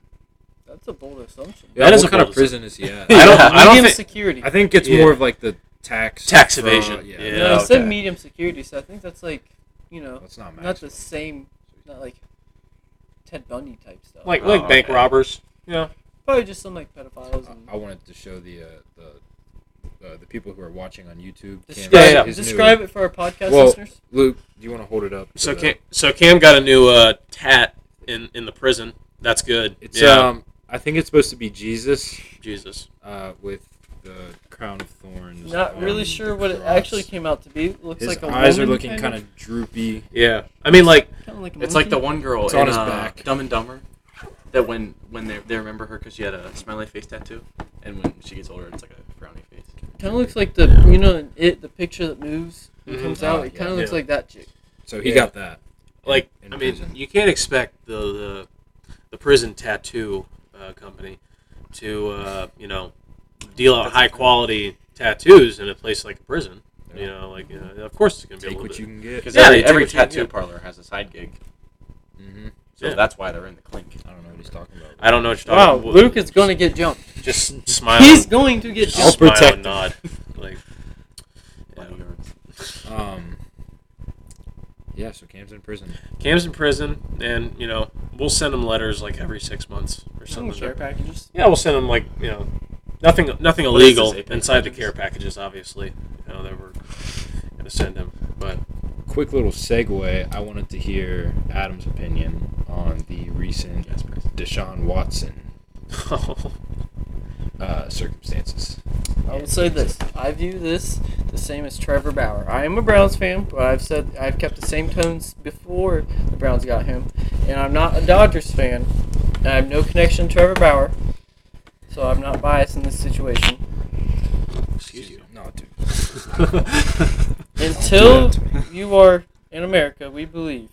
Speaker 4: That's a bold assumption.
Speaker 2: That is
Speaker 3: what
Speaker 2: a
Speaker 3: kind of
Speaker 2: bold
Speaker 3: prison is he at?
Speaker 2: I don't,
Speaker 5: Yeah.
Speaker 2: I don't
Speaker 4: medium
Speaker 2: think,
Speaker 4: security.
Speaker 3: I think it's
Speaker 2: Yeah.
Speaker 3: more of like the tax
Speaker 2: Tax
Speaker 3: fraud-
Speaker 2: evasion.
Speaker 3: Yeah.
Speaker 2: Yeah.
Speaker 4: no, I said
Speaker 5: okay.
Speaker 4: medium security, so I think that's like, you know,
Speaker 3: That's not
Speaker 4: not
Speaker 3: max.
Speaker 4: the same, not like Ted Bundy type stuff.
Speaker 2: like,
Speaker 5: Oh,
Speaker 2: like bank
Speaker 5: okay.
Speaker 2: robbers. Yeah.
Speaker 4: probably just some like pedophiles and
Speaker 3: I, I wanted to show the uh, the uh, the people who are watching on YouTube.
Speaker 4: describe,
Speaker 2: Yeah, yeah.
Speaker 4: it-
Speaker 3: his new-
Speaker 4: describe it for our podcast
Speaker 3: Well,
Speaker 4: listeners.
Speaker 3: Luke, do you want to hold it up? to
Speaker 2: So
Speaker 3: the-
Speaker 2: Cam, so Cam got a new uh, tat in in the prison. That's good.
Speaker 3: It's
Speaker 2: yeah,
Speaker 3: um. I think it's supposed to be Jesus
Speaker 2: Jesus.
Speaker 3: uh, with the crown of thorns.
Speaker 4: Not
Speaker 3: on
Speaker 4: really
Speaker 3: the
Speaker 4: sure what it
Speaker 3: cross.
Speaker 4: actually came out to be. It looks
Speaker 3: um, His
Speaker 4: like a
Speaker 3: eyes
Speaker 4: woman
Speaker 3: are looking
Speaker 4: kind
Speaker 3: kind of droopy.
Speaker 2: Yeah, I mean, like,
Speaker 4: kind of like a
Speaker 5: It's like the
Speaker 4: monkey.
Speaker 5: one girl
Speaker 3: It's
Speaker 5: in
Speaker 3: on his
Speaker 5: uh,
Speaker 3: back.
Speaker 5: Dumb and Dumber that when when they, they remember her because she had a smiley face tattoo, and when she gets older, it's like a frowny face.
Speaker 4: Kind of looks like the you know in it the picture that moves and
Speaker 2: Mhm.
Speaker 4: comes
Speaker 3: Ah,
Speaker 4: out. It
Speaker 3: yeah.
Speaker 4: kind of looks
Speaker 2: Yeah.
Speaker 4: like that chick.
Speaker 3: So he
Speaker 2: Yeah.
Speaker 3: got that. in-
Speaker 2: like,
Speaker 3: in
Speaker 2: I mean,
Speaker 3: prison.
Speaker 2: you can't expect the the, the prison tattoo uh, company to uh, you know deal out high quality tattoos in a place like a prison. You know, like, uh, of course, it's gonna be a
Speaker 3: take
Speaker 2: little
Speaker 3: what
Speaker 2: bit.
Speaker 3: you can get.
Speaker 5: Because
Speaker 2: Yeah,
Speaker 5: every,
Speaker 2: they
Speaker 5: every
Speaker 2: take what you
Speaker 5: tattoo
Speaker 2: get.
Speaker 5: parlor has a side gig,
Speaker 3: hmm
Speaker 5: so
Speaker 2: Yeah.
Speaker 5: that's why they're in the clink.
Speaker 3: I don't know what he's talking about.
Speaker 2: I don't know what you're
Speaker 4: Wow,
Speaker 2: talking
Speaker 4: Luke is gonna get jumped.
Speaker 2: Just smile.
Speaker 4: He's going to get
Speaker 2: just
Speaker 3: I'll
Speaker 4: jumped.
Speaker 2: smile
Speaker 3: protect
Speaker 2: and nod. Like, yeah.
Speaker 5: Like, or-
Speaker 3: Um. Yeah, so Cam's in prison.
Speaker 2: Cam's in prison, and you know we'll send him letters like every six months or something.
Speaker 4: Care packages.
Speaker 2: Yeah, we'll send them like you know, nothing nothing
Speaker 5: What is
Speaker 2: illegal
Speaker 5: this, eight
Speaker 2: inside the
Speaker 5: packages?
Speaker 2: care packages. Obviously, you know that we're gonna send him. But
Speaker 3: Quick little segue. I wanted to hear Adam's opinion on the recent
Speaker 5: Yes, prison.
Speaker 3: Deshaun Watson uh, circumstances.
Speaker 4: I will say this: I view this the same as Trevor Bauer. I am a Browns fan, but I've said I've kept the same tones before the Browns got him, and I'm not a Dodgers fan. and I have no connection to Trevor Bauer, so I'm not biased in this situation.
Speaker 5: Excuse you.
Speaker 3: No, dude.
Speaker 4: Until
Speaker 3: Don't do that
Speaker 4: you are in America, we believe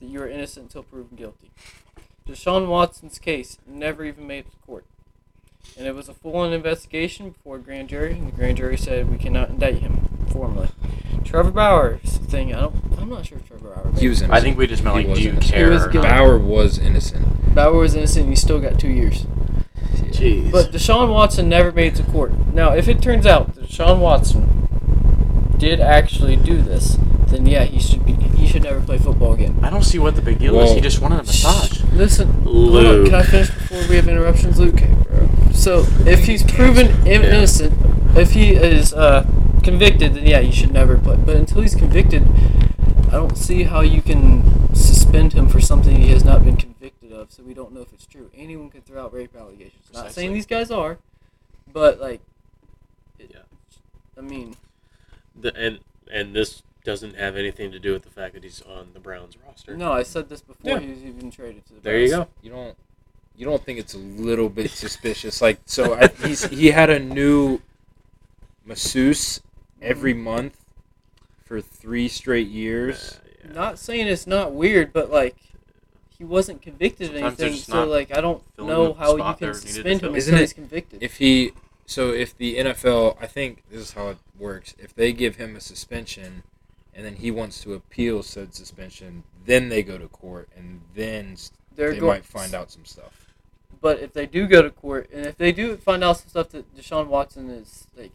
Speaker 4: that you are innocent until proven guilty. Deshaun Watson's case never even made it to court. And it was a full on investigation before a grand jury, and the grand jury said we cannot indict him formally. Trevor Bauer's thing, I don't, I'm not sure if Trevor Bauer
Speaker 3: He was innocent.
Speaker 5: I think we just meant
Speaker 3: He
Speaker 5: like, do you
Speaker 3: wasn't.
Speaker 5: care?
Speaker 4: He was
Speaker 5: or
Speaker 4: guilty.
Speaker 5: not?
Speaker 3: Bauer was innocent.
Speaker 4: Bauer was innocent, and he still got two years.
Speaker 5: Jeez.
Speaker 4: But Deshaun Watson never made it to court. Now, if it turns out that Deshaun Watson did actually do this, then yeah, he should be he should never play football again.
Speaker 5: I don't see what the big deal is.
Speaker 3: Well,
Speaker 5: He just wanted a massage.
Speaker 4: Listen, hold on,
Speaker 2: Luke.
Speaker 4: can I finish before we have interruptions, Luke? bro. So if he's proven in-
Speaker 5: Yeah.
Speaker 4: innocent, if he is uh, convicted, then yeah, you should never play. But until he's convicted, I don't see how you can suspend him for something he has not been convicted of. So we don't know if it's true. Anyone can throw out rape allegations. Not saying
Speaker 5: Precisely.
Speaker 4: these guys are, but like, it,
Speaker 2: Yeah.
Speaker 4: I mean,
Speaker 2: The, and and this doesn't have anything to do with the fact that he's on the Browns roster.
Speaker 4: no, I said this before
Speaker 2: Yeah.
Speaker 4: he was even traded to the.
Speaker 2: There you
Speaker 4: Browns.
Speaker 2: go.
Speaker 3: You don't you don't think it's a little bit suspicious? Like so, I, he's he had a new masseuse every month for three straight years.
Speaker 2: Uh, Yeah.
Speaker 4: Not saying it's not weird, but like he wasn't convicted
Speaker 5: Sometimes
Speaker 4: of
Speaker 5: they're
Speaker 4: anything,
Speaker 5: just
Speaker 4: so
Speaker 5: not
Speaker 4: like I don't
Speaker 5: filling
Speaker 4: know
Speaker 5: the
Speaker 4: how you
Speaker 5: spot
Speaker 4: can
Speaker 5: they're needed to
Speaker 4: suspend him
Speaker 5: fill.
Speaker 3: Isn't
Speaker 4: until he's
Speaker 3: it-
Speaker 4: convicted.
Speaker 3: If he so if the NFL, I think this is how it works. If they give him a suspension, and then he wants to appeal said suspension, then they go to court, and then s-
Speaker 4: They're
Speaker 3: they
Speaker 4: going,
Speaker 3: might find out some stuff.
Speaker 4: But if they do go to court, and if they do find out some stuff that Deshaun Watson is like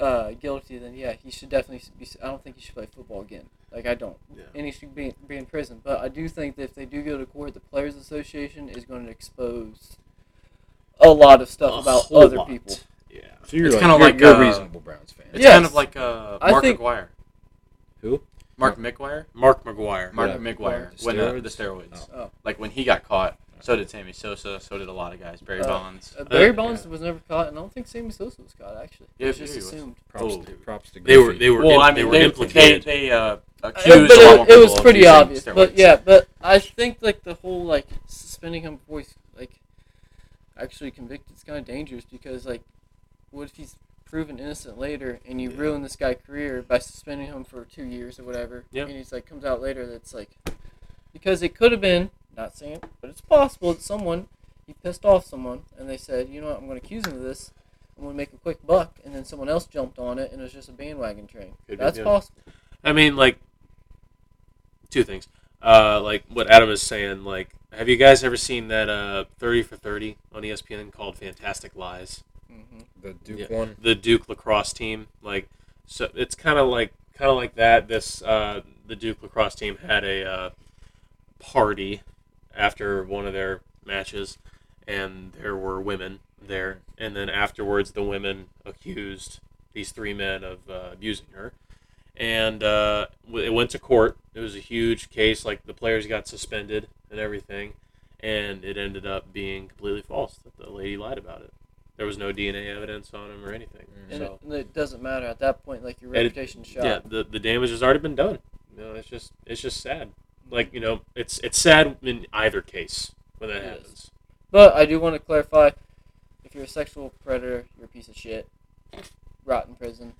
Speaker 4: uh, guilty, then yeah, he should definitely be. I don't think he should play football again. Like I don't,
Speaker 2: Yeah.
Speaker 4: and he should be be in prison. But I do think that if they do go to court, the Players Association is going to expose a lot of stuff
Speaker 2: A
Speaker 4: about
Speaker 2: whole
Speaker 4: other
Speaker 2: lot.
Speaker 4: people.
Speaker 2: Yeah.
Speaker 3: So you're
Speaker 5: It's
Speaker 3: like,
Speaker 5: kinda
Speaker 3: you're,
Speaker 5: like,
Speaker 3: you're a
Speaker 5: uh,
Speaker 3: reasonable Browns fan.
Speaker 5: It's
Speaker 4: Yes.
Speaker 5: kind of like uh,
Speaker 4: I
Speaker 5: Mark
Speaker 4: think-
Speaker 5: McGuire.
Speaker 3: Who?
Speaker 5: Mark McGuire.
Speaker 2: Mark McGuire.
Speaker 5: Mark
Speaker 3: Yeah.
Speaker 5: McGuire.
Speaker 3: The
Speaker 5: when uh,
Speaker 3: steroids?
Speaker 5: the steroids.
Speaker 4: Oh.
Speaker 5: Like when he got caught, so did Sammy Sosa. So did a lot of guys. Barry
Speaker 4: Uh,
Speaker 5: Bonds.
Speaker 4: Uh, Barry
Speaker 2: yeah.
Speaker 4: Bonds was never caught, and I don't think Sammy Sosa was caught actually.
Speaker 5: Yeah,
Speaker 4: it was
Speaker 5: he
Speaker 4: just
Speaker 5: was.
Speaker 4: assumed.
Speaker 3: Props,
Speaker 2: Oh,
Speaker 3: to, props to
Speaker 2: They were
Speaker 3: Goofy.
Speaker 2: they were
Speaker 5: well,
Speaker 2: im-
Speaker 5: I mean,
Speaker 2: they were
Speaker 5: they, they,
Speaker 2: implicated.
Speaker 5: they, uh,
Speaker 4: Uh, but
Speaker 5: accused a lot more
Speaker 4: it, it
Speaker 5: people
Speaker 4: was
Speaker 5: of
Speaker 4: pretty
Speaker 5: using
Speaker 4: obvious. But
Speaker 5: steroids.
Speaker 4: yeah, but I think like the whole like suspending him before he's like actually convicted is kind of dangerous because like, what if he's proven innocent later and you
Speaker 2: Yeah.
Speaker 4: ruin this guy's career by suspending him for two years or whatever,
Speaker 2: Yeah.
Speaker 4: and he's like comes out later that's like because it could have been not saying it, but it's possible that someone he pissed off someone and they said, you know what, I'm going to accuse him of this. I'm going to make a quick buck, and then someone else jumped on it, and it was just a bandwagon train.
Speaker 2: Could be,
Speaker 4: That's
Speaker 2: yeah.
Speaker 4: possible.
Speaker 2: I mean, like two things. Uh, like what Adam is saying. Like, have you guys ever seen that uh, thirty for thirty on E ESPN called "Fantastic Lies"?
Speaker 4: Mm-hmm.
Speaker 3: the Duke
Speaker 2: Yeah.
Speaker 3: one.
Speaker 2: the Duke lacrosse team. Like, so it's kind of like kind of like that. This uh, the Duke lacrosse team had a uh, party after one of their matches, and there were women there. And then afterwards, the women accused these three men of uh, abusing her, and uh, w- it went to court. It was a huge case. Like the players got suspended and everything. And it ended up being completely false that the lady lied about it there was no DNA evidence on him or anything.
Speaker 3: Mm.
Speaker 4: And
Speaker 2: So
Speaker 4: it, and it doesn't matter at that point. Like your
Speaker 2: And it-
Speaker 4: reputation's shot.
Speaker 2: yeah, the, the damage has already been done. You know, it's just it's just sad. Like you know, it's it's sad in either case when that
Speaker 4: Yes.
Speaker 2: happens.
Speaker 4: But I do want to clarify: if you're a sexual predator, you're a piece of shit, rot in prison,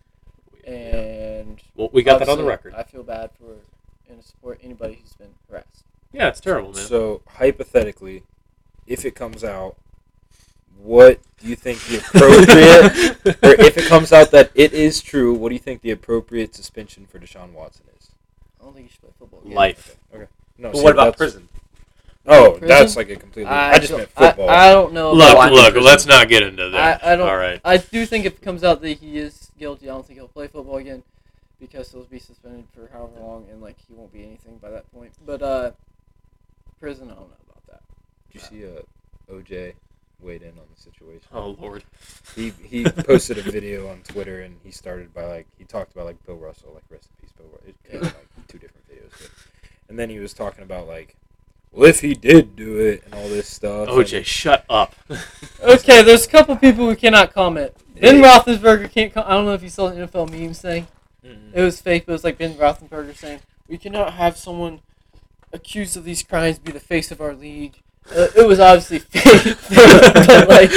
Speaker 4: and
Speaker 2: Well, we got that on the
Speaker 4: obviously,
Speaker 2: record.
Speaker 4: I feel bad for and support anybody who's been harassed.
Speaker 2: Yeah, it's terrible, man.
Speaker 3: So hypothetically, if it comes out, what do you think the appropriate, or if it comes out that it is true, what do you think the appropriate suspension for Deshaun Watson is?
Speaker 4: I don't think you should play football. Again.
Speaker 2: Life.
Speaker 3: No,
Speaker 5: But
Speaker 3: see,
Speaker 5: what about
Speaker 3: that's-
Speaker 5: prison?
Speaker 3: Oh,
Speaker 4: Prison?
Speaker 3: that's like a completely. I, just
Speaker 4: don't-
Speaker 3: meant football.
Speaker 4: I, I don't know.
Speaker 2: Look,
Speaker 4: about-
Speaker 5: I'm in
Speaker 2: look.
Speaker 5: prison.
Speaker 2: Let's not get into that.
Speaker 4: I- I don't-
Speaker 2: All right.
Speaker 4: I do think if it comes out that he is guilty, I don't think he'll play football again because he'll be suspended for however long, and like he won't be anything by that point. But uh, prison, I don't know about that.
Speaker 3: Did you see uh, OJ weighed in on the situation?
Speaker 2: Oh Lord.
Speaker 3: He he posted a video on Twitter and he started by like he talked about like Bill Russell, like rest in peace Bill Russell. It came in, like two different videos, but, and then he was talking about like, well, if he did do it and all this stuff.
Speaker 2: OJ,
Speaker 3: and-
Speaker 2: shut up.
Speaker 4: Okay, there's a couple people who cannot comment. Ben
Speaker 3: Yeah.
Speaker 4: Roethlisberger can't. Com- I don't know if you saw the NFL memes thing.
Speaker 3: Mm-mm.
Speaker 4: It was fake, but it was like Ben Roethlisberger saying, "We cannot have someone accused of these crimes be the face of our league." Uh, it was obviously fake, but like,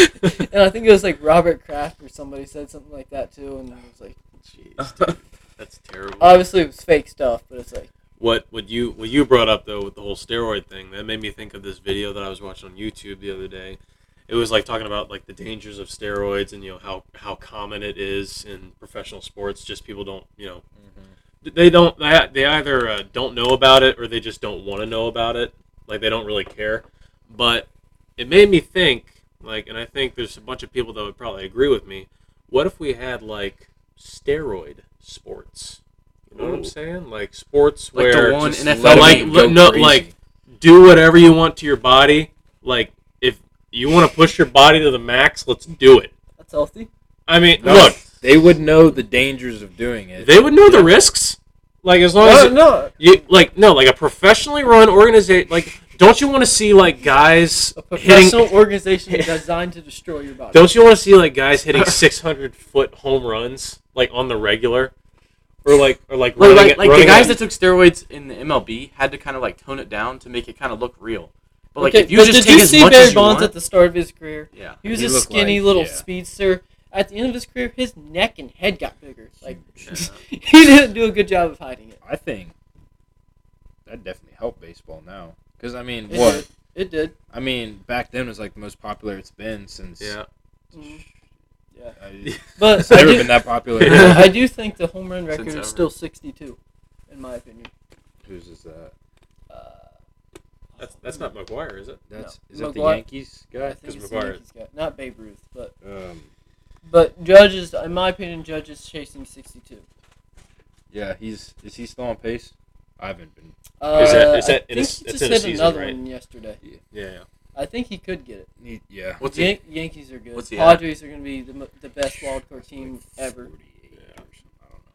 Speaker 4: and I think it was like Robert Kraft or somebody said something like that too, and it was like, Uh,
Speaker 2: Jeez, dude. That's terrible.
Speaker 4: obviously it was fake stuff, but it's like,
Speaker 2: what what you what you brought up though with the whole steroid thing that made me think of this video that I was watching on YouTube the other day. It was like talking about like the dangers of steroids and you know how how common it is in professional sports. Just people don't you know they don't they they either uh, don't know about it or they just don't want to know about it. Like they don't really care. But it made me think like, and I think there's a bunch of people that would probably agree with me. What if we had like steroid sports? You You know what I'm saying? Like sports
Speaker 5: Like
Speaker 2: where
Speaker 5: the one
Speaker 2: just
Speaker 5: NFL
Speaker 2: let
Speaker 5: like
Speaker 2: it go no,
Speaker 3: crazy.
Speaker 2: like do whatever you want to your body. Like if you want to push your body to the max, let's do it.
Speaker 4: That's healthy.
Speaker 2: I mean,
Speaker 3: No,
Speaker 2: look,
Speaker 3: they would know the dangers of doing it.
Speaker 2: they would know the risks. Like as long
Speaker 4: No,
Speaker 2: as
Speaker 4: no.
Speaker 2: you like no, like a professionally run organization. Like don't you want to see like guys
Speaker 4: A
Speaker 2: hitting?
Speaker 4: professional organization designed to destroy your body.
Speaker 2: Don't you want to see like guys hitting 600 foot home runs like on the regular, or like or like
Speaker 5: Like,
Speaker 2: running
Speaker 5: like,
Speaker 2: it-
Speaker 5: like the
Speaker 2: running
Speaker 5: guys
Speaker 2: it-
Speaker 5: that took steroids in the MLB had to kind of like tone it down to make it kind of look real. But like
Speaker 4: okay,
Speaker 5: if you
Speaker 4: but
Speaker 5: just
Speaker 4: did
Speaker 5: take
Speaker 4: you
Speaker 5: as
Speaker 4: see
Speaker 5: much
Speaker 4: Barry
Speaker 5: as you
Speaker 4: Bonds
Speaker 5: want,
Speaker 4: at the start of his career?
Speaker 5: yeah,
Speaker 4: He was
Speaker 3: He
Speaker 4: a
Speaker 3: looked
Speaker 4: skinny
Speaker 3: like-
Speaker 4: little
Speaker 3: yeah.
Speaker 4: speedster. At the end of his career, his neck and head got bigger. Like he didn't do a good job of hiding it.
Speaker 3: I think that definitely helped baseball now. Because I mean,
Speaker 4: It
Speaker 3: what?
Speaker 4: did. It did.
Speaker 3: I mean, back then it was like the most popular it's been since.
Speaker 2: yeah.
Speaker 4: Mhm.
Speaker 3: I,
Speaker 4: But
Speaker 3: it's never
Speaker 4: I do,
Speaker 3: been that popular.
Speaker 2: Yeah.
Speaker 4: I do think the home run record
Speaker 5: Since
Speaker 4: is
Speaker 5: ever.
Speaker 4: still 62, in my opinion.
Speaker 3: Whose is that?
Speaker 4: Uh,
Speaker 2: That's, that's not McGuire, is it?
Speaker 3: That's
Speaker 4: No.
Speaker 3: is that the
Speaker 4: Maguire-
Speaker 3: Yankees
Speaker 4: I
Speaker 3: guy?
Speaker 4: think it's the
Speaker 2: McGuire-
Speaker 4: Yankees guy, not Babe Ruth, but
Speaker 3: Um,
Speaker 4: but judges, in my opinion, judges chasing 62.
Speaker 3: yeah, he's is he still on pace? I haven't been.
Speaker 4: Uh,
Speaker 2: Is that- is that-
Speaker 4: I
Speaker 2: it
Speaker 4: think
Speaker 2: is-
Speaker 4: he
Speaker 2: it's
Speaker 4: just
Speaker 2: in a
Speaker 4: hit
Speaker 2: season,
Speaker 4: another
Speaker 2: right?
Speaker 4: one yesterday.
Speaker 2: Yeah. yeah.
Speaker 4: I think he could get it.
Speaker 3: He, yeah.
Speaker 5: what's
Speaker 4: Yan-
Speaker 5: he?
Speaker 4: Yankees are good.
Speaker 5: What's he at?
Speaker 4: Padres are going to be the, mo- the best wild card team ever.
Speaker 3: 48 or something,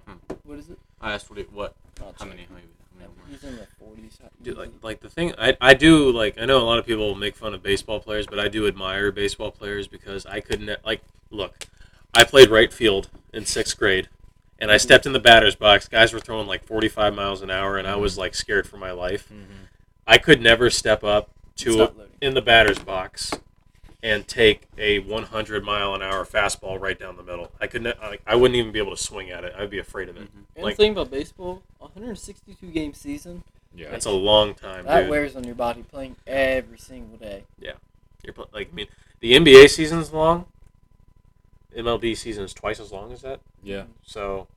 Speaker 3: I don't know.
Speaker 4: What is it?
Speaker 5: I asked what? It, what?
Speaker 4: Not
Speaker 5: How
Speaker 4: sure.
Speaker 5: many? How many? How many
Speaker 4: He's in the 40s.
Speaker 2: Dude, like, like the thing I, I do like I know a lot of people make fun of baseball players, but I do admire baseball players because I couldn't like look. I played right field in sixth grade, and I stepped in the batter's box. Guys were throwing like forty five miles an hour, and I was like scared for my life. I could never step up to
Speaker 4: Stop loading.
Speaker 2: in the batter's box and take a 100 mile an hour fastball right down the middle. I could ne- I, I wouldn't even be able to swing at it. I'd be afraid of it.
Speaker 4: And
Speaker 2: like-
Speaker 4: the thing about baseball, 162 game season,
Speaker 3: Yeah.
Speaker 2: That's a long time,
Speaker 4: that
Speaker 2: dude.
Speaker 4: wears on your body playing every single day.
Speaker 2: You're pl- like I mean, the NBA season's long. MLB season is twice as long as that.
Speaker 3: yeah.
Speaker 2: So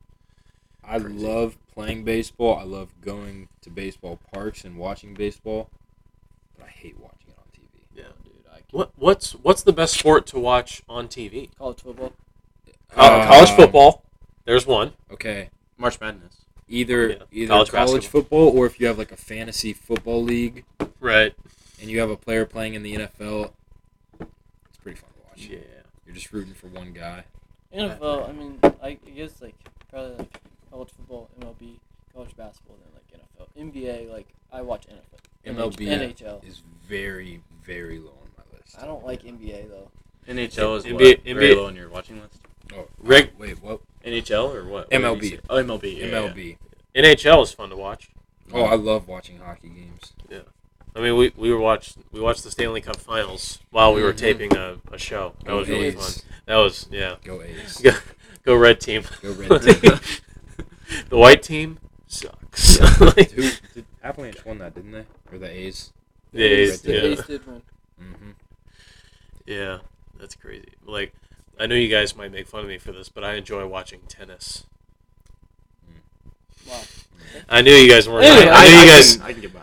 Speaker 3: I
Speaker 2: Crazy.
Speaker 3: love playing baseball. I love going to baseball parks and watching baseball, but I hate watching it on TV.
Speaker 4: Dude, I can't
Speaker 2: what what's what's the best sport to watch on TV?
Speaker 4: college football.
Speaker 2: Uh, college
Speaker 3: Um,
Speaker 2: football. There's one.
Speaker 3: Okay,
Speaker 5: March Madness.
Speaker 3: either
Speaker 2: Yeah,
Speaker 3: either
Speaker 2: college
Speaker 3: college,
Speaker 2: basketball.
Speaker 3: football or if you have like a fantasy football league
Speaker 2: Right.
Speaker 3: and you have a player playing in the NFL, it's pretty fun to watch.
Speaker 2: Yeah.
Speaker 3: You're just rooting for one guy.
Speaker 4: NFL, I mean, I I guess like probably like college football, MLB, college basketball, then like NFL, NBA. Like I watch NFL,
Speaker 3: MLB
Speaker 4: NHL.
Speaker 3: is very very low on my list.
Speaker 4: I don't like NBA though.
Speaker 5: NHL is
Speaker 2: NBA
Speaker 5: what? Very
Speaker 2: NBA
Speaker 5: low on your watching list.
Speaker 3: Oh,
Speaker 2: Reg-
Speaker 3: wait, what?
Speaker 5: NHL or what? What did
Speaker 3: MLB.
Speaker 5: you say? Oh, MLB. yeah, yeah, yeah.
Speaker 3: MLB.
Speaker 2: NHL is fun to watch.
Speaker 3: Oh, I love watching hockey games.
Speaker 2: I mean, we, we were watched we watched the Stanley Cup Finals while we were
Speaker 3: Mhm.
Speaker 2: taping a, a show. That
Speaker 3: Go
Speaker 2: was really fun.
Speaker 3: A's.
Speaker 2: That was yeah.
Speaker 3: Go A's.
Speaker 2: Go, go red team.
Speaker 3: Go Red Team.
Speaker 2: the white team sucks.
Speaker 3: Who did Avalanche won that, didn't they? Or the A's?
Speaker 2: The A's,
Speaker 4: The
Speaker 2: yeah.
Speaker 4: A's did win.
Speaker 3: Mm-hmm.
Speaker 2: Yeah, that's crazy. Like, I know you guys might make fun of me for this, but I enjoy watching tennis.
Speaker 4: Wow.
Speaker 2: I knew you guys weren't.
Speaker 4: Anyway,
Speaker 2: I, I knew you guys.
Speaker 5: Can, I can get by.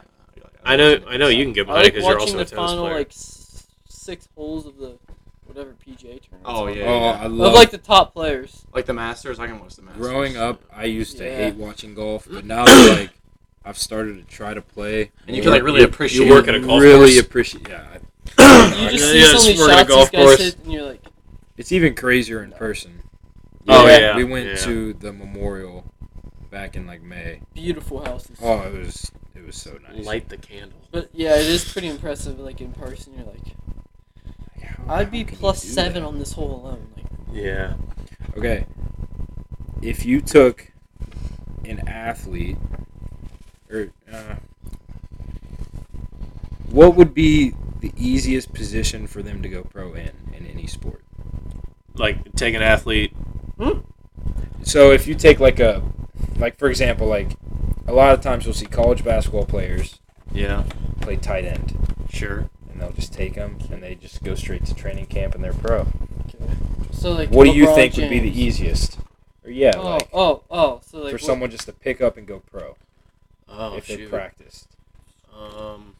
Speaker 2: I know. I know you can get
Speaker 4: I
Speaker 2: by
Speaker 4: like
Speaker 2: because you're also
Speaker 4: watching the
Speaker 2: a tennis
Speaker 4: final
Speaker 2: player.
Speaker 4: like s- six holes of the whatever PGA tournament.
Speaker 5: Oh yeah.
Speaker 3: oh,
Speaker 5: yeah.
Speaker 3: I
Speaker 4: Of
Speaker 3: love.
Speaker 4: like the top players.
Speaker 5: Like the Masters, I can watch the Masters.
Speaker 3: growing up, I used to
Speaker 4: Yeah.
Speaker 3: hate watching golf, but now that, like I've started to try to play,
Speaker 5: And you can, like, really
Speaker 3: you-
Speaker 5: appreciate
Speaker 3: You
Speaker 2: it.
Speaker 3: work at a golf really
Speaker 2: course.
Speaker 3: appreciate. Yeah, I-
Speaker 4: You
Speaker 3: I-
Speaker 4: just
Speaker 2: know,
Speaker 4: see
Speaker 2: yeah,
Speaker 4: so many
Speaker 2: it's- we're at a
Speaker 4: shots these
Speaker 2: golf
Speaker 4: guys
Speaker 2: course.
Speaker 4: hit, and you're like,
Speaker 3: it's even crazier in person.
Speaker 2: Oh,
Speaker 3: We-
Speaker 2: yeah,
Speaker 3: we went
Speaker 2: yeah.
Speaker 3: to the memorial back in like May.
Speaker 4: beautiful houses.
Speaker 3: Oh, it was it was so nice.
Speaker 2: Light the candle.
Speaker 4: But yeah, it is pretty impressive. Like in person, you're like,
Speaker 3: How-
Speaker 4: I'd
Speaker 3: how
Speaker 4: be
Speaker 3: can you
Speaker 4: plus
Speaker 3: do
Speaker 4: seven
Speaker 3: that?
Speaker 4: on this hole alone. Like,
Speaker 2: Yeah.
Speaker 3: Okay. If you took an athlete, or uh, what would be the easiest position for them to go pro in in any sport?
Speaker 2: Like take an athlete.
Speaker 3: So if you take like a, like for example, like a lot of times you'll see college basketball players
Speaker 2: Yeah.
Speaker 3: play tight end,
Speaker 2: Sure.
Speaker 3: and they'll just take them and they just go straight to training camp and they're pro.
Speaker 4: so like,
Speaker 3: What do you
Speaker 4: LeBron
Speaker 3: think would be the
Speaker 4: James.
Speaker 3: easiest? Or yeah,
Speaker 4: Oh,
Speaker 3: like,
Speaker 4: oh, oh. So like,
Speaker 3: for
Speaker 4: what-
Speaker 3: someone just to pick up and go pro
Speaker 2: Oh
Speaker 3: if they
Speaker 2: shoot.
Speaker 3: practiced.
Speaker 2: Um.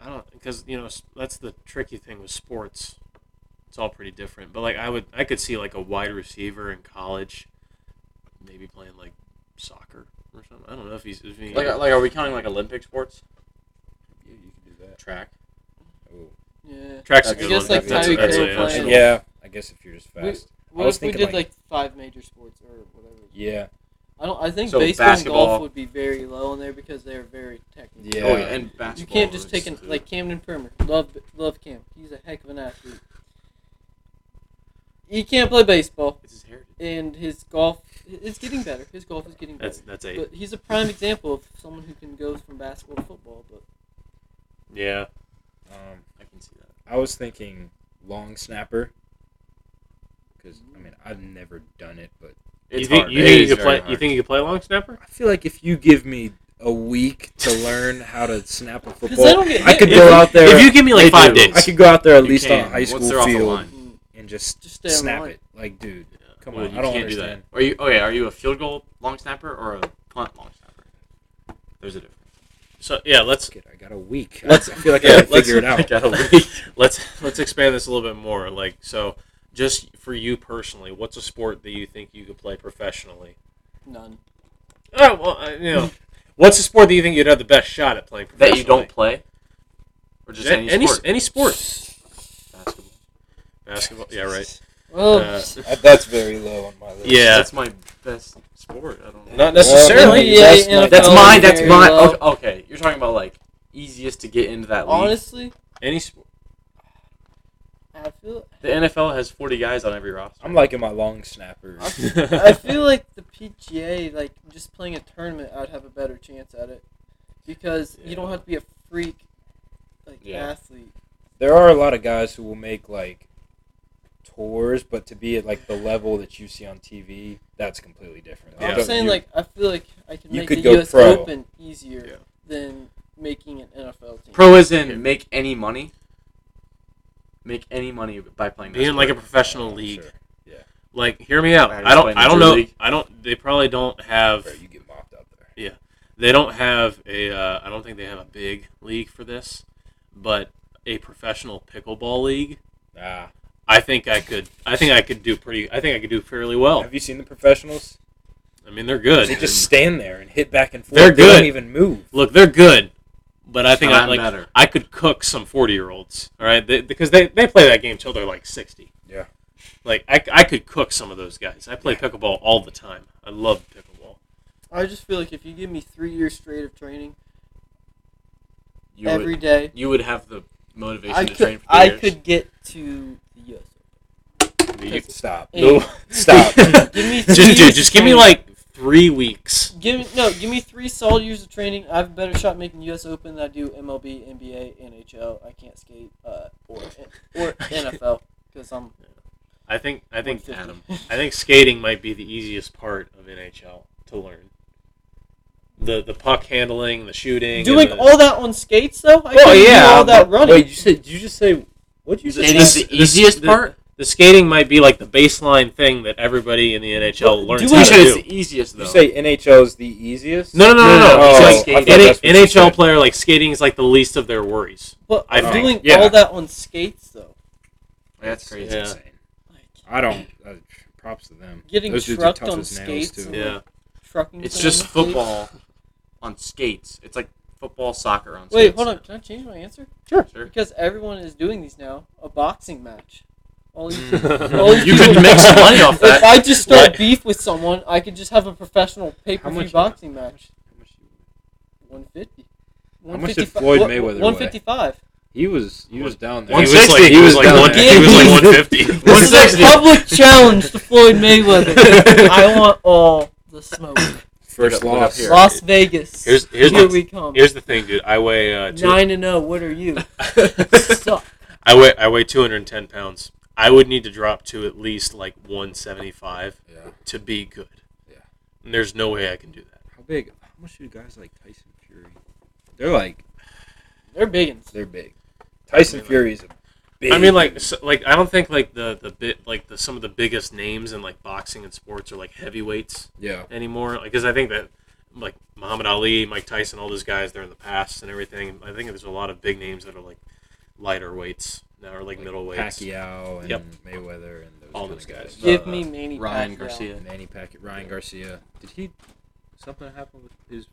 Speaker 2: I don't because you know s- that's the tricky thing with sports. It's all pretty different, but like I would, I could see like a wide receiver in college maybe playing like soccer or something. I don't know if he's if he,
Speaker 5: Like, like, are we counting like Olympic sports?
Speaker 3: Yeah, you can do that.
Speaker 5: Track.
Speaker 3: Oh.
Speaker 4: Yeah.
Speaker 2: tracks a
Speaker 5: I
Speaker 2: good
Speaker 5: guess,
Speaker 2: one.
Speaker 5: like,
Speaker 2: that's
Speaker 5: Tyreek
Speaker 2: that's
Speaker 5: Hill
Speaker 2: it, that's
Speaker 4: playing-
Speaker 2: it.
Speaker 3: Yeah, I guess if you're just fast.
Speaker 4: What
Speaker 3: was
Speaker 4: if we
Speaker 3: thinking,
Speaker 4: did like,
Speaker 3: like-
Speaker 4: five major sports or whatever?
Speaker 3: Yeah.
Speaker 4: I don't. I think
Speaker 5: So
Speaker 4: baseball and
Speaker 5: basketball-
Speaker 4: golf would be very low in there because they're very technical.
Speaker 3: Yeah. uh,
Speaker 5: Oh yeah, and basketball.
Speaker 4: You can't just
Speaker 5: is
Speaker 4: take an,
Speaker 5: too.
Speaker 4: like Camden Primer. Love love Cam. He's a heck of an athlete. He can't play baseball,
Speaker 5: It's his heritage.
Speaker 4: and his golf is getting better. His golf is getting better.
Speaker 2: That's that's eight.
Speaker 4: But he's a prime example of someone who can go from basketball to football. But
Speaker 2: Yeah.
Speaker 3: Um,
Speaker 5: I can see that.
Speaker 3: I was thinking long snapper. Because I mean, I've never done it, but
Speaker 5: It's
Speaker 2: you think
Speaker 5: hard.
Speaker 2: you
Speaker 5: It
Speaker 2: think
Speaker 5: is
Speaker 2: you could
Speaker 5: very
Speaker 2: play? You
Speaker 5: hard.
Speaker 2: think you could play long snapper?
Speaker 3: I feel like if you give me a week to learn how to snap a
Speaker 4: because I
Speaker 3: football,
Speaker 4: don't get hit,
Speaker 3: I could
Speaker 2: If
Speaker 3: go
Speaker 2: you-
Speaker 3: out there.
Speaker 2: if you give me like
Speaker 5: They
Speaker 2: five
Speaker 5: do.
Speaker 2: days,
Speaker 3: I could go out there at
Speaker 5: You
Speaker 3: least
Speaker 5: can,
Speaker 3: on a high
Speaker 5: once
Speaker 3: school
Speaker 5: they're off the
Speaker 3: field
Speaker 5: line.
Speaker 4: Mm,
Speaker 3: and just,
Speaker 4: Just stay on
Speaker 3: snap
Speaker 4: line.
Speaker 3: it. Like, dude,
Speaker 5: Yeah.
Speaker 3: come
Speaker 5: Well,
Speaker 3: on,
Speaker 5: you
Speaker 3: I don't
Speaker 5: can't
Speaker 3: understand.
Speaker 5: do that. Are you? Okay, are you a field goal long snapper or a punt long snapper? There's a difference.
Speaker 2: So yeah, let's
Speaker 3: Kid, I got a week.
Speaker 2: Let's-
Speaker 3: I feel like
Speaker 2: yeah,
Speaker 3: I can
Speaker 2: let's-
Speaker 3: figure it out.
Speaker 2: let's let's expand this a little bit more. Like so, just for you personally, what's a sport that you think you could play professionally?
Speaker 4: none.
Speaker 2: Oh well, I- you know, what's a sport that you think you'd have the best shot at playing
Speaker 5: that
Speaker 2: professionally?
Speaker 5: you don't play, or just
Speaker 2: A-
Speaker 5: any, sport.
Speaker 2: any sport.
Speaker 5: Basketball.
Speaker 2: Basketball. Yeah, right.
Speaker 4: Well,
Speaker 2: Uh,
Speaker 3: Uh, That's very low on my list.
Speaker 2: Yeah.
Speaker 5: That's my best sport. I don't.
Speaker 2: Not
Speaker 4: necessarily.
Speaker 2: necessarily.
Speaker 4: Yeah,
Speaker 3: that's,
Speaker 4: yeah,
Speaker 3: my-
Speaker 5: That's
Speaker 4: Oh,
Speaker 5: mine. That's
Speaker 4: very
Speaker 5: mine.
Speaker 4: low.
Speaker 5: Okay, okay, you're talking about like easiest to get into that league.
Speaker 4: honestly,
Speaker 2: Any sport.
Speaker 4: I feel
Speaker 5: The NFL has 40 guys on every roster.
Speaker 3: I'm liking my long snapper.
Speaker 4: I feel like the PGA, like just playing a tournament, I'd have a better chance at it because you don't
Speaker 5: Yeah.
Speaker 4: have to be a freak like
Speaker 5: Yeah.
Speaker 4: athlete.
Speaker 3: there are a lot of guys who will make like tours, but to be at like the level that you see on TV, that's completely different.
Speaker 2: Yeah.
Speaker 3: You
Speaker 4: I'm
Speaker 3: don't-
Speaker 4: saying
Speaker 3: you-
Speaker 4: like I feel like I can
Speaker 3: you
Speaker 4: make
Speaker 3: could
Speaker 4: the
Speaker 3: go
Speaker 4: U.S.
Speaker 3: pro.
Speaker 4: Open easier
Speaker 5: Yeah.
Speaker 4: than making an NFL team.
Speaker 5: Pro is in make any money. Make any money by playing. that
Speaker 2: Being like a
Speaker 5: sport.
Speaker 2: professional
Speaker 3: I'm
Speaker 2: league.
Speaker 3: sure.
Speaker 2: Like, hear me out.
Speaker 5: Alright,
Speaker 2: I don't.
Speaker 5: explain
Speaker 2: I
Speaker 5: the
Speaker 2: don't
Speaker 5: Drew
Speaker 2: know.
Speaker 5: League.
Speaker 2: I don't. They probably don't have.
Speaker 3: Bro, you get mopped out there.
Speaker 2: They don't have a. Uh, I don't think they have a big league for this, but a professional pickleball league.
Speaker 3: Nah.
Speaker 2: I think I could. I think I could do pretty. I think I could do fairly well.
Speaker 3: Have you seen the professionals?
Speaker 2: I mean, they're good.
Speaker 3: They just stand there and hit back and forth.
Speaker 2: They're
Speaker 3: They
Speaker 2: good.
Speaker 3: don't even move.
Speaker 2: Look, they're good, but I think
Speaker 5: And
Speaker 2: I
Speaker 5: I'm
Speaker 2: like.
Speaker 5: better.
Speaker 2: I could cook some forty-year-olds. All right, they, because they, they play that game till they're like sixty.
Speaker 3: Yeah.
Speaker 2: Like I, I could cook some of those guys. I play pickleball all the time. I love pickleball.
Speaker 4: I just feel like if you give me three years straight of training
Speaker 5: You
Speaker 4: every
Speaker 5: would,
Speaker 4: day,
Speaker 5: you would have the motivation
Speaker 4: I
Speaker 5: to train
Speaker 4: could
Speaker 5: for three
Speaker 4: I
Speaker 5: years.
Speaker 4: could get to the U.S.
Speaker 3: You stop.
Speaker 4: Open.
Speaker 2: No.
Speaker 3: Stop.
Speaker 4: And give me three
Speaker 2: Just
Speaker 4: years
Speaker 2: dude,
Speaker 4: of
Speaker 2: just give me
Speaker 4: training.
Speaker 2: like three weeks.
Speaker 4: Give me, no, give me three solid years of training. I have a better shot making U.S. Open than I do MLB, NBA, NHL. I can't skate uh, or or NFL because I'm.
Speaker 2: I think. I think.
Speaker 4: 150.
Speaker 5: Adam.
Speaker 2: I think skating might be the easiest part of NHL to learn. The the puck handling, the shooting,
Speaker 4: Doing
Speaker 2: and the-
Speaker 4: all that on skates though.
Speaker 3: Oh,
Speaker 4: I
Speaker 2: Well,
Speaker 4: couldn't do
Speaker 2: yeah,
Speaker 4: all that
Speaker 2: but-
Speaker 4: running.
Speaker 3: you said you just say what did you
Speaker 2: say?
Speaker 5: Skating's
Speaker 2: This-
Speaker 5: the
Speaker 2: this-
Speaker 5: easiest
Speaker 2: the-
Speaker 5: part.
Speaker 2: the skating might be like the baseline thing that everybody in the NHL
Speaker 4: But
Speaker 2: learns
Speaker 4: do
Speaker 2: how
Speaker 5: You
Speaker 4: it-
Speaker 2: to
Speaker 5: said it's
Speaker 2: do.
Speaker 5: the easiest though.
Speaker 3: You say NHL is the easiest?
Speaker 2: No, no, no, no, no.
Speaker 5: No,
Speaker 2: It's
Speaker 5: no,
Speaker 2: like
Speaker 5: no.
Speaker 2: NH-
Speaker 5: I thought
Speaker 3: Oh, that's what you
Speaker 2: NHL
Speaker 3: said.
Speaker 2: player like skating is like the least of their worries.
Speaker 4: but
Speaker 2: I
Speaker 4: I'm
Speaker 2: think-
Speaker 4: doing
Speaker 3: yeah.
Speaker 4: all that on skates though.
Speaker 5: That's crazy.
Speaker 2: Yeah.
Speaker 3: insane.
Speaker 4: Like
Speaker 3: I don't. Uh, props to them.
Speaker 4: Getting
Speaker 3: Those dudes are
Speaker 4: trucked
Speaker 3: tough
Speaker 4: on
Speaker 3: as nails,
Speaker 4: skates.
Speaker 3: too.
Speaker 2: Yeah,
Speaker 4: trucking.
Speaker 5: It's
Speaker 4: someone
Speaker 5: just
Speaker 4: on skates.
Speaker 5: football on skates. It's like football soccer on skates.
Speaker 4: Wait, hold on. Can I change my answer?
Speaker 5: Sure.
Speaker 4: Because everyone is doing these now. A boxing match. All these
Speaker 2: Mm.
Speaker 4: You
Speaker 5: You could
Speaker 4: could-
Speaker 5: make some money off
Speaker 4: If
Speaker 5: that.
Speaker 4: I just start
Speaker 2: Right.
Speaker 4: beef with someone, I could just have a professional pay per
Speaker 3: How
Speaker 4: view
Speaker 3: much-
Speaker 4: boxing match.
Speaker 3: How much you-
Speaker 4: 150.
Speaker 3: How much did Floyd
Speaker 4: what-
Speaker 3: Mayweather weigh?
Speaker 4: 155.
Speaker 3: He was he was down
Speaker 2: he
Speaker 3: there.
Speaker 2: was like he was like
Speaker 3: down
Speaker 2: one,
Speaker 3: there.
Speaker 2: he was like
Speaker 4: Yeah.
Speaker 2: one fifty.
Speaker 5: One
Speaker 4: This is a
Speaker 5: sixty.
Speaker 4: public challenge to Floyd Mayweather. I want all the smoke.
Speaker 3: First
Speaker 5: Look up- look up
Speaker 3: loss.
Speaker 5: here.
Speaker 4: Las Vegas.
Speaker 2: Here's- here's
Speaker 4: Here
Speaker 2: my-
Speaker 4: we come.
Speaker 2: Here's the thing, dude. I weigh uh, two,
Speaker 4: 9 and 0. What are you? Suck.
Speaker 2: I weigh I weigh two hundred and ten pounds. I would need to drop to at least like one seventy five
Speaker 3: Yeah.
Speaker 2: to be good.
Speaker 3: Yeah.
Speaker 2: And there's no way I can do that.
Speaker 3: How big? How much do guys like Tyson Fury? They're like
Speaker 4: They're biggins.
Speaker 3: they're big. Tyson
Speaker 2: I mean,
Speaker 3: Fury is a big.
Speaker 2: I mean, like, so, like I don't think like the the bit like the some of the biggest names in like boxing and sports are like heavyweights
Speaker 3: yeah.
Speaker 2: anymore. Like, because I think that like Muhammad Ali, Mike Tyson, all those guys, they're in the past and everything. I think there's a lot of big names that are like lighter weights now or like,
Speaker 3: like
Speaker 2: middleweights.
Speaker 3: Pacquiao and
Speaker 2: Yep.
Speaker 3: Mayweather and those
Speaker 2: All
Speaker 3: kind
Speaker 2: those
Speaker 3: of guys.
Speaker 2: guys.
Speaker 4: Give
Speaker 5: Uh,
Speaker 4: me Manny
Speaker 5: Ryan
Speaker 4: Pacquiao.
Speaker 5: Garcia.
Speaker 3: Manny Pacquiao, Ryan Garcia. Did he? Something happened with his.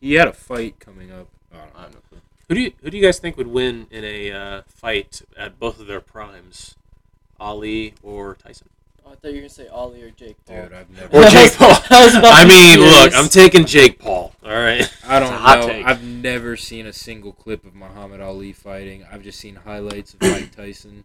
Speaker 3: He had a fight coming up. Oh, I don't
Speaker 5: I
Speaker 3: know.
Speaker 5: have no clue.
Speaker 2: Who do you who do you guys think would win in a uh, fight at both of their primes, Ali or Tyson?
Speaker 4: Oh, I thought you were gonna say Ollie or Jake Paul.
Speaker 3: Dude, I've never.
Speaker 2: Or Jake Paul.
Speaker 4: I, was about
Speaker 2: I
Speaker 4: to
Speaker 2: mean,
Speaker 4: say
Speaker 2: look,
Speaker 4: this.
Speaker 2: I'm taking Jake Paul. All right.
Speaker 3: I don't
Speaker 5: It's a hot
Speaker 3: know.
Speaker 5: take.
Speaker 3: I've never seen a single clip of Muhammad Ali fighting. I've just seen highlights of Mike Tyson,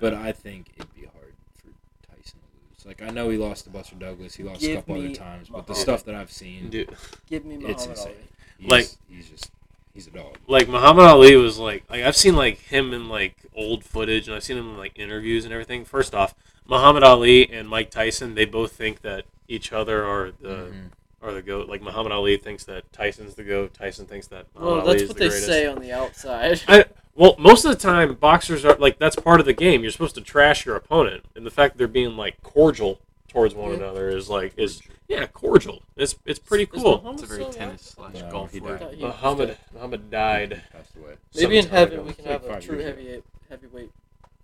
Speaker 3: but I think it'd be hard for Tyson to lose. Like I know he lost to Buster Douglas, he lost
Speaker 4: Give
Speaker 3: a couple other
Speaker 4: me
Speaker 3: times, but the
Speaker 4: Muhammad.
Speaker 3: stuff that I've seen,
Speaker 2: Dude,
Speaker 4: Give me Muhammad
Speaker 3: it's insane.
Speaker 4: Ali.
Speaker 3: He's,
Speaker 2: Like-
Speaker 3: he's just he's a dog.
Speaker 2: like Muhammad Ali was like like I've seen like him in like old footage and I've seen him in like interviews and everything. First off, Muhammad Ali and Mike Tyson, they both think that each other are the
Speaker 4: Mm-hmm.
Speaker 3: Mhm.
Speaker 2: are the goat. Like Muhammad Ali thinks that Tyson's the goat. Tyson thinks that Muhammad
Speaker 4: Well,
Speaker 2: Ali
Speaker 4: that's
Speaker 2: is
Speaker 4: what
Speaker 2: the
Speaker 4: they
Speaker 2: greatest.
Speaker 4: say on the outside.
Speaker 2: I well, most of the time, boxers are like that's part of the game. You're supposed to trash your opponent, and the fact that they're being like cordial towards one
Speaker 4: Yeah.
Speaker 2: another is like is yeah, cordial. It's it's pretty
Speaker 4: Is
Speaker 2: cool.
Speaker 4: Muhammad
Speaker 5: It's a very
Speaker 4: still alive?
Speaker 5: tennis slash
Speaker 3: No,
Speaker 5: golf
Speaker 3: he
Speaker 5: word.
Speaker 3: died.
Speaker 4: He was
Speaker 2: Muhammad
Speaker 4: dead.
Speaker 2: Muhammad died.
Speaker 3: He passed away.
Speaker 4: Maybe in
Speaker 2: sometime
Speaker 4: heaven
Speaker 2: ago.
Speaker 4: we can
Speaker 3: Like
Speaker 4: have a
Speaker 3: five
Speaker 4: true
Speaker 3: years ago.
Speaker 4: heavyweight heavyweight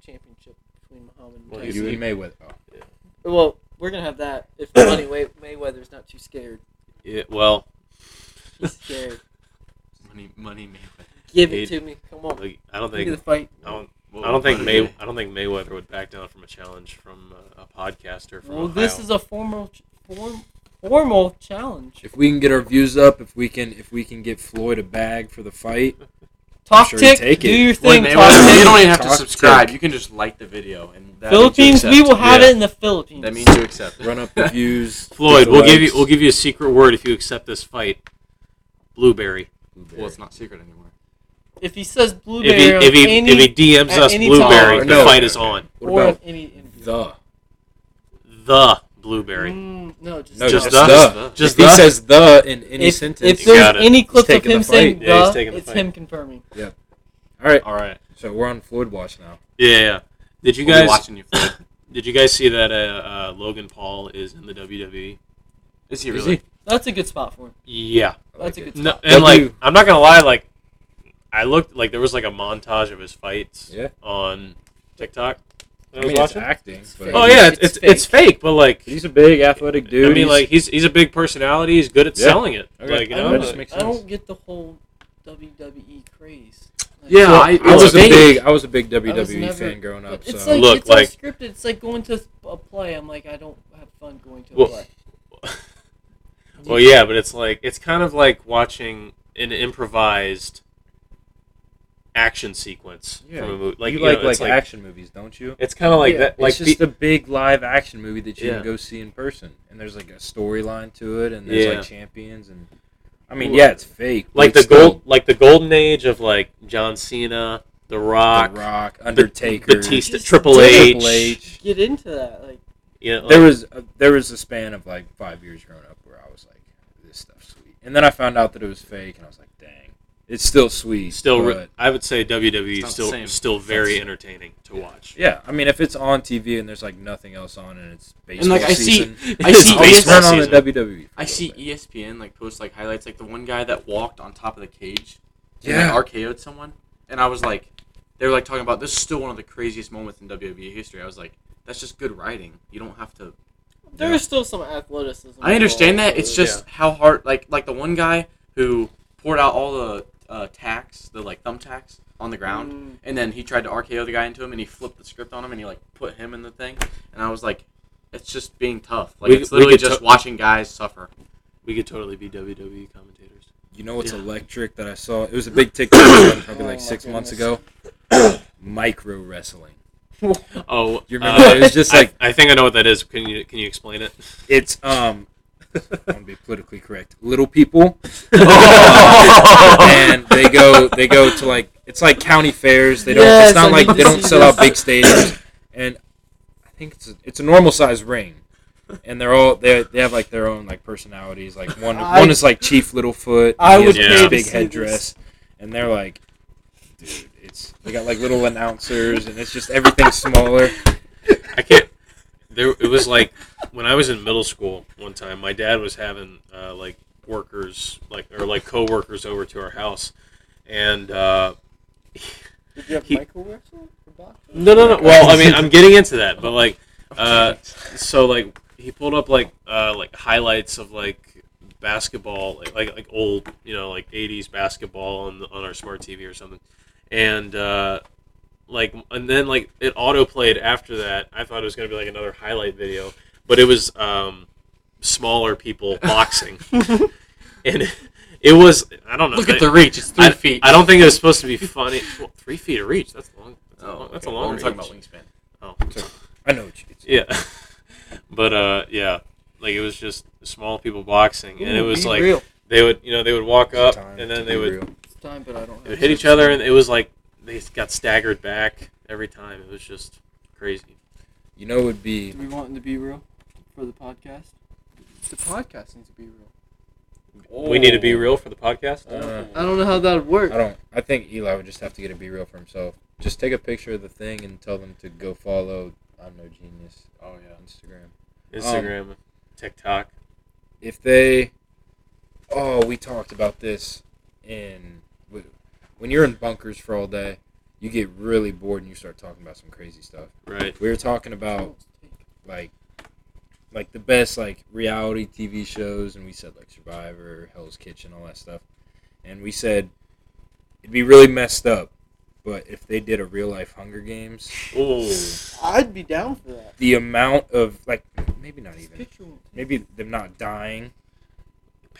Speaker 4: championship between Muhammad and
Speaker 2: Well,
Speaker 4: Tyson.
Speaker 3: You and Mayweather. Oh.
Speaker 4: Well, we're gonna have that if Money Way- Mayweather's not too scared.
Speaker 2: Yeah, well,
Speaker 4: He's scared.
Speaker 5: Money, money, Mayweather.
Speaker 4: Give
Speaker 2: Dude.
Speaker 4: it to me. Come on.
Speaker 2: like, I don't
Speaker 4: Give me the
Speaker 2: think
Speaker 4: fight.
Speaker 2: I don't,
Speaker 5: Whoa,
Speaker 2: I don't think
Speaker 5: money,
Speaker 2: May I don't think Mayweather would back down from a challenge from uh, a podcaster from
Speaker 4: Well,
Speaker 2: Ohio.
Speaker 4: this is a formal, ch- form, formal challenge.
Speaker 3: If we can get our views up, if we can, if we can get Floyd a bag for the fight,
Speaker 4: Top
Speaker 3: sure you
Speaker 4: tick,
Speaker 3: take
Speaker 4: do
Speaker 3: it.
Speaker 4: your
Speaker 5: Wait,
Speaker 4: thing. Top
Speaker 5: Mayweather,
Speaker 4: tick.
Speaker 5: you don't even have to
Speaker 3: Talk
Speaker 5: subscribe.
Speaker 3: tick.
Speaker 5: You can just like the video, and that means you
Speaker 4: Philippines, we
Speaker 5: accept.
Speaker 4: will have
Speaker 2: Yeah.
Speaker 4: it in the Philippines.
Speaker 5: That means you accept.
Speaker 3: run up the views.
Speaker 2: Floyd.
Speaker 3: get the
Speaker 2: We'll give you
Speaker 3: likes.
Speaker 2: we'll give you a secret word if you accept this fight. Blueberry.
Speaker 5: Well, it's not secret anymore.
Speaker 4: if he says blueberry
Speaker 2: if he
Speaker 4: on
Speaker 2: if he,
Speaker 4: any
Speaker 2: if he DMs
Speaker 4: at
Speaker 2: us
Speaker 4: any
Speaker 2: blueberry,
Speaker 4: time.
Speaker 2: the
Speaker 3: No.
Speaker 2: fight is on.
Speaker 3: What
Speaker 4: or on
Speaker 3: about
Speaker 4: any interview.
Speaker 3: the?
Speaker 2: The blueberry.
Speaker 5: Mm-hmm.
Speaker 4: Mm, no, just
Speaker 3: No,
Speaker 4: the.
Speaker 2: Just
Speaker 3: just,
Speaker 2: the.
Speaker 3: the.
Speaker 2: Just
Speaker 3: if he
Speaker 2: the.
Speaker 3: says the in any
Speaker 4: if,
Speaker 3: sentence.
Speaker 4: if
Speaker 2: You
Speaker 4: there's
Speaker 2: got it.
Speaker 4: any clips of
Speaker 3: taking
Speaker 4: him
Speaker 3: the
Speaker 4: saying
Speaker 2: fight. Yeah, he's
Speaker 4: the,
Speaker 2: taking the
Speaker 4: it's
Speaker 2: fight.
Speaker 4: him confirming.
Speaker 3: All right,
Speaker 5: All right.
Speaker 3: so we're on Floyd watch now.
Speaker 2: Yeah, yeah, yeah. Did you
Speaker 5: We'll be
Speaker 2: guys
Speaker 5: watching you. Floyd.
Speaker 2: did you guys see that uh, uh, Logan Paul is in the WWE?
Speaker 5: Is he
Speaker 3: Is
Speaker 5: really?
Speaker 4: That's a good spot for him.
Speaker 2: Yeah.
Speaker 3: I like
Speaker 4: That's a
Speaker 3: it.
Speaker 4: good
Speaker 2: No,
Speaker 4: spot.
Speaker 2: and
Speaker 3: W-
Speaker 2: like I'm not gonna lie, like I looked like there was like a montage of his fights
Speaker 3: Yeah.
Speaker 2: on TikTok. That I,
Speaker 3: I
Speaker 2: was
Speaker 3: mean, it's
Speaker 2: watching.
Speaker 3: acting. But
Speaker 2: Oh yeah, it's it's, it's fake, but like
Speaker 3: he's a big athletic dude.
Speaker 2: I mean, like he's he's a big personality. He's good at
Speaker 3: Yeah.
Speaker 2: selling it.
Speaker 3: Okay.
Speaker 2: Like you
Speaker 4: I
Speaker 3: Yeah,
Speaker 2: know,
Speaker 3: that
Speaker 4: don't,
Speaker 3: just
Speaker 2: like-
Speaker 3: makes
Speaker 4: I don't
Speaker 3: sense.
Speaker 4: get the whole WWE craze. Like,
Speaker 5: Yeah,
Speaker 2: Well,
Speaker 5: I,
Speaker 3: I was a
Speaker 5: big.
Speaker 3: big I was a big WWE
Speaker 4: was never-
Speaker 3: fan growing up.
Speaker 4: It's
Speaker 3: so
Speaker 4: like
Speaker 2: Look,
Speaker 4: it's all
Speaker 2: like-
Speaker 4: scripted. It's like going to a play. I'm like, I don't have fun going to a
Speaker 2: Well,
Speaker 4: play.
Speaker 2: well, yeah, but it's like it's kind of like watching an improvised action sequence
Speaker 3: Yeah.
Speaker 2: from a movie. Like
Speaker 3: you
Speaker 2: you,
Speaker 3: like
Speaker 2: know,
Speaker 3: like
Speaker 2: it's like
Speaker 3: action movies, don't you?
Speaker 2: it's kind of like
Speaker 4: Yeah.
Speaker 2: that. Like
Speaker 3: it's just
Speaker 2: the-
Speaker 3: a big live action movie that you
Speaker 2: Yeah.
Speaker 3: can go see in person, and there's like a storyline to it, and there's
Speaker 2: Yeah.
Speaker 3: like champions, and I mean,
Speaker 2: Well,
Speaker 3: yeah, it's fake. but
Speaker 2: like
Speaker 3: it's
Speaker 2: the
Speaker 3: still
Speaker 2: gold like the golden age of like John Cena, The Rock,
Speaker 3: The Rock, Undertaker,
Speaker 2: Batista,
Speaker 4: Just
Speaker 2: Triple H.
Speaker 3: Triple H.
Speaker 4: Get into that. Like,
Speaker 2: You know, like-
Speaker 3: There was a, there was a span of like five years growing up where I was like, this stuff's sweet, and then I found out that it was fake, and I was like, dang, it's still sweet.
Speaker 2: still re-
Speaker 3: but-
Speaker 2: I would say WWE
Speaker 5: It's
Speaker 2: is
Speaker 5: not
Speaker 2: still
Speaker 5: the same.
Speaker 2: still
Speaker 5: It's
Speaker 2: very
Speaker 5: not the
Speaker 2: entertaining to watch.
Speaker 3: yeah, I mean, if it's on TV and there's like nothing else on, and it's baseball
Speaker 5: And like I see,
Speaker 3: season,
Speaker 5: I
Speaker 2: It's
Speaker 5: see
Speaker 2: baseball
Speaker 5: ESPN
Speaker 3: turn on the E
Speaker 2: season.
Speaker 3: WWE.
Speaker 5: I see E ESPN like post like highlights, like the one guy that walked on top of the cage and
Speaker 3: Yeah.
Speaker 5: like, RKO'd someone, and I was like, they were like talking about this is still one of the craziest moments in WWE history. I was like, that's just good writing. You don't have to.
Speaker 4: there's still some athleticism. Mm.
Speaker 5: I understand
Speaker 4: involved,
Speaker 5: that. It's
Speaker 4: so-
Speaker 5: just how hard, like like the one guy who poured out all the uh, tacks, the like thumbtacks on the ground,
Speaker 4: Mm.
Speaker 5: and then he tried to RKO the guy into him, and he flipped the script on him, and he like put him in the thing, and I was like. It's just being tough. Like
Speaker 2: We-
Speaker 5: it's
Speaker 2: we
Speaker 5: literally
Speaker 2: could
Speaker 5: just
Speaker 2: to-
Speaker 5: watching guys suffer.
Speaker 2: We could totally be WWE commentators.
Speaker 3: You know what's
Speaker 5: Yeah.
Speaker 3: electric that I saw? It was a big TikTok trend probably
Speaker 4: Oh
Speaker 3: like
Speaker 4: my
Speaker 3: six months
Speaker 4: goodness.
Speaker 3: ago. Micro wrestling.
Speaker 2: Oh,
Speaker 3: You remember
Speaker 2: uh,
Speaker 3: it was just
Speaker 2: I-
Speaker 3: like
Speaker 2: I, think I know what that is. Can you can you explain it?
Speaker 3: it's um. I want to be politically correct. Little people,
Speaker 2: Oh.
Speaker 3: and they go they go to like it's like county fairs. They don't.
Speaker 4: Yes,
Speaker 3: it's not
Speaker 4: I
Speaker 3: like
Speaker 4: did
Speaker 3: they don't
Speaker 4: see
Speaker 3: sell out
Speaker 4: this.
Speaker 3: big stadiums. And I think it's a, it's a normal size ring, and they're all they they have like their own like personalities. Like one
Speaker 4: I-
Speaker 3: one is like Chief Littlefoot. and
Speaker 4: I
Speaker 3: he has
Speaker 2: would
Speaker 3: this
Speaker 2: pay to
Speaker 3: big
Speaker 4: see
Speaker 3: headdress, and they're like, dude, it's they got like little announcers, and it's just everything smaller.
Speaker 2: I can't. There, it was like when I was in middle school one time. My dad was having uh, like workers, like or like coworkers over to our house, and uh,
Speaker 4: Did you have
Speaker 2: He-
Speaker 4: Michael wrestle? block?
Speaker 2: No, no, no. Well, I mean, I'm getting into that, but like, uh, so like he pulled up like uh, like highlights of like basketball, like like, like old you know like '80s basketball on the, on our smart TV or something, and uh, like and then like it auto played after that. I thought it was gonna be like another highlight video, but it was um, smaller people boxing, and. It, it was I don't know.
Speaker 5: Look at
Speaker 2: they-
Speaker 5: the reach. It's three
Speaker 2: I,
Speaker 5: feet.
Speaker 2: I don't think it was supposed to be funny. Well, three feet of reach. That's long. That's
Speaker 3: Oh,
Speaker 2: a long. That's a long
Speaker 5: We're
Speaker 2: reach.
Speaker 5: talking about wingspan.
Speaker 3: I know what you it's
Speaker 2: Yeah, but uh, yeah, like it was just small people boxing, and it was
Speaker 4: Be
Speaker 2: like
Speaker 4: real.
Speaker 2: they would, you know, they would walk up
Speaker 3: time
Speaker 2: and
Speaker 3: to
Speaker 2: then they
Speaker 3: be
Speaker 2: would,
Speaker 3: real.
Speaker 4: It's time, but I don't.
Speaker 2: they would hit each other, and it was like they got staggered back every time. It was just crazy.
Speaker 3: You know, it would be
Speaker 4: Do we want him to be real for the podcast? The podcast needs to be real.
Speaker 2: We need to be real for the podcast.
Speaker 3: Uh,
Speaker 4: I don't know how that would work.
Speaker 3: I don't. I think Eli would just have to get a B real for himself. Just take a picture of the thing and tell them to go follow I'm No Genius
Speaker 5: Oh yeah.
Speaker 3: on Instagram.
Speaker 2: Instagram, TikTok.
Speaker 3: If they, oh, we talked about this in when you're in bunkers for all day, you get really bored and you start talking about some crazy stuff.
Speaker 2: Right.
Speaker 3: We were talking about like like the best like reality TV shows, and we said like Survivor, Hell's Kitchen, all that stuff, and we said it'd be really messed up, but if they did a real life Hunger Games,
Speaker 2: Ooh.
Speaker 4: I'd be down for that.
Speaker 3: the amount of like maybe not
Speaker 4: Just
Speaker 3: even
Speaker 4: picture him.
Speaker 3: maybe them not dying,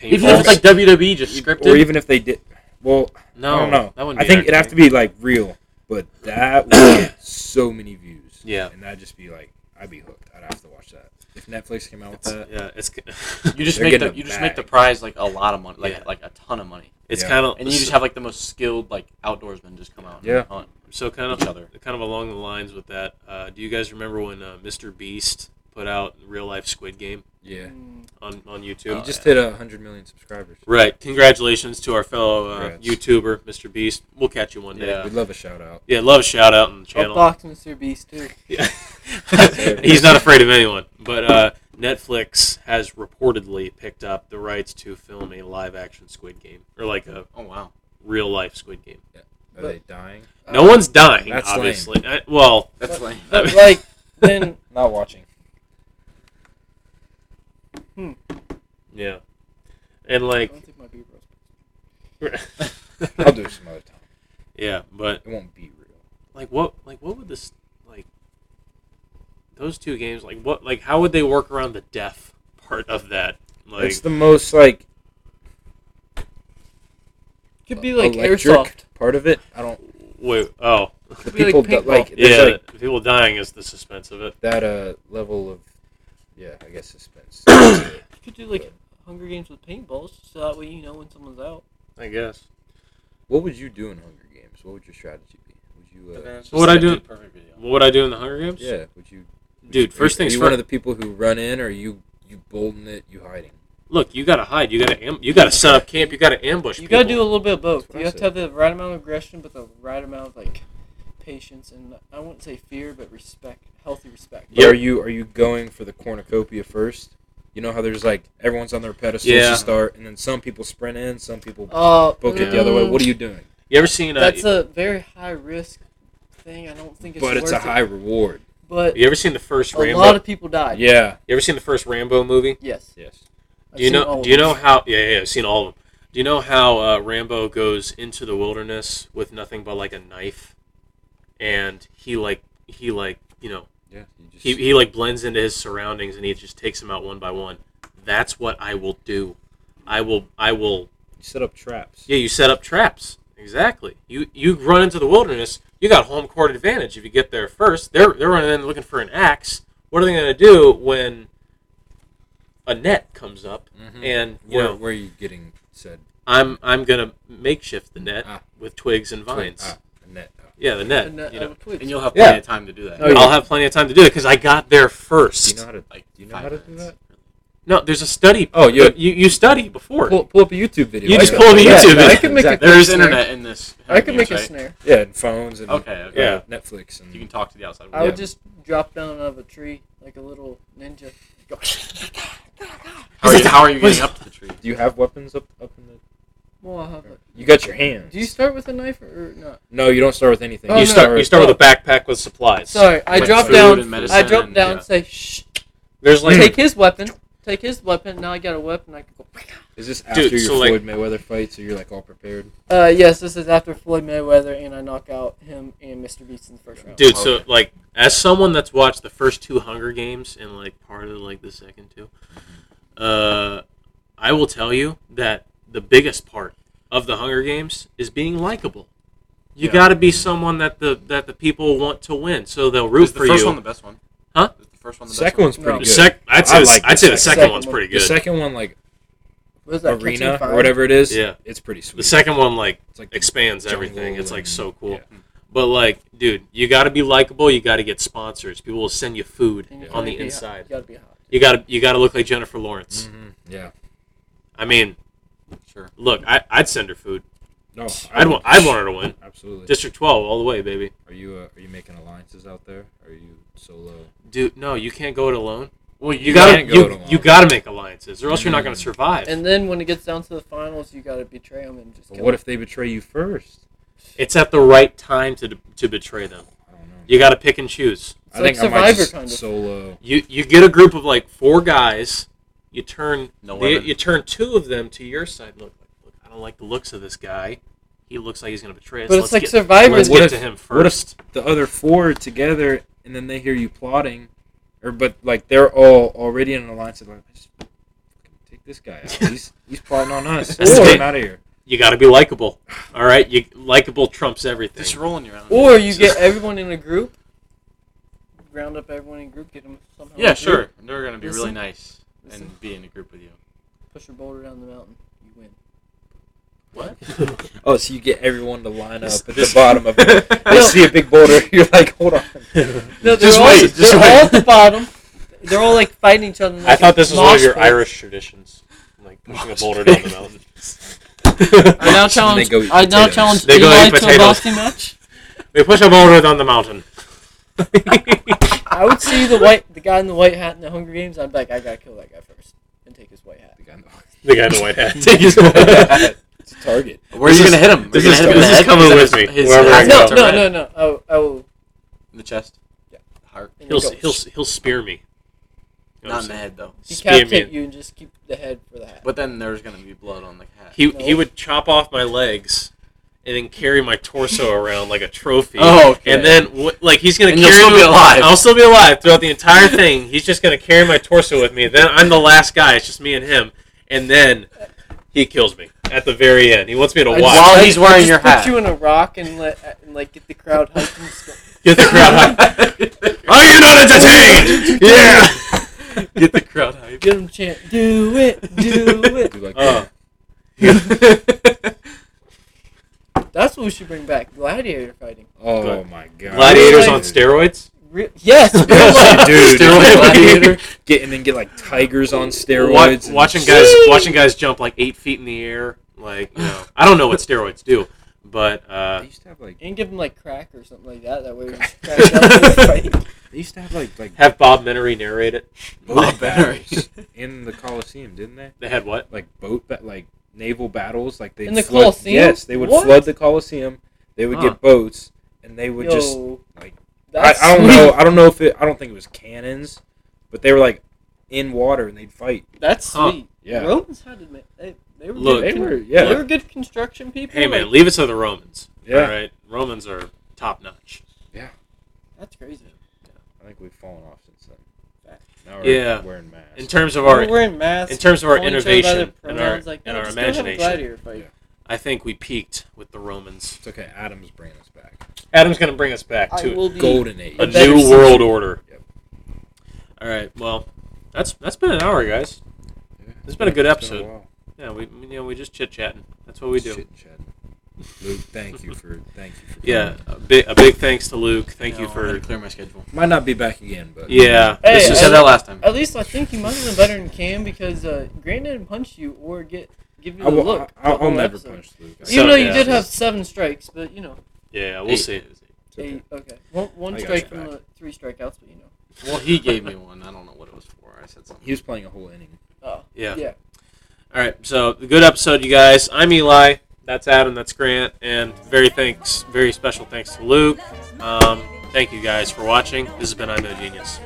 Speaker 5: Even if it's like WWE, just scripted.
Speaker 3: or even if they did, well,
Speaker 2: no,
Speaker 3: I don't know.
Speaker 2: That wouldn't
Speaker 3: I
Speaker 2: be
Speaker 3: think it'd have to
Speaker 2: entertaining.
Speaker 3: be like real, but that would get so many views.
Speaker 2: Yeah.
Speaker 3: and that'd just be like I'd be hooked. I'd have to watch that if Netflix came out with that.
Speaker 2: Yeah, it's
Speaker 5: You just
Speaker 3: They're
Speaker 5: make
Speaker 3: getting a
Speaker 5: the you just make the
Speaker 3: bag.
Speaker 5: prize like a lot of money, like
Speaker 2: Yeah.
Speaker 5: like a ton of money,
Speaker 2: it's
Speaker 3: Yeah.
Speaker 2: kind of
Speaker 5: and you just have like the most skilled like outdoorsmen just come out. and
Speaker 3: Yeah.
Speaker 5: hunt.
Speaker 2: So kind of
Speaker 5: each other.
Speaker 2: kind of along the lines with that. Uh, do you guys remember when uh, Mr. Beast put out real life Squid Game
Speaker 3: Yeah.
Speaker 4: Mm,
Speaker 2: on on
Speaker 3: He
Speaker 2: YouTube?
Speaker 3: just hit a hundred million subscribers.
Speaker 2: right. Congratulations to our fellow uh,
Speaker 3: Congrats.
Speaker 2: YouTuber Mr. Beast. We'll catch you one day.
Speaker 5: Yeah.
Speaker 2: Yeah,
Speaker 3: We'd love a shout out.
Speaker 2: love a shout out on the
Speaker 4: I'll
Speaker 2: channel.
Speaker 4: box Mr. Beast too.
Speaker 2: Yeah. He's not afraid of anyone. But uh, Netflix has reportedly picked up the rights to film a live action Squid Game or like a
Speaker 5: Oh wow.
Speaker 2: real life Squid Game.
Speaker 3: Are
Speaker 4: But-
Speaker 3: they dying?
Speaker 2: No
Speaker 4: Uh,
Speaker 2: one's dying,
Speaker 3: Uh, That's lame.
Speaker 2: obviously. I- well,
Speaker 5: That's lame.
Speaker 2: I
Speaker 4: But
Speaker 2: mean-
Speaker 4: like then
Speaker 3: Not watching.
Speaker 2: yeah, and
Speaker 4: I
Speaker 2: like
Speaker 4: don't think my B rolls.
Speaker 3: I'll do it some other time.
Speaker 2: yeah, but
Speaker 3: It won't be real.
Speaker 2: like what like what would this like those two games like what like how would they work around the death part of that like
Speaker 3: it's the most like
Speaker 4: Could be like
Speaker 3: electric
Speaker 4: airsoft.
Speaker 3: part of it. I don't.
Speaker 2: wait oh
Speaker 3: The
Speaker 4: be like
Speaker 3: people that
Speaker 4: paintball.
Speaker 3: like there's
Speaker 2: yeah
Speaker 3: like
Speaker 2: people dying is the suspense of it
Speaker 3: that uh level of yeah I guess suspense. That's it.
Speaker 4: You could do like Hunger Games with paintballs, so that way you know when someone's out.
Speaker 2: i guess
Speaker 3: what would you do in Hunger Games? What would your strategy be? Would you? Uh,
Speaker 2: What would I do-
Speaker 5: Perfect video.
Speaker 2: what would i do in the hunger games
Speaker 3: yeah. Would you? would
Speaker 2: dude
Speaker 3: you-
Speaker 2: first
Speaker 3: are
Speaker 2: things
Speaker 3: you
Speaker 2: first
Speaker 3: one of the people who run in, or are you you bolding it? You hiding?
Speaker 2: look you gotta hide you gotta am- you gotta set up camp you gotta ambush
Speaker 4: You
Speaker 2: people.
Speaker 4: gotta do a little bit of both.
Speaker 3: That's what
Speaker 4: You
Speaker 3: I
Speaker 4: have to have the right amount of aggression, but the right amount of like patience and I wouldn't say fear, but respect, healthy respect.
Speaker 3: But
Speaker 2: Yeah.
Speaker 3: Are you are you going for the cornucopia first? You know how there's like everyone's on their pedestals
Speaker 2: Yeah.
Speaker 3: to start, and then some people sprint in, some people
Speaker 4: Uh,
Speaker 3: book it the other way. What are you doing?
Speaker 2: you ever seen a
Speaker 4: Mm, That's a very high risk thing. I don't think it's
Speaker 3: but it's
Speaker 4: worth
Speaker 3: a high
Speaker 4: It.
Speaker 3: reward.
Speaker 4: But
Speaker 2: you ever seen the first
Speaker 4: a
Speaker 2: rambo
Speaker 4: lot of people died.
Speaker 3: Yeah.
Speaker 2: you ever seen the first rambo movie
Speaker 4: Yes.
Speaker 3: Yes.
Speaker 4: I've
Speaker 2: Do you
Speaker 4: seen all
Speaker 2: know?
Speaker 4: of
Speaker 2: Do you know
Speaker 4: them.
Speaker 2: how? Yeah, yeah, I've seen all of them. Do you know how uh, Rambo goes into the wilderness with nothing but like a knife, and he like he like you know
Speaker 3: Yeah. You just,
Speaker 2: he, he like blends into his surroundings and he just takes them out one by one. That's what I will do. I will I will
Speaker 3: you set up traps.
Speaker 2: yeah. You set up traps exactly. You you run into the wilderness. You got home court advantage if you get there first. They're they're running in looking for an axe. What are they gonna do when a net comes up
Speaker 3: Mhm.
Speaker 2: and you
Speaker 3: Where,
Speaker 2: know
Speaker 3: where are you getting said?
Speaker 2: I'm I'm gonna makeshift the net
Speaker 3: Ah.
Speaker 2: with twigs and vines.
Speaker 3: Ah, a net. Ah.
Speaker 2: Yeah, the net.
Speaker 4: And, uh,
Speaker 2: you know,
Speaker 4: uh, Twitch.
Speaker 5: And you'll have
Speaker 3: Yeah.
Speaker 5: plenty of time to do that.
Speaker 4: Oh, yeah.
Speaker 2: I'll have plenty of time to do it because I got there
Speaker 3: Do you
Speaker 2: first.
Speaker 3: know how to?
Speaker 5: Like,
Speaker 3: Do you know
Speaker 5: five
Speaker 3: how to do
Speaker 5: minutes.
Speaker 3: that?
Speaker 2: no, there's a study.
Speaker 3: Oh,
Speaker 2: you
Speaker 3: you-
Speaker 2: you, you study before.
Speaker 3: Pull, pull up a YouTube video.
Speaker 2: You
Speaker 3: I
Speaker 2: just
Speaker 3: got
Speaker 2: pull up a YouTube
Speaker 3: it. yeah,
Speaker 2: video.
Speaker 3: I can make
Speaker 4: Exactly.
Speaker 5: There's
Speaker 4: Snare.
Speaker 5: internet in this.
Speaker 4: I could make
Speaker 5: Games,
Speaker 4: a
Speaker 5: right?
Speaker 4: snare.
Speaker 3: a yeah, and phones and
Speaker 5: Okay. okay.
Speaker 2: Yeah.
Speaker 3: Netflix and
Speaker 5: You can talk to the outside
Speaker 4: I
Speaker 5: world.
Speaker 4: would just drop down out of a tree like a little ninja. Go.
Speaker 5: How are you, how are you getting up to the tree?
Speaker 3: do you have weapons up up in the?
Speaker 4: Well, I'll have it.
Speaker 3: You got your hands.
Speaker 4: Do you start with a knife or not?
Speaker 3: No, you don't start with anything.
Speaker 4: Oh,
Speaker 2: you
Speaker 4: no.
Speaker 2: start. You start with a backpack with supplies.
Speaker 4: Sorry, I
Speaker 5: Like
Speaker 4: dropped
Speaker 5: food
Speaker 4: down.
Speaker 5: and medicine
Speaker 4: I dropped
Speaker 5: and-
Speaker 4: down.
Speaker 5: yeah.
Speaker 4: Say shh.
Speaker 2: There's like
Speaker 4: Take his weapon. Take his weapon. Now I got a weapon. I can go.
Speaker 3: Is this after
Speaker 2: Dude,
Speaker 3: your
Speaker 2: so, like-
Speaker 3: Floyd Mayweather fight, so you're like all prepared?
Speaker 4: Uh, yes, this is after Floyd Mayweather, and I knock out him and Mr. Beast in the first round.
Speaker 2: dude so
Speaker 5: Okay.
Speaker 2: like as someone that's watched the first two hunger games and like part of like the second two uh i will tell you that the biggest part of the hunger games is being likable you
Speaker 5: Yeah.
Speaker 2: got to be someone that the that the people want to win so they'll root
Speaker 5: Is the
Speaker 2: for
Speaker 5: first
Speaker 2: you
Speaker 5: one the best one?
Speaker 2: Huh?
Speaker 5: Is the first one the
Speaker 3: second one's
Speaker 4: No.
Speaker 3: pretty
Speaker 2: The
Speaker 3: good.
Speaker 2: sec- I'd say,
Speaker 3: I
Speaker 2: the-
Speaker 3: like the
Speaker 2: I'd say the
Speaker 4: second
Speaker 2: second,
Speaker 4: one.
Speaker 2: one's pretty
Speaker 3: the
Speaker 2: good.
Speaker 3: second one, like
Speaker 4: What is that?
Speaker 3: arena
Speaker 4: Catching Fire?
Speaker 3: or whatever it is,
Speaker 2: Yeah.
Speaker 3: it's pretty sweet.
Speaker 2: the second one like
Speaker 3: it's like the
Speaker 2: expands
Speaker 3: jungle
Speaker 2: everything. It's like
Speaker 3: and-
Speaker 2: so cool.
Speaker 3: yeah.
Speaker 2: But like, dude, you got to be likable. You got to get sponsors. People will send you food
Speaker 4: And you
Speaker 2: on
Speaker 4: gotta
Speaker 2: the
Speaker 4: be hot-
Speaker 2: inside.
Speaker 4: You gotta be hot.
Speaker 2: You got to you got to look like Jennifer Lawrence.
Speaker 3: Mhm, yeah.
Speaker 2: I mean,
Speaker 5: one? Sure.
Speaker 2: Look, I, I'd send her food.
Speaker 3: No, I
Speaker 2: I'd,
Speaker 3: would-
Speaker 2: want, I'd want her to win.
Speaker 3: Absolutely.
Speaker 2: District 12 all the way, baby.
Speaker 3: are you uh, are you making alliances out there? Are you solo?
Speaker 2: Dude, no, you can't go it alone.
Speaker 5: Well,
Speaker 2: You, gotta
Speaker 3: can't go it
Speaker 2: you,
Speaker 3: alone.
Speaker 2: you gotta make alliances, or else you're not gonna
Speaker 3: Mm.
Speaker 2: survive.
Speaker 4: And then when it gets down to the finals, you gotta betray him and just.
Speaker 3: But
Speaker 4: Kill
Speaker 3: what
Speaker 4: him.
Speaker 3: if they betray you first?
Speaker 2: it's at the right time to to betray them.
Speaker 3: I don't know.
Speaker 2: You gotta pick and choose.
Speaker 3: I
Speaker 4: It's
Speaker 3: think
Speaker 4: like
Speaker 3: I might
Speaker 4: Survivor
Speaker 3: just
Speaker 4: kind of.
Speaker 3: solo.
Speaker 2: You you get a group of like four guys. You turn
Speaker 5: No
Speaker 2: the,
Speaker 5: women.
Speaker 2: you turn two of them to your side. Look, look, I don't like the looks of this guy. He looks like he's gonna betray us.
Speaker 4: But
Speaker 2: Let's
Speaker 4: it's like
Speaker 2: get-
Speaker 4: Survivor.
Speaker 2: Let's
Speaker 3: What
Speaker 2: get
Speaker 3: if-
Speaker 2: to him
Speaker 3: What if
Speaker 2: first.
Speaker 3: the other four are together and then they hear you plotting, or but like they're all already in an alliance? and Like, just fucking take this guy out. He's he's plotting on us.
Speaker 2: That's
Speaker 3: Let's
Speaker 2: the
Speaker 3: get
Speaker 2: thing.
Speaker 3: him out of here.
Speaker 2: You gotta be likable. All right, you likable trumps everything.
Speaker 5: Just rolling your own.
Speaker 4: Or you get everyone in a group. Round up everyone in a group. Get them somehow. in a
Speaker 5: Yeah,
Speaker 4: group,
Speaker 5: sure. And they're gonna be really
Speaker 4: Listen.
Speaker 5: nice
Speaker 4: Listen.
Speaker 5: and be in a group with you.
Speaker 4: Push a boulder down the mountain. You win.
Speaker 5: What?
Speaker 3: Oh, so you get everyone to line up
Speaker 2: This-
Speaker 3: at the
Speaker 2: this-
Speaker 3: bottom of it. They see a big boulder. You're like, hold on.
Speaker 4: No, they're
Speaker 2: Just
Speaker 4: all,
Speaker 2: wait, just
Speaker 4: they're
Speaker 2: wait.
Speaker 4: all at the bottom. They're all like fighting each other.
Speaker 2: I
Speaker 4: like
Speaker 2: thought
Speaker 4: a
Speaker 2: this was one of
Speaker 4: mosh
Speaker 2: your
Speaker 4: pit.
Speaker 2: Irish traditions, like pushing a boulder down the mountain.
Speaker 4: I now
Speaker 3: And they
Speaker 4: challenge.
Speaker 3: go eat
Speaker 4: I now
Speaker 3: potatoes.
Speaker 4: challenge
Speaker 2: They go
Speaker 4: Eli
Speaker 2: eat
Speaker 4: to a
Speaker 2: potatoes.
Speaker 4: boxing match.
Speaker 2: They push a boulder down the mountain.
Speaker 4: I would see the white, the guy in the white hat in the Hunger Games. I'd be like, I gotta kill that guy first and take his white hat.
Speaker 3: The guy in the
Speaker 2: The guy in the white hat. Take his
Speaker 3: it's a target.
Speaker 5: Where are you gonna hit him?
Speaker 2: This
Speaker 5: Are you
Speaker 2: is,
Speaker 5: gonna hit him in
Speaker 2: this
Speaker 5: the
Speaker 2: is
Speaker 5: head?
Speaker 2: coming
Speaker 5: that
Speaker 2: with me.
Speaker 5: his- his-
Speaker 2: wherever I
Speaker 5: his-
Speaker 2: go.
Speaker 4: No,
Speaker 5: That's
Speaker 4: no,
Speaker 5: right.
Speaker 4: no, no. I will. I will
Speaker 5: In the chest.
Speaker 4: Yeah.
Speaker 5: Heart.
Speaker 4: and
Speaker 2: He'll
Speaker 4: go
Speaker 2: he'll he'll spear me.
Speaker 5: Not in the head though.
Speaker 2: Spear
Speaker 4: decapitate
Speaker 2: me.
Speaker 4: you and just keep the head for the hat.
Speaker 5: But then there's gonna be blood on the hat.
Speaker 2: He he would chop off my legs. And then carry my torso around like a trophy.
Speaker 5: Oh, okay.
Speaker 2: And then, wh- like, he's gonna
Speaker 5: And you'll
Speaker 2: carry
Speaker 5: still
Speaker 2: me-
Speaker 5: be alive.
Speaker 2: I'll still be alive throughout the entire thing. He's just gonna carry my torso with me. Then I'm the last guy. It's just me and him. And then he kills me at the very end. He wants me to
Speaker 4: I
Speaker 2: watch.
Speaker 4: just-
Speaker 5: While
Speaker 4: I
Speaker 5: he's
Speaker 4: just- I
Speaker 5: wearing
Speaker 4: just
Speaker 5: your
Speaker 4: put
Speaker 5: hat.
Speaker 4: you in a rock and let and like get the crowd hyped. And stuff.
Speaker 2: Get the crowd hype. Are you not entertained? yeah. Get the crowd hype.
Speaker 4: Get them chant, do it, do it.
Speaker 3: Do like oh
Speaker 2: Uh,
Speaker 4: That's what we should bring back: gladiator fighting.
Speaker 3: oh
Speaker 2: good.
Speaker 3: my god.
Speaker 2: Gladiators on
Speaker 3: Dude.
Speaker 2: steroids.
Speaker 4: Re- yes,
Speaker 2: Yes,
Speaker 3: Dude,
Speaker 2: Steroid
Speaker 3: gladiator. Get and then get like tigers on steroids.
Speaker 2: Wa-
Speaker 3: and
Speaker 2: watching
Speaker 3: just-
Speaker 2: guys, watching guys jump like eight feet in the air. Like you know, I don't know what steroids do, but uh,
Speaker 3: They used to have like
Speaker 4: and give them like crack or something like that. That way we just crack out and they're fighting.
Speaker 3: they used to have like like
Speaker 2: have Bob Minery narrate it.
Speaker 3: boat
Speaker 5: Bob Barry.
Speaker 3: battles in the Colosseum, didn't they?
Speaker 2: They had what?
Speaker 3: Like boat ba- like naval battles. Like they
Speaker 4: In the
Speaker 3: flood,
Speaker 4: Colosseum?
Speaker 3: Yes, they would
Speaker 4: What?
Speaker 3: flood the Colosseum. They would
Speaker 2: Huh.
Speaker 3: get boats and they would just.
Speaker 4: Yo,
Speaker 3: like, I,
Speaker 4: that's
Speaker 3: I don't
Speaker 4: sweet.
Speaker 3: know. I don't know if it. I don't think it was cannons, but they were like in water and they'd fight.
Speaker 4: That's
Speaker 2: Huh.
Speaker 4: sweet.
Speaker 3: Yeah.
Speaker 4: Romans had to make they, they were
Speaker 2: Look,
Speaker 4: good,
Speaker 3: they were.
Speaker 4: con-
Speaker 3: Yeah.
Speaker 4: they were good construction people.
Speaker 2: Hey
Speaker 4: like,
Speaker 2: man, leave it to the Romans.
Speaker 3: Yeah.
Speaker 2: All right, Romans are top notch.
Speaker 4: that's crazy.
Speaker 3: I think we've fallen off since then.
Speaker 4: Facts.
Speaker 3: Now
Speaker 2: Yeah.
Speaker 3: wearing masks.
Speaker 2: In terms of our,
Speaker 4: We're wearing masks.
Speaker 2: in terms of our
Speaker 4: calling each other by their
Speaker 2: innovation and our
Speaker 4: pronouns, like,
Speaker 2: and
Speaker 4: no,
Speaker 2: our
Speaker 4: just go have a
Speaker 2: imagination,
Speaker 4: gladiator fight.
Speaker 2: I think we peaked with the Romans.
Speaker 3: it's okay. Adam's bringing us back.
Speaker 2: Adam's gonna bring us back
Speaker 4: I
Speaker 2: to
Speaker 4: will be
Speaker 3: Golden age.
Speaker 2: a
Speaker 4: A better
Speaker 2: new
Speaker 4: season.
Speaker 2: world order.
Speaker 3: Yep.
Speaker 2: All right. Well, that's that's been an hour, guys.
Speaker 3: Yeah.
Speaker 2: It's been a good
Speaker 3: It's
Speaker 2: episode.
Speaker 3: been a while.
Speaker 2: Yeah, we you know we just chit chatting. That's what we do.
Speaker 3: Shit and chat. Luke, thank you for thank you for.
Speaker 2: Yeah.
Speaker 3: coming.
Speaker 2: A big a big thanks to Luke. Thank you
Speaker 5: No, I'm
Speaker 2: for
Speaker 5: gonna clear my schedule.
Speaker 3: Might not be back again, but
Speaker 2: yeah.
Speaker 4: Hey,
Speaker 2: this
Speaker 5: you
Speaker 2: is-
Speaker 5: said that last time.
Speaker 4: At least I think you might have been better than Cam because uh, Grant didn't punch you or get give you
Speaker 3: I
Speaker 4: the
Speaker 3: will,
Speaker 4: look.
Speaker 3: I,
Speaker 4: the whole
Speaker 3: will never
Speaker 4: episode.
Speaker 3: punch Luke.
Speaker 2: So,
Speaker 4: Even though you
Speaker 2: yeah.
Speaker 4: did have seven strikes, but you know,
Speaker 2: yeah, we'll
Speaker 5: Eight.
Speaker 2: see.
Speaker 3: It's okay.
Speaker 4: eight, okay, one, one
Speaker 3: I got
Speaker 4: strike
Speaker 3: your
Speaker 4: from the three strikeouts, but you know.
Speaker 5: Well, he gave me one. I don't know what it was for. I said something.
Speaker 3: He was playing a whole inning.
Speaker 4: Oh,
Speaker 2: Yeah.
Speaker 4: yeah.
Speaker 2: All right. So good episode, you guys. I'm Eli. That's Adam. That's Grant. And very Um, thanks, very special thanks to Luke. Um, thank you guys for watching. This has been I'm No Genius.